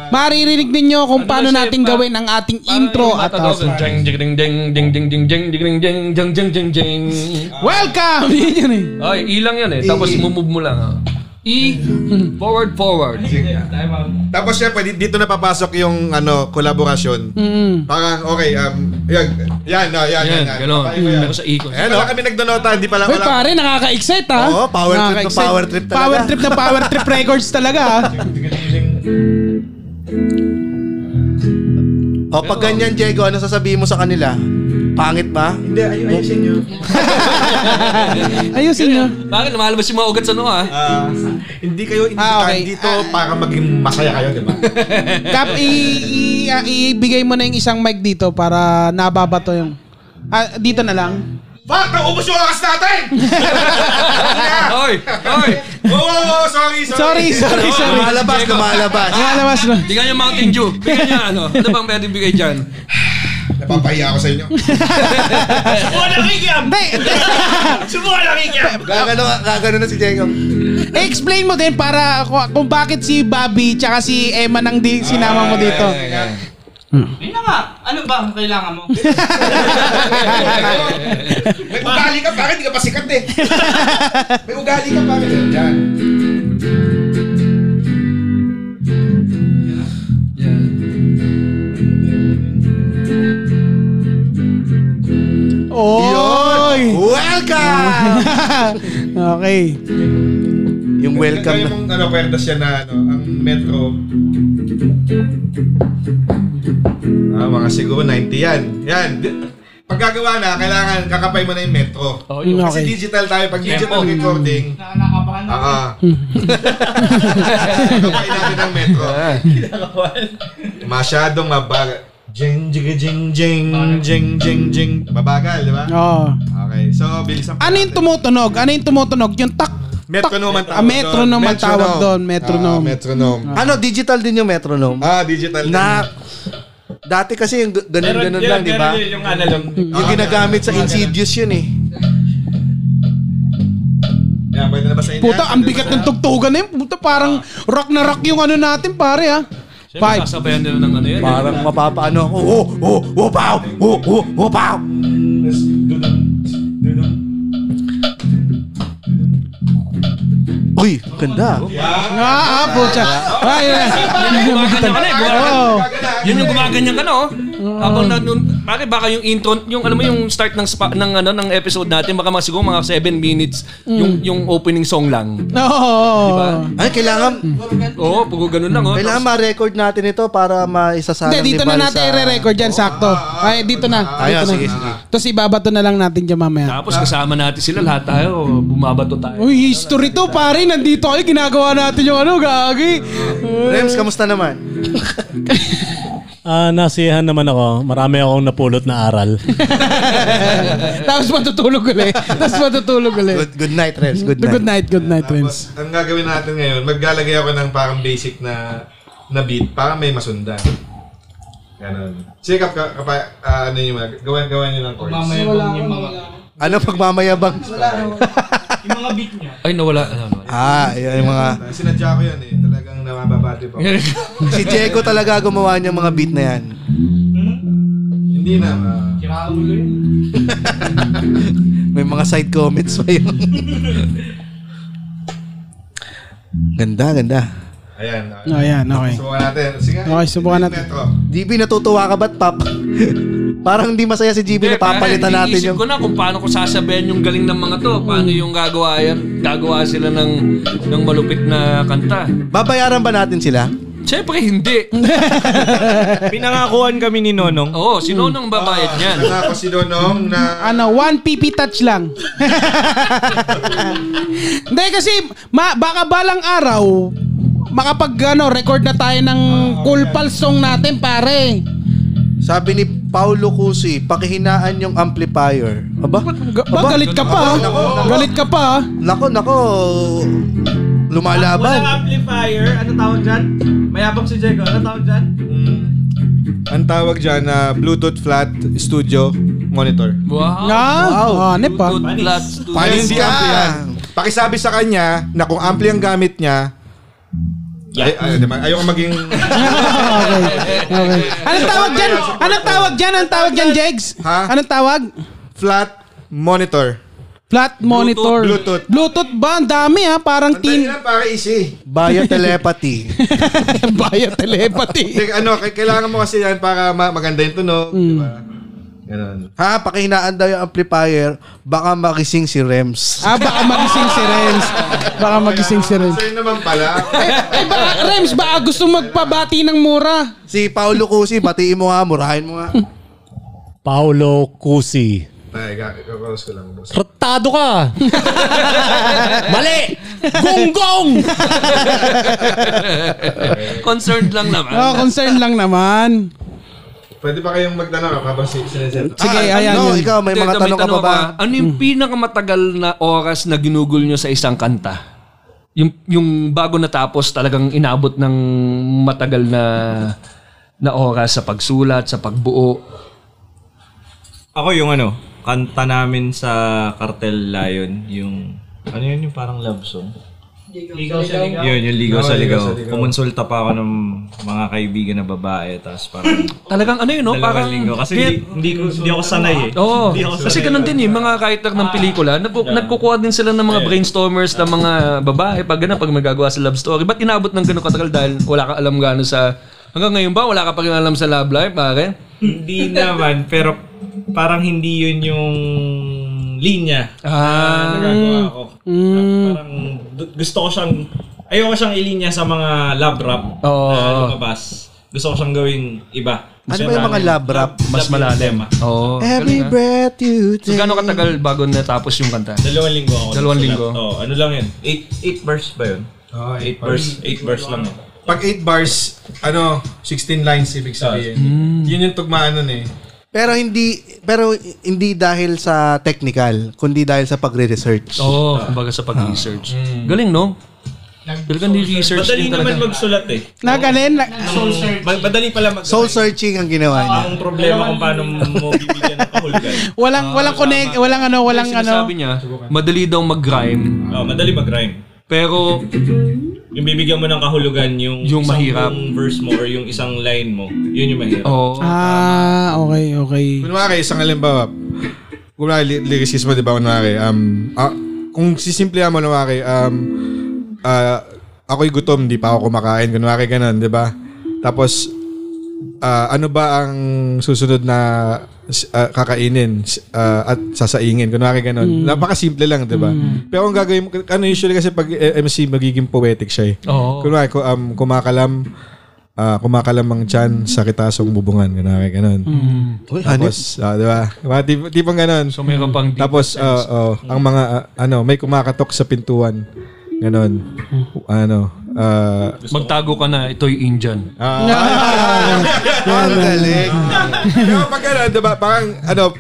maririnig ninyo kung paano natin gawin ang ating intro at outro.
Jeng jeng jeng jeng jeng jeng jeng jeng jeng jeng jeng jeng jeng jeng.
Welcome! Yun yun eh.
Ay, ilang yun eh. Tapos mumove mo lang. ah. E, forward, forward.
Tapos syempre, di- dito na papasok yung ano, kolaborasyon.
Mm.
Parang, okay, um, yan, yan, no, yan, yan,
Yan,
yan.
gano'n. Mm-hmm.
Kapain mo yan.
Ako sa ikot.
Ayan, wala kami nagdonota, hindi pa lang
Uy,
wala.
pare, nakaka-excite ha.
Oo, power trip na
Nakaka-excite.
power trip talaga.
Power trip na power trip records talaga ha.
O pag ganyan, Diego, ano sasabihin mo sa kanila? Pangit ba?
Hindi, ay- ayusin nyo.
Ayusin nyo.
Bakit lumalabas yung mga ugat sa noo ah?
Ah, hindi kayo
Ah,
invitahan
okay.
dito para maging masaya kayo, di ba?
Kap, i- i- ah, ibigay mo na yung isang mic dito para nababato yung... Ah, dito na lang.
Fuck! Naubos yung oras natin!
Ah.
Oy, oy.
oh, oh, oh, sorry, sorry.
Sorry, sorry, sorry.
Lumalabas, lumalabas.
Lumalabas na.
Bigyan niyo Mountain Dew. Bigyan niyo ano. Ano bang pwede bigay dyan?
Napapahiya ako sa inyo.
Subukan ang ikyam! Subukan ang ikyam!
Gagano, gagano na si Diego.
Explain mo din para ku- kung bakit si Bobby tsaka si Emma nang di sinama mo dito.
Ah,
Hmm.
Yun na nga, ano ba ang kailangan mo?
May ugali ka, bakit di ka pa sikat eh? May ugali ka, bakit? Yan.
Oh! Oy!
Welcome!
okay.
Yung welcome
Kaya
na.
mong ano, kwerdas yan na ano, ang metro. Ah, mga siguro 90 yan. Yan. Di- Pag gagawa na, kailangan kakapay mo na yung metro.
Oh,
yun. Mm,
Kasi
Okay.
digital tayo. Pag digital recording,
Nakakabahan ako.
ah, ah.
Hmm.
kakapay natin ang metro. Masyadong mabagal. Jing, jing, jing, jing, jing, jing, jing. Mabagal, di ba?
Oh.
Okay, so bilisan pa
Ano yung
natin.
tumutunog? Ano yung tumutunog? Yung tak.
Metronome ang
Ah, metronome ang tawag doon. Metronome.
Ah, metronome.
Ano, digital din yung metronome?
Ah, digital.
Na, dati kasi yung g- ganun-ganun lang, di ba?
Yung ano analog.
Yung ginagamit
Ah,
sa Insidious yun eh.
Yan, pwede na ba sa inyo?
Puta, ang bigat ng tugtugan na yun. Puta, parang rock na rock yung ano natin, pare ha. Five.
Sasabayan nila ng ano yan. eh.
Parang mapapaano ako. Oh, oh, oh, pow! Oh, oh, oh, pow! Uy, ganda.
Ah, ah, puta. Ay, ay. Oh.
Yun yung gumaganyan ka na eh.
Oo.
Gumaganyan. Yun yung gumaganyan ka na oh. Habang na nun, bakit baka yung intro, yung alam mo yung start ng spa, ng ano ng episode natin baka mga siguro mga 7 minutes yung yung opening song lang.
Oo.
Diba?
Ay, kailangan,
Oo, oh, pag ganun lang oh.
kailangan
Tapos,
ma-record natin ito para maisasalang
Hindi, dito na
Val
natin
sa-
i-record dyan, sakto. Ay, dito na.
Ayun,
Dito na.
sige, sige.
Tapos ibabato na lang natin dyan mamaya.
tapos kasama natin sila lahat tayo, bumabato tayo.
Uy, history to, pare. Nandito kayo. Ginagawa natin yung ano, gagi.
Rems, kamusta naman?
Ah, nasiyahan naman ako. Marami akong napulot na aral.
Tapos matutulog ulit. Tapos matutulog ulit.
Good, good night, Rems. Good night.
Good night, good night,
Tapos,
friends.
ang gagawin natin ngayon, maglalagay ako ng parang basic na na beat para may masundan. Ganun. Sige, kap, kap, kap ah, ano yung mga, gawan, gawan nyo ng chords.
Mamaya bang yung mga...
Ano pagmamayabang?
Yung mga beat niya.
Ay nawala. ano, ano.
Ah, yan yung mga...
Sinadya ko yan eh. Talagang namababati pa. ako.
Si Diego talaga gumawa niya mga beat na yan.
Hindi na. ah.
Kiraulo yun.
May mga side comments pa yun. ganda, ganda.
ayan. ayan.
Oh, yan, okay.
Subukan natin. Sige.
Okay, subukan natin.
Metro.
GB, natutuwa ka ba't pap? Parang hindi masaya si GB, napapalitan
Kaya
natin
iniisip
yung...
ko na kung paano ko sasabihin yung galing ng mga to. Paano yung gagawa yan. Gagawa sila ng, ng malupit na kanta.
Babayaran ba natin sila?
Siyempre hindi.
Pinangakuan kami ni Nonong.
Oo, sino nang babayad niyan?
Nangako si Donong na...
Ano, one PP touch lang. Hindi kasi ma, baka balang araw makapag ano, record na tayo ng cool pals song natin, pare.
Sabi ni Paulo Cusi, pakihinaan yung amplifier. Aba?
Ba, galit ka pa. ah.
Aba, nako, nako.
Galit ka pa. ah.
Nako, nako.
Walang
Lumalaban.
amplifier. Ano tawag dyan? Mayabang si Jeko. Ano tawag dyan?
Ang tawag dyan na Bluetooth flat studio monitor.
Wow.
Nga.
Wow.
Ah, nep pa.
Good luck to
Panis
them.
ka! Ampli yan. Pakisabi sa kanya na kung ampli ang gamit niya, ay, ay, di ba? Ayoko maging...
Anong tawag dyan? Anong tawag dyan? Anong tawag dyan, Jegs?
Ha?
Anong tawag?
flat monitor.
Flat monitor.
Bluetooth. ah.
Bluetooth ba? Ang dami ha. Parang tin...
Tingin lang para easy.
Via telepathy.
Bio telepathy.
Like, ano, k- kailangan mo kasi yan para ma- maganda yung tunog. di ba? Ganun.
ha, pakihinaan daw yung amplifier. Baka makising si Rems.
Ah, baka magising si Renz. Baka magising si Renz.
Sa'yo naman pala.
Ay, baka, Rems, baka gusto magpabati ng mura.
Si Paulo Cusi, batiin mo nga, murahin mo nga.
Paolo Cusi.
Ay, kakaros ko lang. boss.
Ratado ka! Mali! Gunggong!
Concerned lang naman.
Oh, concern lang naman.
Pwede ba kayong magtanong habang si siniset?
Sige,
Ah,
ayan
No,
yun.
ikaw, may
Teka,
mga tanong ka pa
ako,
ba?
ah. Ano
Hmm.
yung pinakamatagal na oras na ginugol nyo sa isang kanta? Yung, yung bago natapos talagang inabot ng matagal na na oras sa pagsulat, sa pagbuo.
Ako yung ano, kanta namin sa Cartel Lion, yung... Ano yun yung parang love song?
Ligaw siya, ligaw.
Yun, yung Ligaw sa Ligaw. Kumonsulta pa ako ng mga kaibigan na babae, tapos parang
Talagang ano yun, no?
dalawang
Parang...
linggo. Kasi
Kaya-
hindi, hindi, ko, hindi ako sanay eh.
Oo.
Hindi ako Ah.
kasi
sanay.
ganun din eh, mga writer ng pelikula, nagku- nagkukuha din sila ng mga brainstormers ng mga babae pag ganun, pag magagawa sa love story. Ba't inabot ng ganun katagal dahil wala ka alam gano'n sa... Hanggang ngayon ba, wala ka pa rin alam sa love life, pare?
Hindi naman, pero parang hindi yun yung linya na
Ah,
nagagawa ko. Parang du- gusto ko siyang, ayoko siyang ilinya sa mga lab rap
Oo.
na lumabas. Gusto ko siyang gawing iba.
Ano ba yung mga lab rap?
Mas malalim.
oo.
Every
Galing, ah.
breath you
So,
take.
gano'ng katagal bago natapos yung kanta?
Dalawang linggo ako.
Dalawang
nagsulat.
linggo.
Oo, ano lang yun? Eight, eight verse ba yun?
Oh,
Ah, Eight verse, eight verse lang yun.
Pag 8 bars, ano, 16 lines ibig sabihin. Yun yung tugmaan nun eh.
Pero hindi pero hindi dahil sa technical, kundi dahil sa pagre-research.
Oo, oh, kumbaga sa pag-research. Ah. Hmm. Galing, no? Talagang ni-research
Madali
din
naman
talaga.
magsulat eh.
Nagalin. na-
Soul search.
Ba- Madali pala mag-
Soul searching ang ginawa niya.
Ang problema kung paano mo bibigyan ng kahulugan.
Walang, walang connect, walang ano, walang ano.
Sinasabi niya, madali daw mag-rhyme,
Oh, madali mag-rhyme.
pero
Yung bibigyan mo ng kahulugan yung,
Yung
isang
mahirap. Oh.
verse mo or yung isang line mo, yun yung mahirap.
oo.
Ah, okay, okay.
Kunwari, isang halimbawa, kunwari, li- lyricism mo, di ba, kunwari, um, ah, kung sisimplihan mo, kunwari, um, ah, ako'y gutom, di pa ako kumakain, kunwari, ganun, di ba? Tapos, ah, ano ba ang susunod na s- ah, kakainin s- ah, at sasaingin? Kunwari, ganun. Napakasimple lang, di ba? Pero ang gagawin mo, ano usually kasi pag eh, MC, magiging poetic siya eh.
Oo.
Kunwari, ku- um, kumakalam, ah, kumakalam ang tiyan sa kitasong bubungan. Kunwari, ganun.
Uy, hanip.
Tapos, ah, di ba? Diba, tip- tipong ganun.
So meron pang deep
Tapos, ah, oh, ang mga, ah, ano, may kumakatok sa pintuan. Ganon. Ano, ah,
magtago ka na, ito'y Indian.
ah,
Ang galing.
Pero pag ano, diba, parang, ano,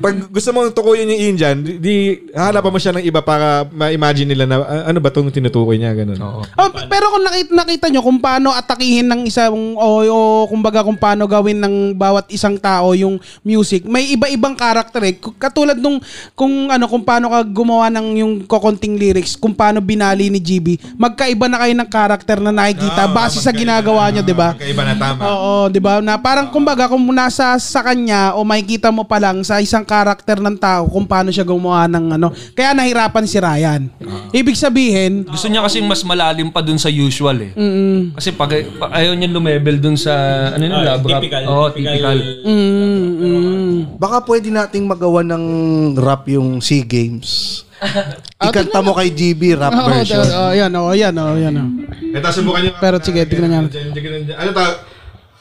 pag gusto mong tukuyin yung Indian, di, di hahanapan mo siya ng iba para ma-imagine nila na ah, ano ba itong tinutukoy niya, ganun. Oo.
Oh, p- pero kung nakita, nakita nyo kung paano atakihin ng isang o, o kumbaga kung paano gawin ng bawat isang tao yung music, may iba-ibang karakter eh. K- Katulad nung kung ano kung paano ka gumawa ng yung kokonting lyrics, kung paano binali ni GB, magkaiba na kayo ng karakter na nakikita base sa ginagawa niya, 'di ba?
Kaiba Ah, na tama.
Oo, 'di ba? Na parang kumbaga kung nasa sa kanya o makikita mo pa lang sa isang karakter ng tao kung paano siya gumawa ng ano. Kaya nahirapan si Ryan.
Ah.
Ibig sabihin,
Gusto niya kasing mas malalim pa dun sa usual eh. Kasi pag, pa- ayaw niya lumebel dun sa, ano yun,
Ah,
lab rap.
typical,
Oo,
typical.
typical.
mm,
Baka pwede nating magawa ng rap yung SEA Games. Ikanta mo kay GB rap
Ah, Oo,
version.
oh, yan, oh, yan, oh, yan. oh.
Ito, subukan niyo.
Pero sige, tignan niya.
Ano tawag?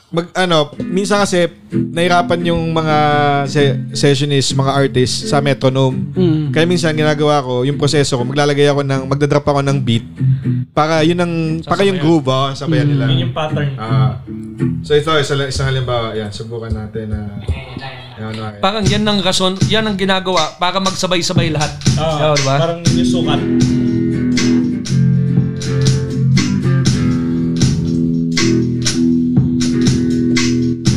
mag ano, minsan kasi nahirapan yung mga se- sessionists, mga artists sa metronome. Kaya minsan ginagawa ko, yung proseso ko, maglalagay ako ng magdadrop ako ng beat para yun ang para yung groove oh, sabayan nila.
Yun yung pattern.
Ah. so ito isang, isang halimbawa, yan, subukan natin na Ayan, ano, ayan.
Parang yan ang rason, yan ang ginagawa para magsabay-sabay lahat.
Ah,
Oo, diba?
Parang yung sukat.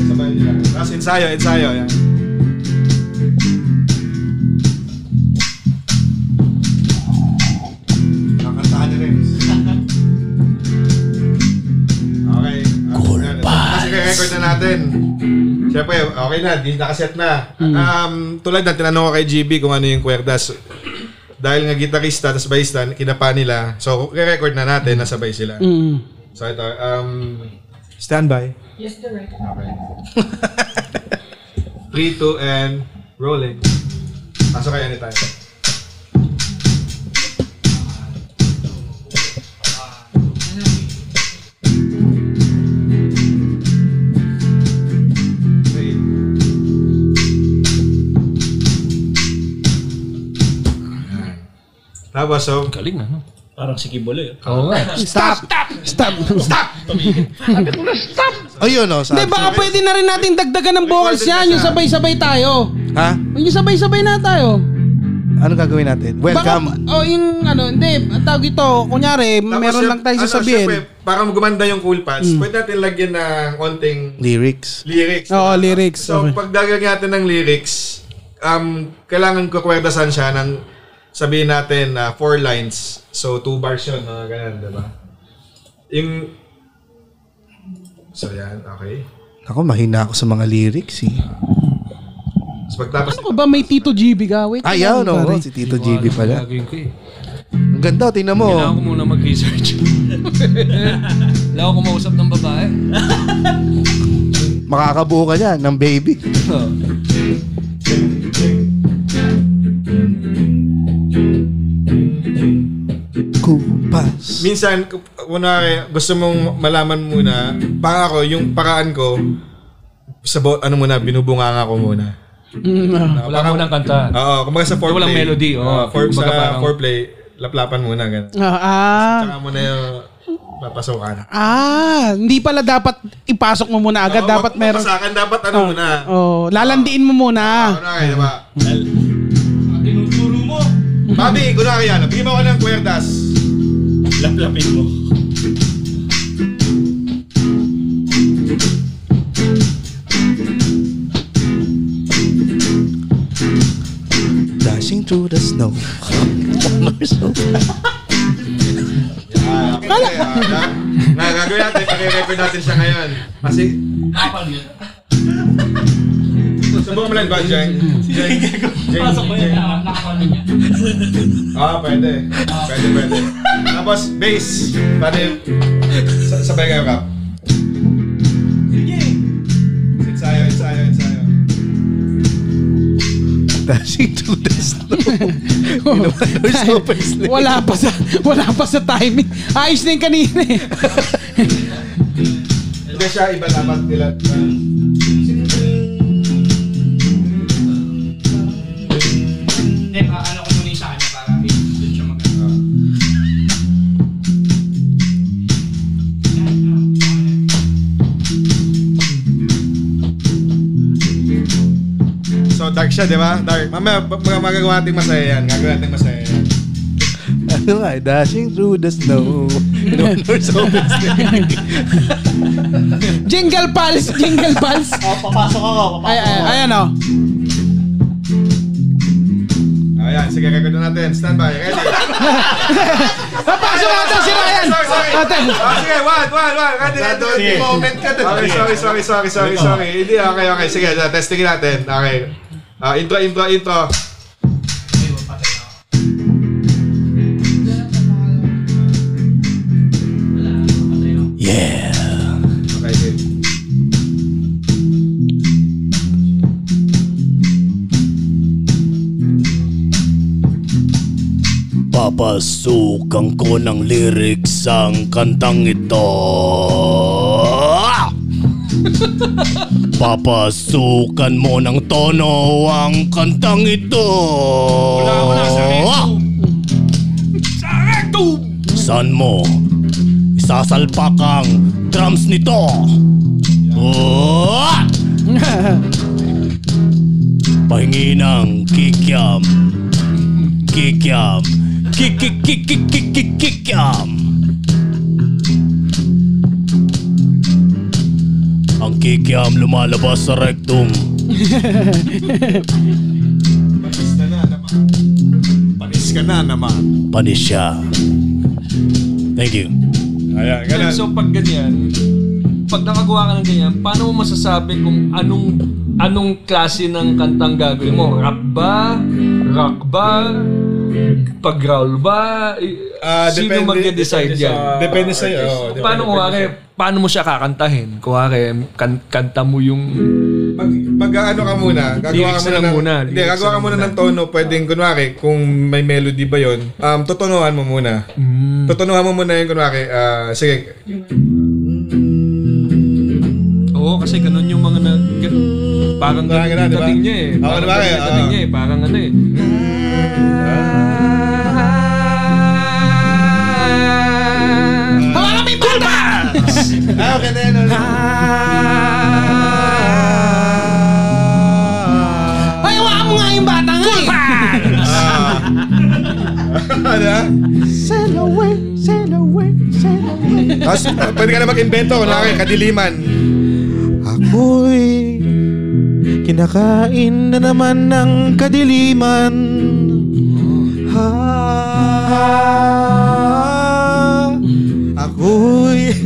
Sabayan nila. Tapos ensayo, ensayo, yan. Kakantahan niya rin. Okay. Cool Kasi record na natin. Siyempre, okay na. Di nakaset na. Um, tulad na, tinanong ko kay GB kung ano yung kwerdas. Dahil nga gitarista, tapos bassista, kinapa nila. So, re-record na natin. Nasabay sila. So, ito. Um, standby.
Yes, direct.
Okay. 3, 2, and rolling. Pasok kayo anytime. Wait. Ayan. Tapos, so,
Galing ano?
Parang si Kibolo yun.
Oo nga.
Stop! Stop! Stop! Ayun oh, o.
Hindi, baka ah, pwede na rin natin dagdagan ng vocals yan. Yung sabay-sabay tayo.
Ha?
Yung sabay-sabay na tayo.
Anong gagawin natin? Welcome.
Baka, oh, yung ano, hindi. ang Tawag ito, kunyari, meron lang
ano,
tayo sasabihin. Mm.
Siyempre, para ano, gumanda yung cool pads, pwede natin lagyan ng konting
Lyrics.
lyrics.
Oo, lyrics.
So,
Okay.
pag dagdag natin ng lyrics, um, kailangan kukwerdasan siya ng sabihin natin na four lines. So, two bars yun, mga ganun, di ba? Yung... So, yan, okay.
Ako, mahina ako sa mga lyrics eh.
So, pagtapos...
Ano ko ba may Tito GB ka? Wait,
Ayaw,
lang,
no?
pare.
Ah, oh, Si Tito GB pala.
Gagawin ko eh.
Ang ganda, tingnan mo. oh.
Kailangan ko muna mag-research. Kailangan ko kumausap ng babae.
Makakabuo ka niya ng baby.
Oo.
Kupas.
Minsan, k- kunwari, gusto mong malaman muna, para ako, yung paraan ko, sa bo- ano muna, binubunganga ko muna. Ah,
Wala
para-
mo ng kanta.
Oo, kumbaga sa foreplay.
Walang melody, oo.
Oo, for, sa
Kumbaga parang-
foreplay, laplapan muna, ganun.
Ah, ah,
Tsaka muna yung papasokan.
ah, hindi pala dapat ipasok mo muna agad.
Oo,
dapat
wag-
meron.
Papasakan, dapat ano muna.
Oh, lalandiin mo muna.
Ano kayo, diba?
Tinuturo mo.
Bobby, kunwari yan. Bigyan mo ko ng kwerdas.
Laplapin mo.
Dashing through the snow.
Ah, okay. Kala. Na, gagawin natin. Pag-record natin siya ngayon. Kasi... Subukan mo lang ba, Jeng? Jeng, Jeng, Jeng. Ah, pwede. Pwede, pwede. Tapos, bass. Pwede. sa- Sabay kayo ka. Sige. Ensayo, ensayo, ensayo.
Dashing through the snow. There's no place left.
Wala pa sa wala pa sa timing. Ayos na yung kanina eh.
Hindi siya iba dapat nila.
Hindi, pa, ano ko muna yung sa kanya para eh, doon siya mag-
So, dark siya, di ba? Dark. Mamaya, pag pag- magagawa natin masaya yan. Gagawin natin masaya yan.
Ano nga, dashing through the snow. There's no place
Jingle pals, jingle pals.
Oh, papasok ako.
Ay, ay, ayan oh.
Ayan, sige, record na natin. Stand by. Ready?
Papasok natin si Ryan.
Sorry, sorry.
Natin.
Ah, sige, one, one, one. Ready, ready. ready. Moment ka dun. Okay, sorry, sorry, sorry, sorry, sorry. Hindi, okay, okay. Sige, testingin natin. Okay. Ah, intro, intro, intro.
Yeah.
Okay, good.
Papasukan ko ng lyrics ang kantang ito.
Papasukan mo ng tono ang kantang ito. Wala, wala, sa San mo isasalpak ang drums nito? Oh!
eh.
Pahingi ng kikiam. Kikiam. Kikikikikikikikiam. Ang kikiam lumalabas sa rectum.
Panis ka na naman.
Panis siya. Thank you.
Ayan,
Ganun. So pag ganyan, pag nakagawa ka ng ganyan, paano mo masasabi kung anong anong klase ng kantang gagawin mo? Rap ba? Rock ba? Pag-growl ba? I-
Ah,
Sino
depende-
mag-decide
depende
yan?
sa- Depende sa'yo, Oh, oo,
Kung
depende-
paano, kuwari, paano mo siya kakantahin? Kuwari, kan- kanta mo yung...
Pag, pag ano ka muna, gagawa ka
Lyrics na
muna,
lang
ng,
muna,
Hindi,
lyrics
gagawa ka
na lang
muna
muna.
ng tono, pwedeng kunwari, kung may melody ba yon um, tutunuan mo muna.
Mm.
Tutunuan mo muna yung kunwari, ah, sige,
Oo, kasi ganun yung mga na... gan- Parang ganun
Parang ganun,
yung
di ba?
dating niya eh.
Oo,
Parang
di ba?
ganun yung
Oo.
dating niya eh. Parang ano eh.
Hawakan mo yung bata!
ah, okay na yun. ano.
Ay, hawakan mo nga yung bata nga eh!
Ah. Ano?
Sail away, sail away, sail away.
Tapos, ah, pwede ka na mag-invento, kunwari, kadiliman.
Ako'y kinakain na naman ng kadiliman. Ha,
Ah.
ako'y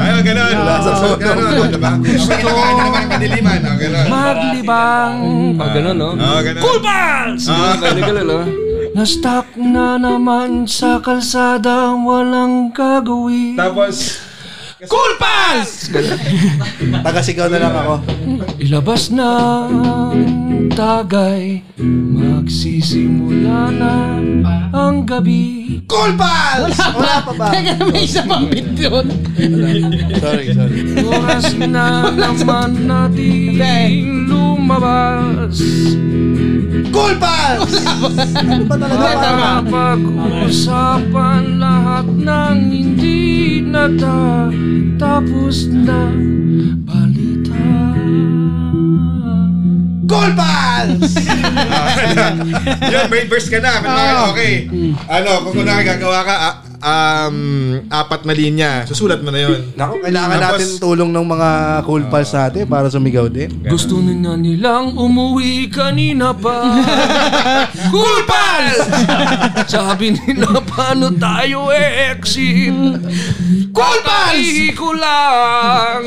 Ayaw, ganun. Ganun, ganun, diba? Pwede ka na naman ng kadiliman, oh, ganun.
Maglibang! Hmm, Pag ganun, no?
Oh, ganun.
Balls! Na-stuck na naman sa kalsada, walang gagawin.
Tapos,
Cool Pals!
Tagasigaw na lang ako.
Ilabas na ang tagay, magsisimula na ang gabi.
Wala pa ba?
Teka, may isa pang bit doon.
Sorry, sorry.
Oras na naman natin lumabas.
Talaga pa.
Pag-uusapan lahat ng hindi natatapos na balita.
ah, Yun, may verse ka na. Kunwari, okay. Ano, kung kunwari gagawa ka, ah, um, apat na linya. Susulat mo na yun.
Naku, kailangan
Hmm. Tapos- Ah.
natin tulong ng mga cool pals natin para sumigaw din.
Gusto na nga nilang umuwi kanina pa. cool Pals! Sabi nila paano tayo e-exit. Cool Pals! ko lang.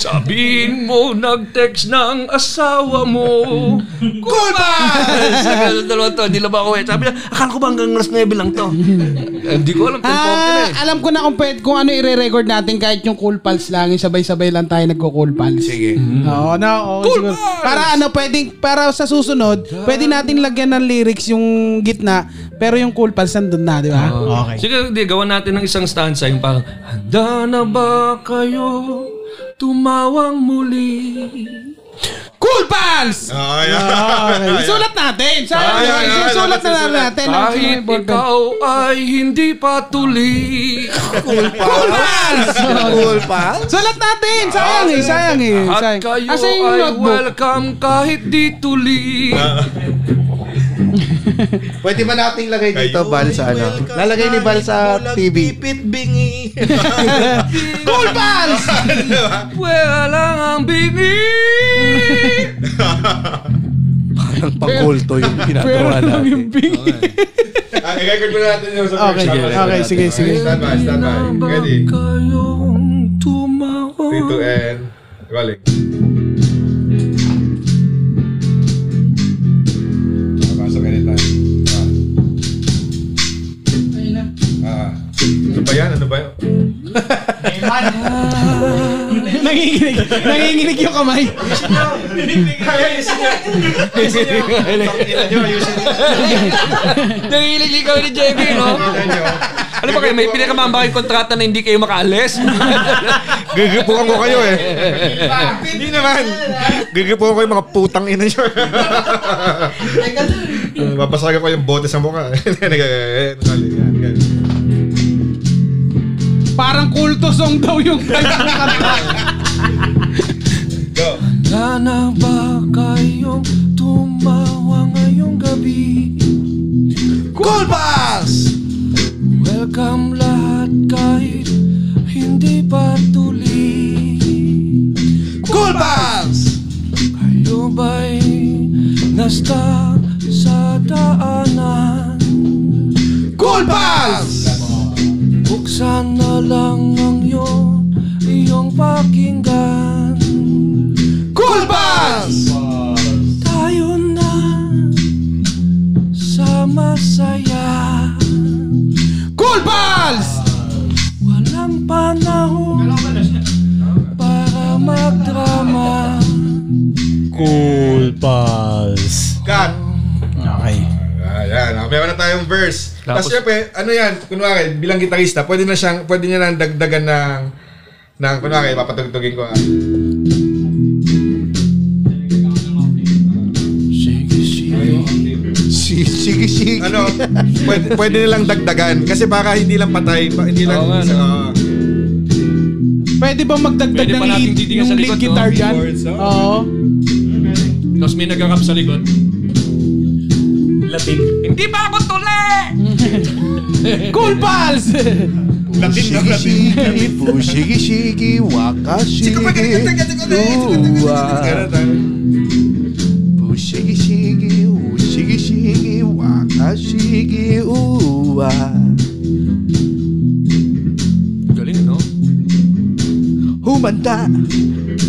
Sabihin mo nag-text ng asawa mo. Cool Pals! Sagal dalawa to, hindi na ba ako eh. Sabi niya, akala ko ba hanggang alas 9 lang to? Eh, Hindi ko alam, 10 po ako na
Ah,
eh.
alam ko na kung, pwede, kung ano i-record natin kahit yung cool pals lang. yung Sabay-sabay lang tayo nagko-cool pals. Sige. Oo, no, oo, siguro. Para ano, pwedeng, para sa susunod, pwede natin lagyan ng lyrics yung gitna, pero yung cool pals nandun na, di ba? Okay.
Sige, hindi, gawa natin ng isang stanza yung parang Handa na ba kayo tumawang muli?
Cool pals!
Oh, yeah.
Okay. Isulat natin. Sa
Ay, ay, ay,
isulat na lang natin.
Kahit ikaw ay hindi patuli.
Cool pals!
Cool pals?
Sulat natin! Sayang eh, sayang eh.
At
Sayang.
kayo
Asa yung
ay
notebook?
welcome kahit di tuli.
Pwede ba nating lagay dito, Bal, sa ano? Lalagay ni Bal sa TV.
Cool pals!
Wala lang ang bingi.
Parang pangkulto yung ginagawa natin.
Ah, I-record muna natin yung sa
Okay,
first.
okay, okay, sige, sige.
Stand by, stand by. Ready?
Kayong
3,
tumawang
2, and... Rolling. Pasok ka tayo. Ah. Ah. Ano ba yan? Ano ba yan?
Nanginginig. Nanginginig yung kamay.
Ayusin nyo, ayusin nyo.
Nangilig ikaw ni JB, no?
Ayusin nyo.
Ano ba kayo? May pinakamamba kayong kontrata na hindi kayo makaalis?
Gigipukan ko kayo eh. Hindi naman. Gigipukan ko yung mga putang ina nyo.
Babasagan ko yung bote sa mukha.
Parang kulto song daw yung type ng kanta.
Sana ba kayong tumawa ngayong gabi? Cool Pass! Welcome lahat kahit hindi pa tuli. Cool Pass! Kayo ba'y nasta sa daanan? Cool Pass! Buksan na lang ang iyong, iyong pakinggan. Cool Pals! Tayo na sa masaya. Cool Pals! Walang panahon para magdrama.
Cool pals.
Cut!
Okay.
Ayan, ah, meron na tayong verse. Tapos,
Tapos-
syempre, ano yan, kunwari, bilang gitarista, pwede na siyang, pwede niya na dagdagan ng, ng, kunwari, papatugtugin ko. ah.
Si, sige, sige.
Ano, pwede, pwede nilang dagdagan. Kasi baka hindi lang patay, pa- hindi lang, isa, ah.
Pwede ba magdagdag
Pwede
ng
pa natin
lead,
titigan
yung
sa
lead
likod, no?
guitar dyan?
Keyboards, oh.
Oo.
Tapos may nagkakap sa likod.
Latin.
Hindi pa ako tuli! Eh,
Cool Pals!
Latin na Latin. Shigi, shigi, waka, shigi. Lua. Shigi, shigi, ooh, shigi, shigi, waka, shigi, ooh, ah.
Galing, no?
Humanda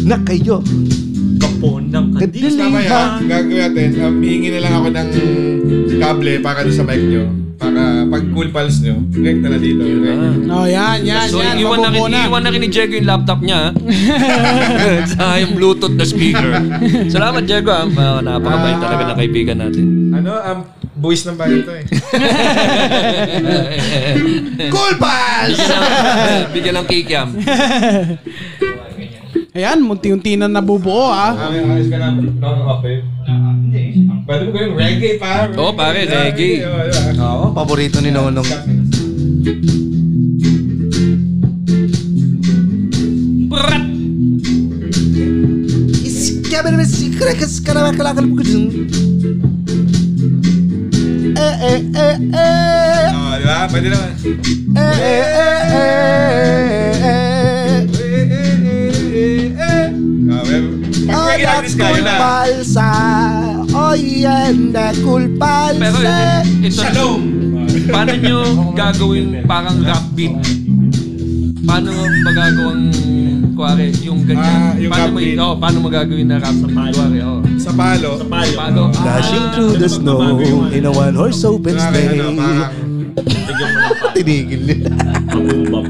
na kayo.
Kapon ng
Tapos mamaya,
Kadilihan.
gagawin natin, um, hihingi na lang ako ng kable para doon sa mic nyo. Para pag cool pals nyo, direkta na dito. Okay?
Oh, yan, yan,
So,
yan.
iwan na, rin,
Mabubuna.
iwan na rin ni Jego yung laptop niya. sa yung Bluetooth na speaker. Salamat, Jego. ah. Ah, Napakabait talaga na kaibigan natin.
Ano, um, buwis ng bayan to eh.
Cool pals!
Bigyan ng- Bigyan ng kikiam.
Ayan, munti-unti na nabubuo ah.
Kami ayos ka na, no off eh. Pwede mo gawin reggae pa.
Oo, pare, reggae.
Oo, oo.
Oo, paborito ni Nonong.
Brat!
Oo, di ba? Pwede naman. Ah, well, Pag reggae artist ka, yun na.
Pero yun, ito, paano nyo gagawin parang rap beat? Paano magagawang kuwari yung
Ah,
ganyan?
yung
paano
rap
mo-
beat.
oh, paano magagawin na rap beat? Kuwari, oh.
Sa palo.
Palo.
Paano?
Ah.
Dashing through the snow in a one horse open
Sa akin, ano,
sleigh.
parang
Tinigil nila.
Pabubap.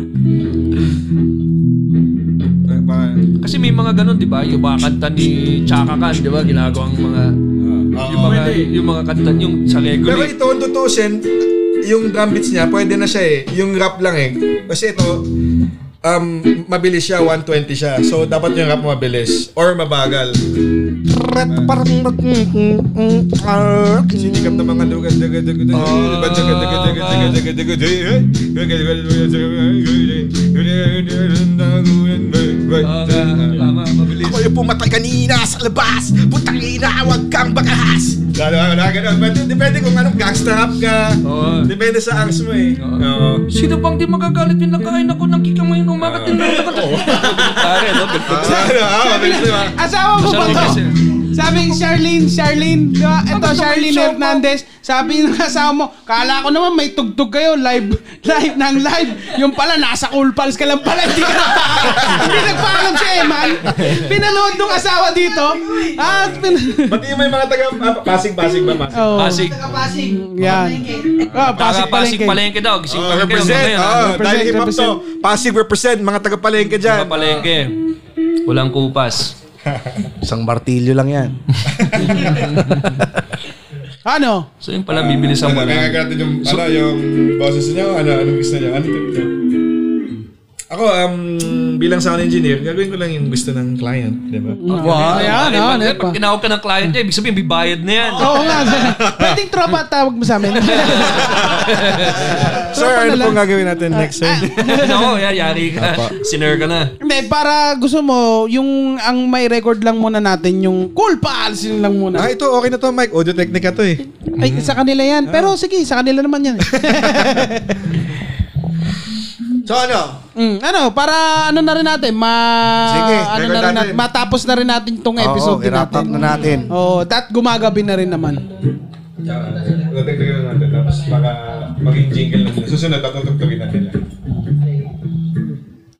parang- ah,
Kasi may mga ganun, di ba? Yung mga kanta ni Chaka Khan, di ba? Ginagawang mga... yung mga, yung mga kanta, yung sa
Pero
regulate.
ito, kung tutusin, yung drum beats niya, pwede na siya eh. Yung rap lang eh. Kasi ito, um, mabilis siya, 120 siya. So, dapat yung rap mabilis. Or mabagal. Sinikap ng mga Diba, lugan.
Ah.
Tama, mabilis.
Ako yung pumatay kanina sa labas. Putang ina, huwag kang bakahas.
Lalo ako na ganun. Pwede, depende kung anong gangsta rap ka.
Oo.
Depende sa angst mo eh. Oo.
Sino bang di magagalit yung nakain ako ng kikang ngayon umaga? Tinatakaw. Pare, no?
Ah, ano, ah, mabilis diba?
Asawa ko ba to? Sabi ni Charlene, Charlene, di ba? Ito, Charlene Hernandez. Sabi ng asawa mo, kala ko naman may tugtog kayo, live, live ng live. Yung pala, nasa cool pals ka lang pala, hindi ka napaalam. hindi nagpaalam si Eman. Pinanood nung asawa dito. At pin...
Pati yung may mga taga ah, Pasig-pasig ba? Pasig.
Oh,
Pasig.
Kapasig.
Yan. Ah,
Para
pasig
pasig
palengke.
palengke daw. Gising
Oh,
palengke.
represent.
Ngayon,
Oh,
ah.
dahil
Represent,
hip hop to.
represent.
Pasig represent. Mga taga-palengke dyan.
Palengke. Walang kupas.
Isang martilyo lang yan.
Ano?
So yun
Ah,
pala, bibilisan mo
Ano,
lang.
gagawin natin yung, ano, yung boses niya, ano, anong gusto niya, ano yung niya.
Ako, um, bilang sound engineer, gagawin ko lang yung gusto ng client, di ba?
Mm. Wow. Ayan, ah, Oh. ano,
Pag tinawag ka ng client niya, ibig sabihin, bibayad na yan.
Oo nga. ano. Pwedeng tropa at tawag mo sa amin.
Sir,
Tropa na
ano
lang.
pong gagawin natin next time?
Oo, yan, yari
Apa.
ka. Sinare ka na.
Hindi, para gusto mo, yung ang may record lang muna natin, yung cool pals, yun lang muna.
Ah, ito okay na to, Mike. Audio technica to eh.
Ay,
mm.
sa kanila yan.
Ah.
Pero sige, sa kanila naman yan. eh.
So ano?
mm, ano, para ano na rin natin, ma...
Sige,
ano na
record
rin natin.
natin.
matapos na rin natin itong episode
Oo,
din
i-wrap
natin.
up na natin.
Oo, that gumagabi na rin naman.
Audio technica na natin, tapos baka maging jingle na sila. Susunod, tatutugtugin natin lang.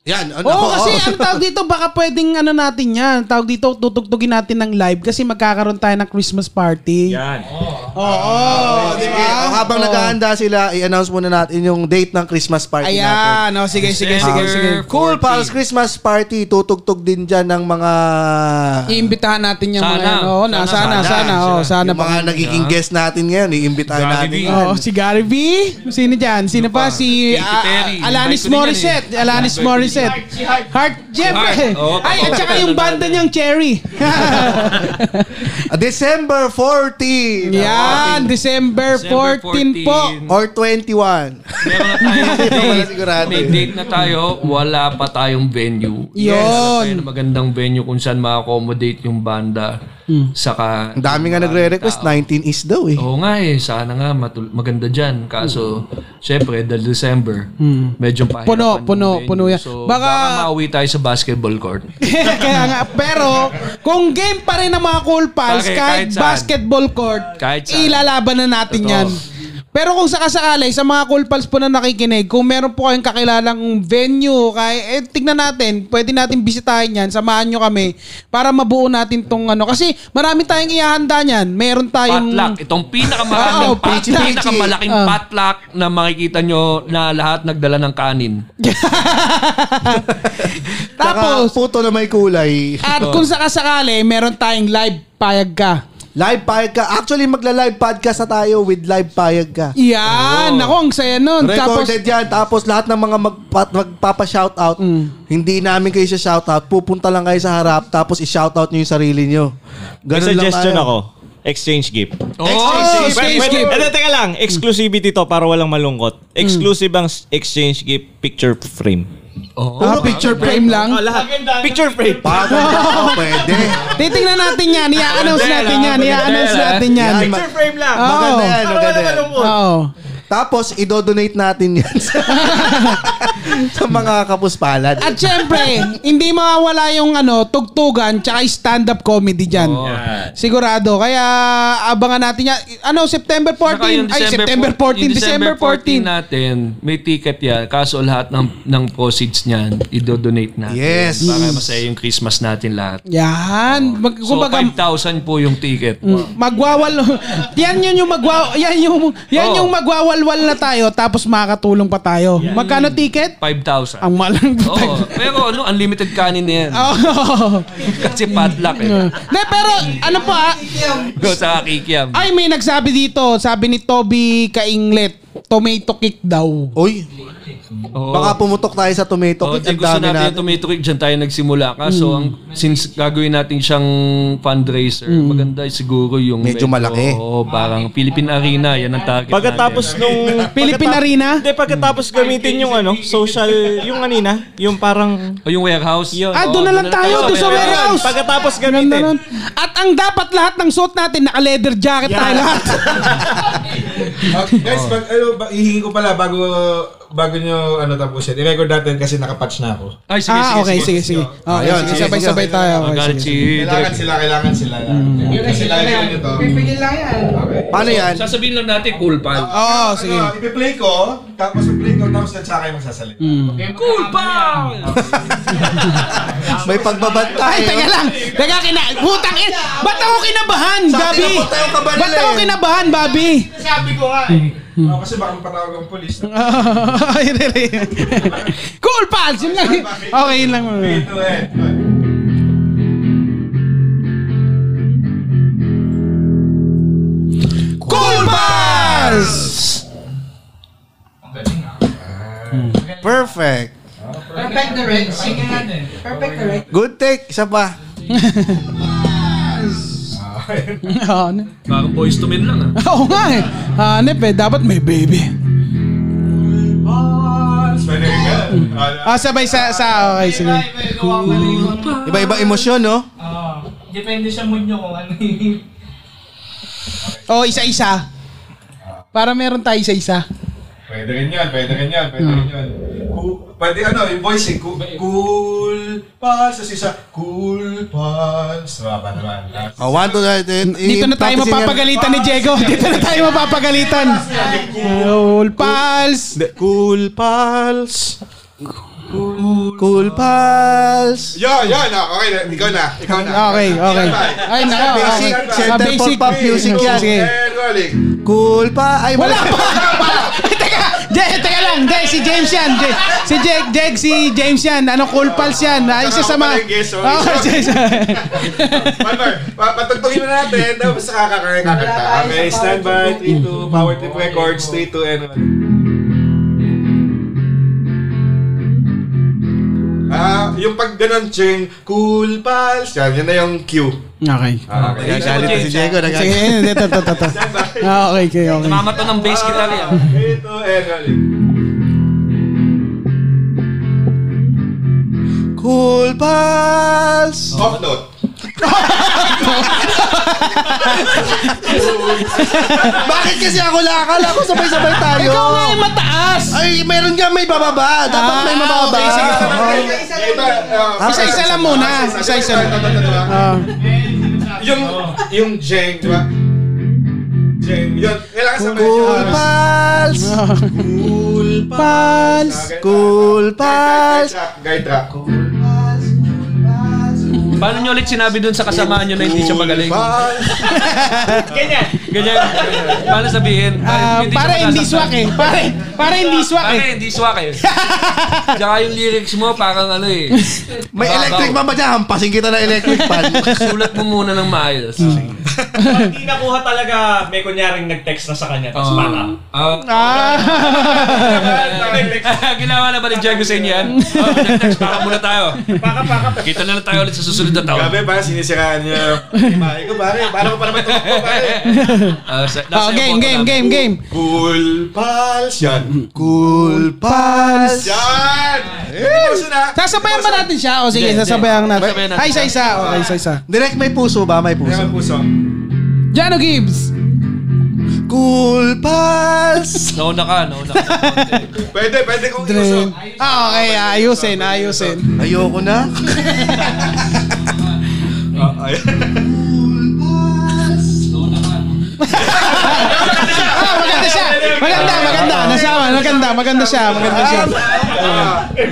Yan. Ano,
Oo, kasi ano tawag dito, baka pwedeng ano natin yan. Tawag dito, tutugtugin natin ng live kasi magkakaroon tayo ng Christmas party.
Yan. Oh.
Oo, di
Sige,
ba?
oh, habang
Oo.
naghahanda sila, i-announce muna natin yung date ng Christmas party natin. Ah,
Ayan, oh, sige, sige, sige, sige.
Cool Pals Christmas Party. Tutugtog din dyan ng mga...
Ah. Iimbitahan natin yung mga
Sana.
yan. Oo, na, sana, sana, oh, sana
yung mga
pa.
nagiging guest natin ngayon, iimbitahan
Johnny
natin.
B.
yan.
Oh, si Gary V. Sino dyan? Sino pa? Si
Katy
ah,
Perry.
ah, Alanis
Invite ko din yan
Morissette.
eh.
Alanis
Invite ko
Morissette. Heart. Heart. Jeffrey.
Heart. Oo,
Ay, at saka yung banda niyang Cherry.
Ah, December 14
Yan, December
December
14 po.
14.
or 21.
Meron na
Hindi
tayong
ko pala
date.
sigurado
May
eh.
date na tayo. Wala pa tayong venue.
Yun.
Wala tayo ng magandang venue kung saan ma-accommodate yung banda.
Hmm.
Saka...
Ang dami nga
yung
nagre-request,
tao.
19 is daw eh.
Oo nga eh, sana nga matul- maganda dyan. Kaso, syempre, dahil December, medyo pahirapan.
Hmm. Puno,
yung
puno,
venue.
puno yan.
So, baka,
Baka-
mauwi tayo sa basketball court.
Kaya nga, pero kung game pa rin ang mga cool pals,
Bakit?
kahit,
Kahit saan.
basketball court,
Kahit saan.
ilalaban na natin
Totoo.
yan. Pero kung sakasakali, sa mga cool pals po na nakikinig, kung meron po kayong kakilalang venue, kay, eh, tignan natin, pwede natin bisitahin yan, samahan nyo kami para mabuo natin tong ano. Kasi marami tayong ihahanda niyan. Meron tayong...
Potluck. Itong pinakamarandang,
Oo, pichi-pichi.
pinakamalaking
Oh, Ah.
potluck na makikita nyo na lahat nagdala ng kanin.
Tapos,
Tapos,
puto na may kulay.
at kung sakasakali, meron tayong live payag ka.
Live payag ka. Actually, magla-live podcast na tayo with live payag ka.
Yan!
Oh.
Ako, ang saya nun. Tapos,
Recorded yan. Tapos lahat ng mga magpa, magpapa-shoutout,
Mm.
hindi namin kayo siya shoutout. Pupunta lang kayo sa harap, tapos i-shoutout nyo yung sarili nyo. Ganun
May
lang
suggestion
tayo.
ako. Exchange gift.
oh, space
Wait,
game.
wait, teka lang. Exclusivity to para walang malungkot. Exclusive ang s- exchange gift picture frame. Oh,
Ah, picture
Frame lang.
Picture frame.
Bago oh, pwede.
Titingnan natin yan. I-announce
Magandela,
natin yan. I-announce
magandela.
natin yan. Oh.
Yan, ma-
frame lang.
Oo.
maganda yan, maganda yan.
Oo.
Tapos, idodonate natin yan sa, sa mga kapuspalad.
At syempre, hindi mawawala yung ano, tugtugan tsaka yung stand-up comedy dyan. Sigurado. Kaya abangan natin yan. Ano, September
Saka yung
14? Ay, September
po- yung
14. December 14.
natin, may ticket yan. Kaso lahat ng, ng proceeds niyan, idodonate natin.
Yes.
Para masaya yung Christmas natin lahat.
Yan. Mag,
So,
kumbaga,
5,000 po yung ticket.
magwawal yan yun yung magwaw yan yung yan
Oo.
yung magwawalwal na tayo tapos makakatulong pa tayo magkano ticket
5,000.
ang malang
Oo. Pero ano, unlimited kanin na yan.
oh.
Kasi padlock eh.
De, pero ano pa?
Go sa kikiam.
Ay, may nagsabi dito. Sabi ni Toby Kainglet, tomato cake daw.
Uy,
Oo.
baka pumutok tayo sa tomato.
Oo,
cake.
Oh, di
Ang
gusto
dami
natin,
natin.
yung tomato cake, dyan tayo nagsimula. Kaso,
Hmm.
ang, since gagawin natin siyang fundraiser,
Hmm.
maganda siguro yung
Medyo malaki.
Oo, parang Philippine Arena, yan ang target
Pagkatapos
natin.
nung...
Philippine
pagkatap-
Arena?
Hindi, pagkatapos gamitin yung ano, social, yung kanina, yung parang...
O yung warehouse. Yun.
Ah, doon na lang tayo. Doon sa
Meron.
warehouse.
Pagkatapos
Ganda
gamitin.
nun. At ang dapat lahat ng suot natin, naka-leather jacket tayo lahat.
Okay, guys, bag, ano, ba, hihingi ko pala bago bago nyo ano tapusin. I-record natin kasi nakapatch na ako.
Ay, sige,
ah,
sige,
okay. Sige,
sige.
sige. Okay,
Ayun,
sige.
sige,
Sabay-sabay
sige.
tayo. Okay,
Magalit
sige.
si
Kailangan sila, kailangan sila. Mm. Kailangan sila. Kailangan nyo to.
Pipigil lang yan.
Paano yan?
Sasabihin lang natin, cool pal.
Oo, oh, sige.
Ano, ipi-play ko, tapos i-play ko, tapos at saka kayo magsasalita.
Hmm.
Cool pal!
May pagbabanta
Ay,
eh.
teka lang. Teka, kina... Putang ina. Ba't ako kinabahan, Gabi?
akin, ba't tayo kabahan
Ba't
nila
ako
eh?
kinabahan, Babi?
Sabi ko nga eh.
Oh, kasi baka mapatawag ang Ano polis.
Ay, really. Cool, pals. Yun lang. Okay, yun lang.
Ito eh.
Cool,
Hmm. Perfect.
Perfect the Rex. Sige natin. Perfect the Rex.
Good take. Isa pa.
ano?
Parang boys to men lang ah.
Oo nga eh. Hanep eh. Dapat may baby. Ah, sabay sa... sa okay, sige.
Iba-iba emosyon, no?
Depende sa mood nyo kung ano yung...
Oo, Oh, isa-isa. Para meron tayo isa-isa.
Pwede rin yun, pwede rin yun, pwede rin yun. Cool, pwede ano, yung voice eh, cool, cool pals, tapos isa, cool pals. Mababa naman. Last.
Oh, one, two, three. three.
Dito na tayo
Practice yan.
mapapagalitan ni Diego. Dito na tayo mapapagalitan. Cool pals.
Cool pals. Cool, cool pals.
Yun, yun, ah, okay, na, ikaw na, ikaw na.
Okay, okay. Ay, nako.
Basic,
okay.
center for
Basic.
pop music yan.
Sige.
And rolling.
Cool pa. Ay,
Wala pa! Wala. teka! Jay, teka lang! Jay, si James yan! Jay, si Jake, Jake, si James yan! Ano, cool pals yan! Ah, isa sa mga... Ah,
Ako pala yung guest, sorry.
Okay, James.
Palmer, pa- patugtugin na natin, tapos kakakakakakanta. Okay, stand by, 3, 2, power tip records, 3, 2, and rolling. Ah, yung pag ganon, ching, cool pals, yan, yan na yung cue.
Okay.
Ah, okay.
Nagalit na si Diego.
Sige,
Nagalit.
yun, ito, ito, ito. Ah, Okay, okay, okay.
Mamato ng bass guitar eh. yan.
Ito, and rolling.
Cool pals.
Off note.
Bakit kasi ako lakal? Ako sabay-sabay tayo.
Ikaw nga ay mataas!
Ay, meron nga may bababa. Dapat may
Ah,
mababa.
okay, sige.
Iba, ah,
Isa-isa lang muna. Isa-isa lang. Ah.
Yung, yung Jeng, di ba? Jeng, yun. Kailangan sa
Cool pals.
Ah.
Cool pals. Cool pals.
Guide track.
Paano nyo ulit sinabi dun sa kasama nyo na hindi siya magaling?
Ganyan.
Ganyan. Paano sabihin?
Ah,
siya
para hindi
masasaktan.
swak eh. Pare, para hindi swak
Pare,
eh.
hindi swak eh. Tsaka yung lyrics mo parang ano eh.
May
Babaw.
electric man ba dyan? Hampasin kita ng electric fan.
Sulat mo muna ng maayos.
Pag di nakuha talaga, may kunyaring nag-text na sa kanya, tapos baka.
Ah. Ginawa na ba ni Diego sa inyo yan? Oh, next, baka muna tayo.
Baka, baka.
Kita na lang tayo ulit sa susunod na taon.
Grabe, parang sinisiraan niya. Imahe ko, pare. Paano ko pa naman tumakbo, pare?
Ah, sa- nasa
Oh,
iyo
game, game,
po namin.
game, game.
Cool pals. Yan.
Cool pals. Eh!
Yan! Puso na.
Sasabayan ba natin siya? O sige,
Hindi, hindi.
sasabayan natin. Ah,
Sasabayan natin. Ah,
Ay, isa-isa. Okay, isa-isa.
Direct may puso ba? May
Yan
puso.
ang puso.
Jano Gibbs!
Cool pals.
Nauna ka, nauna ka.
Pwede, pwede kong iusok.
Ah, okay, ayusin, ayusin.
Ayoko na.
Ah, maganda siya. Maganda, maganda. Nasama, maganda, maganda siya, maganda siya.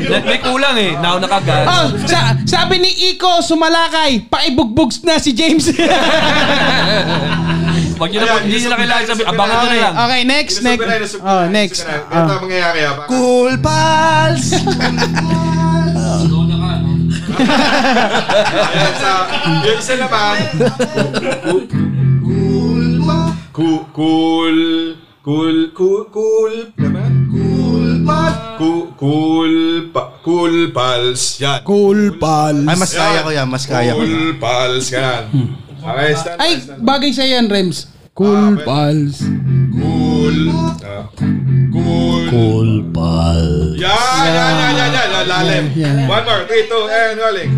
Let me kulang eh. Nauna ka agad.
Oh, sa, sabi ni Iko Sumalakay, paibugbog na si James.
Wag nyo na,
Ayan,
hindi nyo na kailangan sabi. Abangan nyo na lang.
okay, next,
Ilusog
next.
ko na, ilusog ko na,
Oh,
ilusog
next.
ko
Ah.
na. Ito ang mangyayari ha. Baka-
Cool pals.
Ayan, sa, yung isa naman. Cool, cool, cool, cool, cool, naman. Cool pals. Cool, cool, pa- cool pals. Yan.
Cool pal.
Ay, mas kaya ko yan. Mas kaya ko.
Cool pals. Yan. Okay, stand
Hmm.
by,
Ay,
stand by.
bagay sa yan, Rems. Cool
Ah,
pals.
Cool. Ah. Cool.
Cool pal.
Yan, yan, yan, yan, yan, yan, lalim.
Yan, yan.
One more, three, two, and rolling.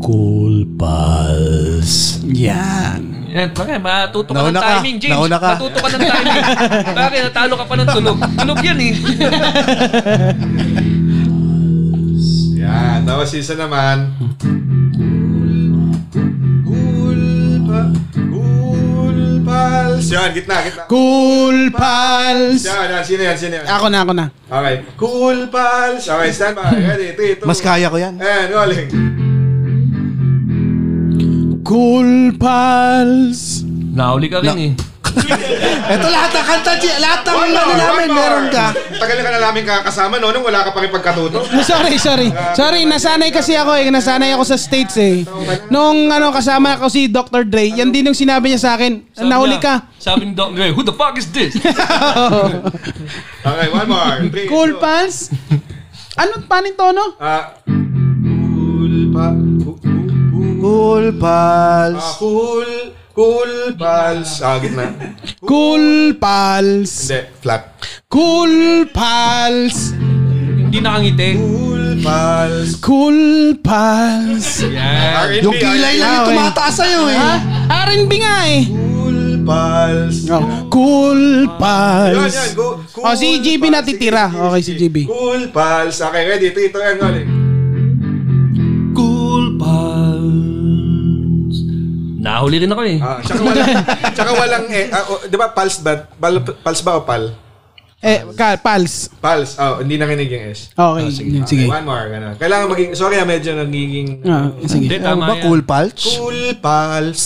Cool pals.
Yan.
Yan, bakit? Matuto ka
Nauna
ng
ka.
timing, James.
Nauna ka.
Matuto ka ng timing. bakit? Natalo ka pa ng tulog. Tulog yan eh.
Yan, tapos isa naman. Cool. pa- Cool pals. Yan, gitna, gitna.
Cool pals.
Yan, yan, sino yan, sino yan?
Ako na, ako na.
Okay, cool pals. Okay, stand by. Ready, three, two.
Mas kaya ko yan.
And rolling.
Cool pals.
Nahuli ka rin eh.
Ito lahat ng kanta, G- lahat ng ano
One hour,
namin,
one hour.
meron ka.
Tagal na ka na namin kakasama, no? Nung wala ka pa rin pagkatuto.
sorry, sorry. Sorry, nasanay kasi ako eh. Nasanay ako sa States eh. Nung ano, kasama ako si Dr. Dre, yan din yung sinabi niya sa akin.
Sabi
Nahuli
niya,
ka.
Sabi ni Doc Gray, who the fuck is this?
Okay, one more. Three,
Cool pants. Anong panin tono?
Ah, cool pa, cool,
cool pals.
Ah, cool, cool pals. Ah, gitna.
Cool pals.
Hindi, flat.
Cool pals.
Hindi nakangiti.
Cool pals. Ah,
Cool pals.
Yan.
Ah, Yung kilay lang yung tumataas sa'yo eh.
Ha? R&B nga eh.
Cool pals.
Oh. Cool
Yun,
pals.
yun. Go- Cool,
Oh, si GB natitira. Okay, si GB.
cool pals. Okay, ready. Three, two, and rolling.
Cool pals. Nahuli rin ako eh.
Ah, tsaka walang, tsaka walang eh. ah, oh, di ba pals ba? Pal, pals ba o pal?
Eh, ka, pals.
Pals. Oh, hindi nakinig yung S.
Okay, Oh, sige. sige.
One more. Ganun. Kailangan maging, sorry ah, medyo nagiging
Ah, sige.
Hindi, tama
Ba
yan.
cool pals?
cool pals.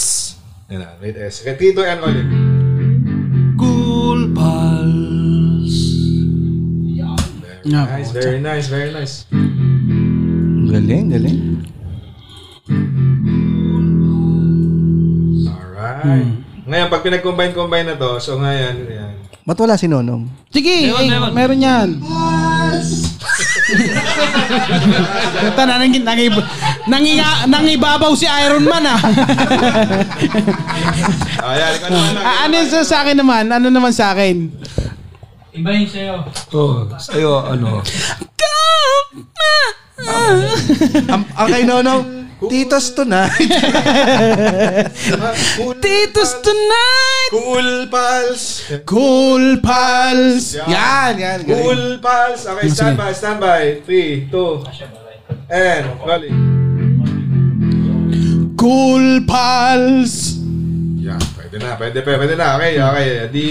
Yan na, wait S. Okay, three, two, and rolling.
Cool pals.
No.
Nice, very nice, very nice.
Galing, galing.
Alright. Ngayon, pag pinag-combine-combine na to, so ngayon, yan.
Ba't wala si Nonong?
Sige, eh,
Meron, meron.
meron yan. Ito na, nang, nang, nang, nangibabaw si Iron Man ah.
Ah, yan, ikaw naman lang.
Ah, ano yung sa, sa akin naman? Ano naman sa akin?
Iba yung sa'yo.
Oh, sa'yo ano?
Ang ang Ah, kay Nonong, titos tonight.
Ah, Cool,
Titos tonight!
cool pals.
Cool pals!
yan, yan. Galing.
Cool pals. Okay, stand by, stand by. Three, two, and rolling.
Cool pals!
Yan, pwede na, pwede, pwede, pwede na. Okay, okay. Di,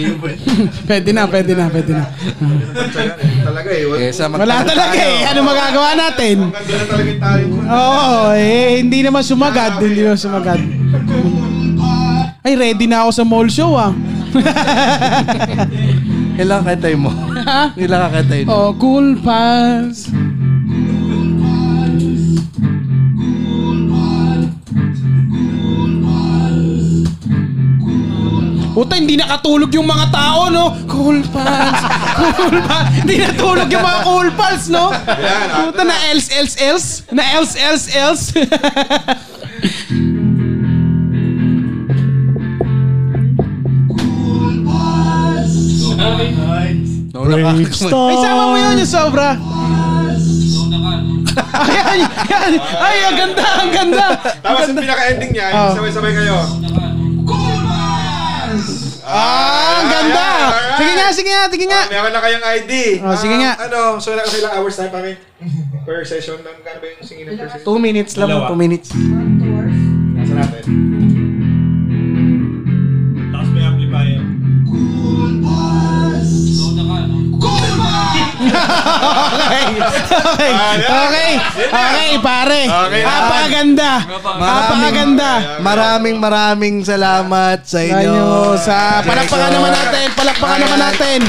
Pwede na, pwede na, pwede na.
talaga, talaga eh. Wala,
Kesa
Wala
magtanong
talaga
tayo.
eh. Ano magagawa natin?
Ganda na talaga yung talent ko.
Oo, eh, hindi naman sumagad. Hindi naman sumagad. Ay, ready na ako sa mall show ah.
Kailangan kantay mo. Kailangan kantay mo.
Oh, cool pals. Puta, hindi nakatulog yung mga tao, no? Cool pals. cool pals. Hindi natulog yung mga cool pals, no? Puta, na else, else, else. Na else, else, else. Ay, sama mo yun yung sobra. Ayan, yan. Ay, ang ganda, ang ganda.
Tapos yung pinaka-ending niya,
Oh.
sabay-sabay kayo.
Ah, ang ganda.
alright.
Sige nga, sige nga, sige nga.
Ah, meron na kayong ID.
Oh, sige
Ah,
nga.
Ano, so na kasi ilang hours tayo pa rin. per session lang. Kano ba yung singin ng per session?
Two minutes lang,
Dalawa.
two minutes.
Nasa natin.
Tapos may amplifier.
Okay. Okay. Okay, pare.
Okay na.
Napakaganda.
Oh,
Napakaganda.
Maraming maraming salamat sa
Tayo
inyo.
sa palakpakan naman natin. Palakpakan naman natin.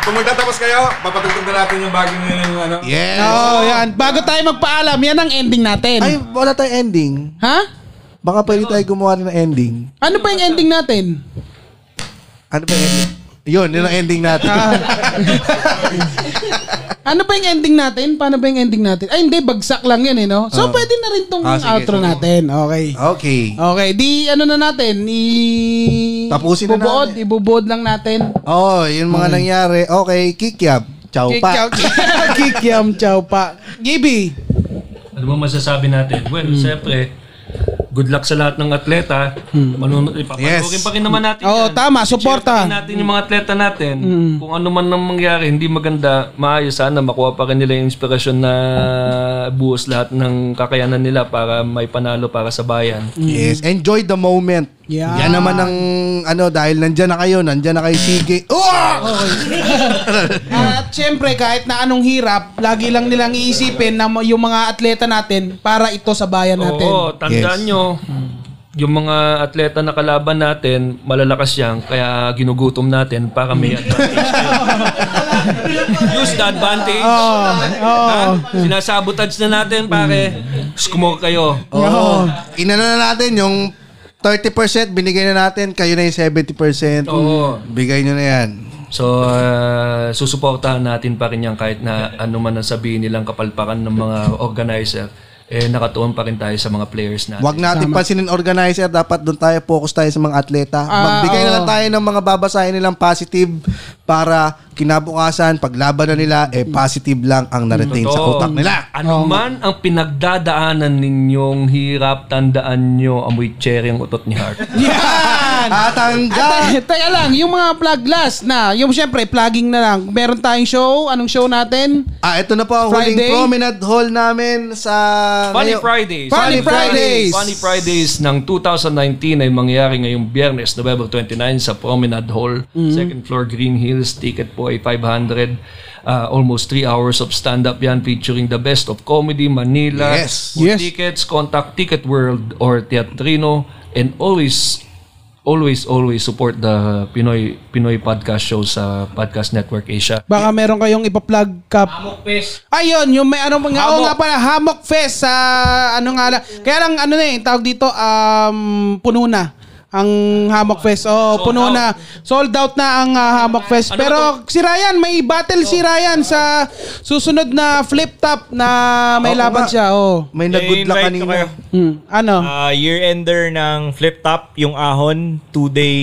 Kung magtatapos kayo, papatugtog na natin yung bagong yun yung ano.
Yes.
Oh, yan. Bago tayo magpaalam, yan ang ending natin.
Ay, wala tayong ending.
Ha?
Baka pwede tayo gumawa ng ending.
Ano pa yung ending natin?
Ano ba ending? Yun, yun ang ending natin.
Ano pa yung ending natin? Paano ba yung ending natin? Ay, hindi. Bagsak lang yan, eh, no? So, pwede na rin tong
Ah, sige,
outro
sige.
natin. Okay.
Okay.
Okay. Di, ano na natin? I...
Tapusin na
ibubuod,
natin.
Ibubuod lang natin.
Oh, yun mga nangyari. Okay, kikyab. Ciao pa.
Kikiam, chow pa. Gibi.
Ano ba masasabi natin? Well, siyempre, good luck sa lahat ng atleta. Manunod, ipapatukin
Yes.
pa rin naman natin
Oo,
yan.
tama. Suporta.
Cheer pa rin natin yung mga atleta natin. Kung ano man nang mangyari, hindi maganda, maayos sana makuha pa rin nila yung inspirasyon na buhos lahat ng kakayanan nila para may panalo para sa bayan.
Yes, enjoy the moment.
Yeah.
Yan naman ang ano dahil nandiyan na kayo, nandiyan na kayo sige. Oh!
At syempre, kahit na anong hirap, lagi lang nilang iisipin na yung mga atleta natin para ito sa bayan natin.
Oo, tandaan
Yes.
nyo, yung mga atleta na kalaban natin, malalakas yan, kaya ginugutom natin para may advantage. tayo. Use the advantage. Ha? Sinasabotage na natin, pare. Score kayo.
Oo. Inana Oh, na natin yung 30% binigay na natin, kayo na yung 70%.
Oo.
Bigay nyo na yan.
So, ah, susuportahan natin pa rin yan kahit na ano man ang sabihin nilang kapalpakan ng mga organizer. Eh, nakatuon pa rin tayo sa mga players natin.
Huwag natin pansinin organizer, dapat doon tayo focus tayo sa mga atleta.
Ah,
Magbigay na
oo.
lang tayo ng mga babasahin nilang positive para kinabukasan, paglaban na nila, eh positive lang ang narating sa
Totoo.
utak nila.
Ano man ang pinagdadaanan ninyong hirap, tandaan nyo, amoy cherry ang utot ni Hart.
Yan!
At hanggang...
teka lang, yung mga plug last na, yung syempre, plugging na lang. Meron tayong show. Anong show natin?
Ah, ito na po ang huling promenade hall namin sa...
Funny
ngayon-
Fridays.
Funny Fridays!
Funny Fridays ng 2019 ay mangyayari ngayong Biyernes, November 29 sa Promenade Hall,
Mm-hmm.
second floor Green Hills. Ticket po ay 500. Uh, almost 3 hours of stand-up yan featuring the best of comedy Manila.
Yes.
For tickets, contact Ticket World or Teatrino and always always always support the Pinoy Pinoy podcast show sa Podcast Network Asia.
Baka meron kayong ipa-plug ka. Hammock Fest. Ayun, yung may ano nga, oo nga pala, Hammock Fest sa ano nga lang. Kaya lang ano na eh, tawag dito, um, puno na ang Hammock Fest. Oh, puno na. Sold out na ang ah, Hammock Fest. Pero si Ryan, may battle si Ryan sa susunod na flip top na may
Oo
laban
nga.
siya. Oh.
May
I-invite ko kayo.
Hmm, ano?
Ah, year-ender ng Flip Top, yung Ahon, two-day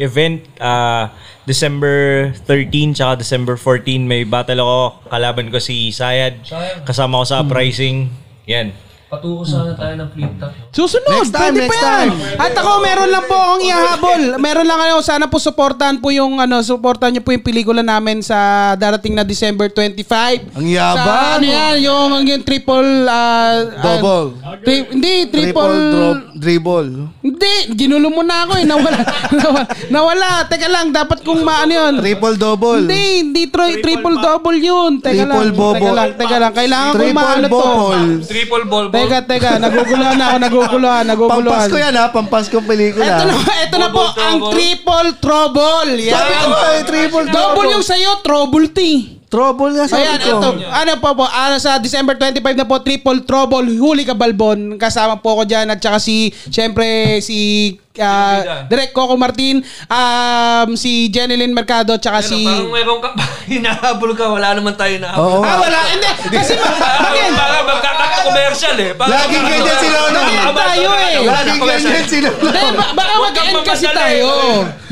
event. Ah, December 13 tsaka December 14 may battle ako. Kalaban ko si Sayad. Kasama ko sa uprising. Yan.
Patuko sana tayo ng flip top.
Susunod,
Next time,
pwede
next
pa yan.
time.
At ako, meron lang po akong ihahabol. Meron lang ano, sana po supportahan po yung ano, supportahan niyo po yung pelikula namin sa darating na December 25.
Ang yabang.
Sa ano yan, yung, yung triple ah, ah,
Double.
tri- hindi, triple,
Triple drop, dribble.
Hindi, ginulo mo na ako eh. Nawala. nawala, nawala. Teka lang, dapat kung maano yun.
Triple double.
Hindi, hindi Troy, triple, double yun. Teka
Triple
lang,
bobo.
teka lang, teka lang. Kailangan ko
Triple
maano to.
bobol.
Triple ball ball.
Teka, teka, naguguluhan na ako, naguguluhan, naguguluhan.
Pampasko yan ha, pampasko pelikula.
Ito na, ito na po ang triple trouble. Yan.
Sabi ko ba, eh, triple
Double
trouble.
yung sa'yo, trouble tea.
Trouble nga sabi
Ayan,
ko.
ito. Ano po po, ano sa December 25 na po, triple trouble, huli ka balbon. Kasama po ako dyan at saka si, syempre, si ah, Direk Coco Martin, um, si Jenilyn Mercado, at saka si...
Ano, Parang meron ka hinahabol ka, wala naman tayo
Oo.
hinahabol.
Ah, wala. Hindi. Kasi
Parang parang magkaka-commercial eh. Parang
Laging ganyan si Lolo.
Parang
tayo eh.
Laging ganyan sila.
Hindi, ba- baka mag-end kasi tayo.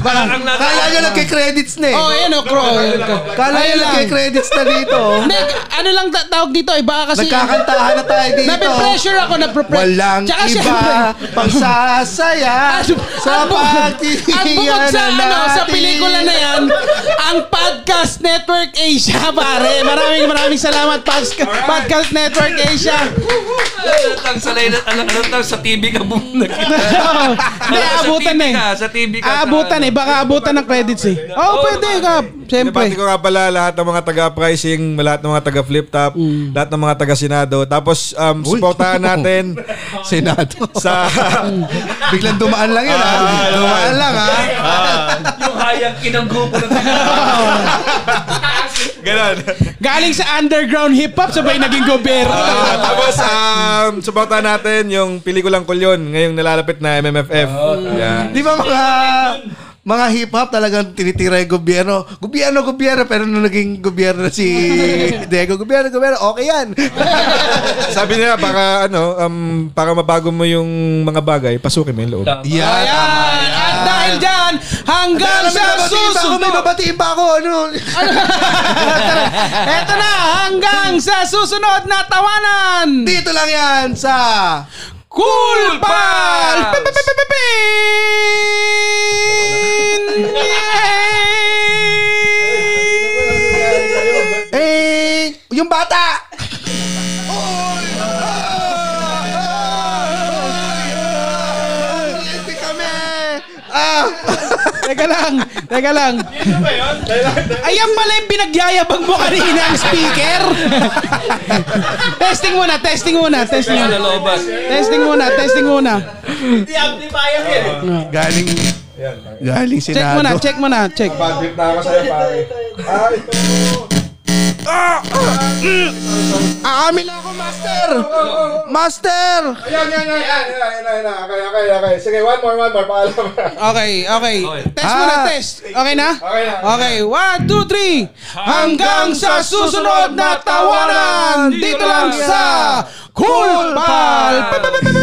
Parang
Kala nyo nagkikredits na eh.
Oh, ayun o, Crow.
Kala nyo
Ayun lang.
nagkikredits na dito.
Hindi, ano lang ta- tawag dito eh, baka kasi...
Nagkakantahan na tayo dito.
Nape-pressure ako, nape-pressure.
Walang
Tsaka
iba
syempre,
pagsasaya sa
ang bukod- ang bukod
pagkikiyan
sa
na
ano, sa
natin.
pelikula na yan, ang Podcast Network Asia, pare. Maraming maraming salamat, Pods- Podcast Network Asia.
Anong salay na, anong anong tawag sa TV ka
Hindi,
bumag. Sa
aabutan
TV
eh.
ka, sa TV ka, sa
Aabutan
ano.
eh, baka aabutan ng credits eh. Oh, pwede ka. Siyempre.
Pinapati ko nga pala lahat ng mga taga-pricing, lahat ng mga taga-flip top, lahat ng mga taga-senado. Tapos, um, supportahan natin
Senado.
sa...
Biglang dumaan lang yun ha.
Ah,
Dumaan lang ha.
Yung hayag kinang grupo na
Ganon.
Galing sa underground hip-hop, sabay naging gobyerno.
Ah, tapos, um, supportahan natin yung pelikulang Kulyon, ngayong nalalapit na MMFF. Yeah.
Di ba mga mga hip-hop talagang tinitira yung gobyerno. Gobyerno, gobyerno. Pero nung naging gobyerno na si Diego, gobyerno, gobyerno, okay yan.
Sabi nila, baka ano, um, para mabago mo yung mga bagay, pasukin mo yung loob.
Yan.
Ayan! At dahil dyan, hanggang
Dahil
sa
may babatiin pa ako, may
susunod!
babatiin pa ako. Ano?
Eto na, hanggang sa susunod na tawanan!
Dito lang yan sa...
Cool Pals! Pin!
Eh, yung bata! Ah!
Teka lang, teka lang. Ayan pala yung pinagyayabang mo kanina ang speaker. testing muna, testing muna, testing
Sa
muna.
lobas.
Testing muna, testing muna.
Hindi amplifier yan.
Galing, galing Senado.
Check mo na, check mo na, check.
Bad trip na ako sa'yo, pare. Ah, ito.
Aami na ako, master! Master!
Ayan, yan, yan, yan, yan, yan, yan, yan. Okay, okay, okay. Sige, one more, one more. Paalam.
Okay, okay. Test mo na,
Ah.
test. Okay na?
Okay na.
Okay, one, two, three. Hanggang sa susunod na tawanan, dito lang sa Cool Pal. Pa, pa, pa, pa, pa.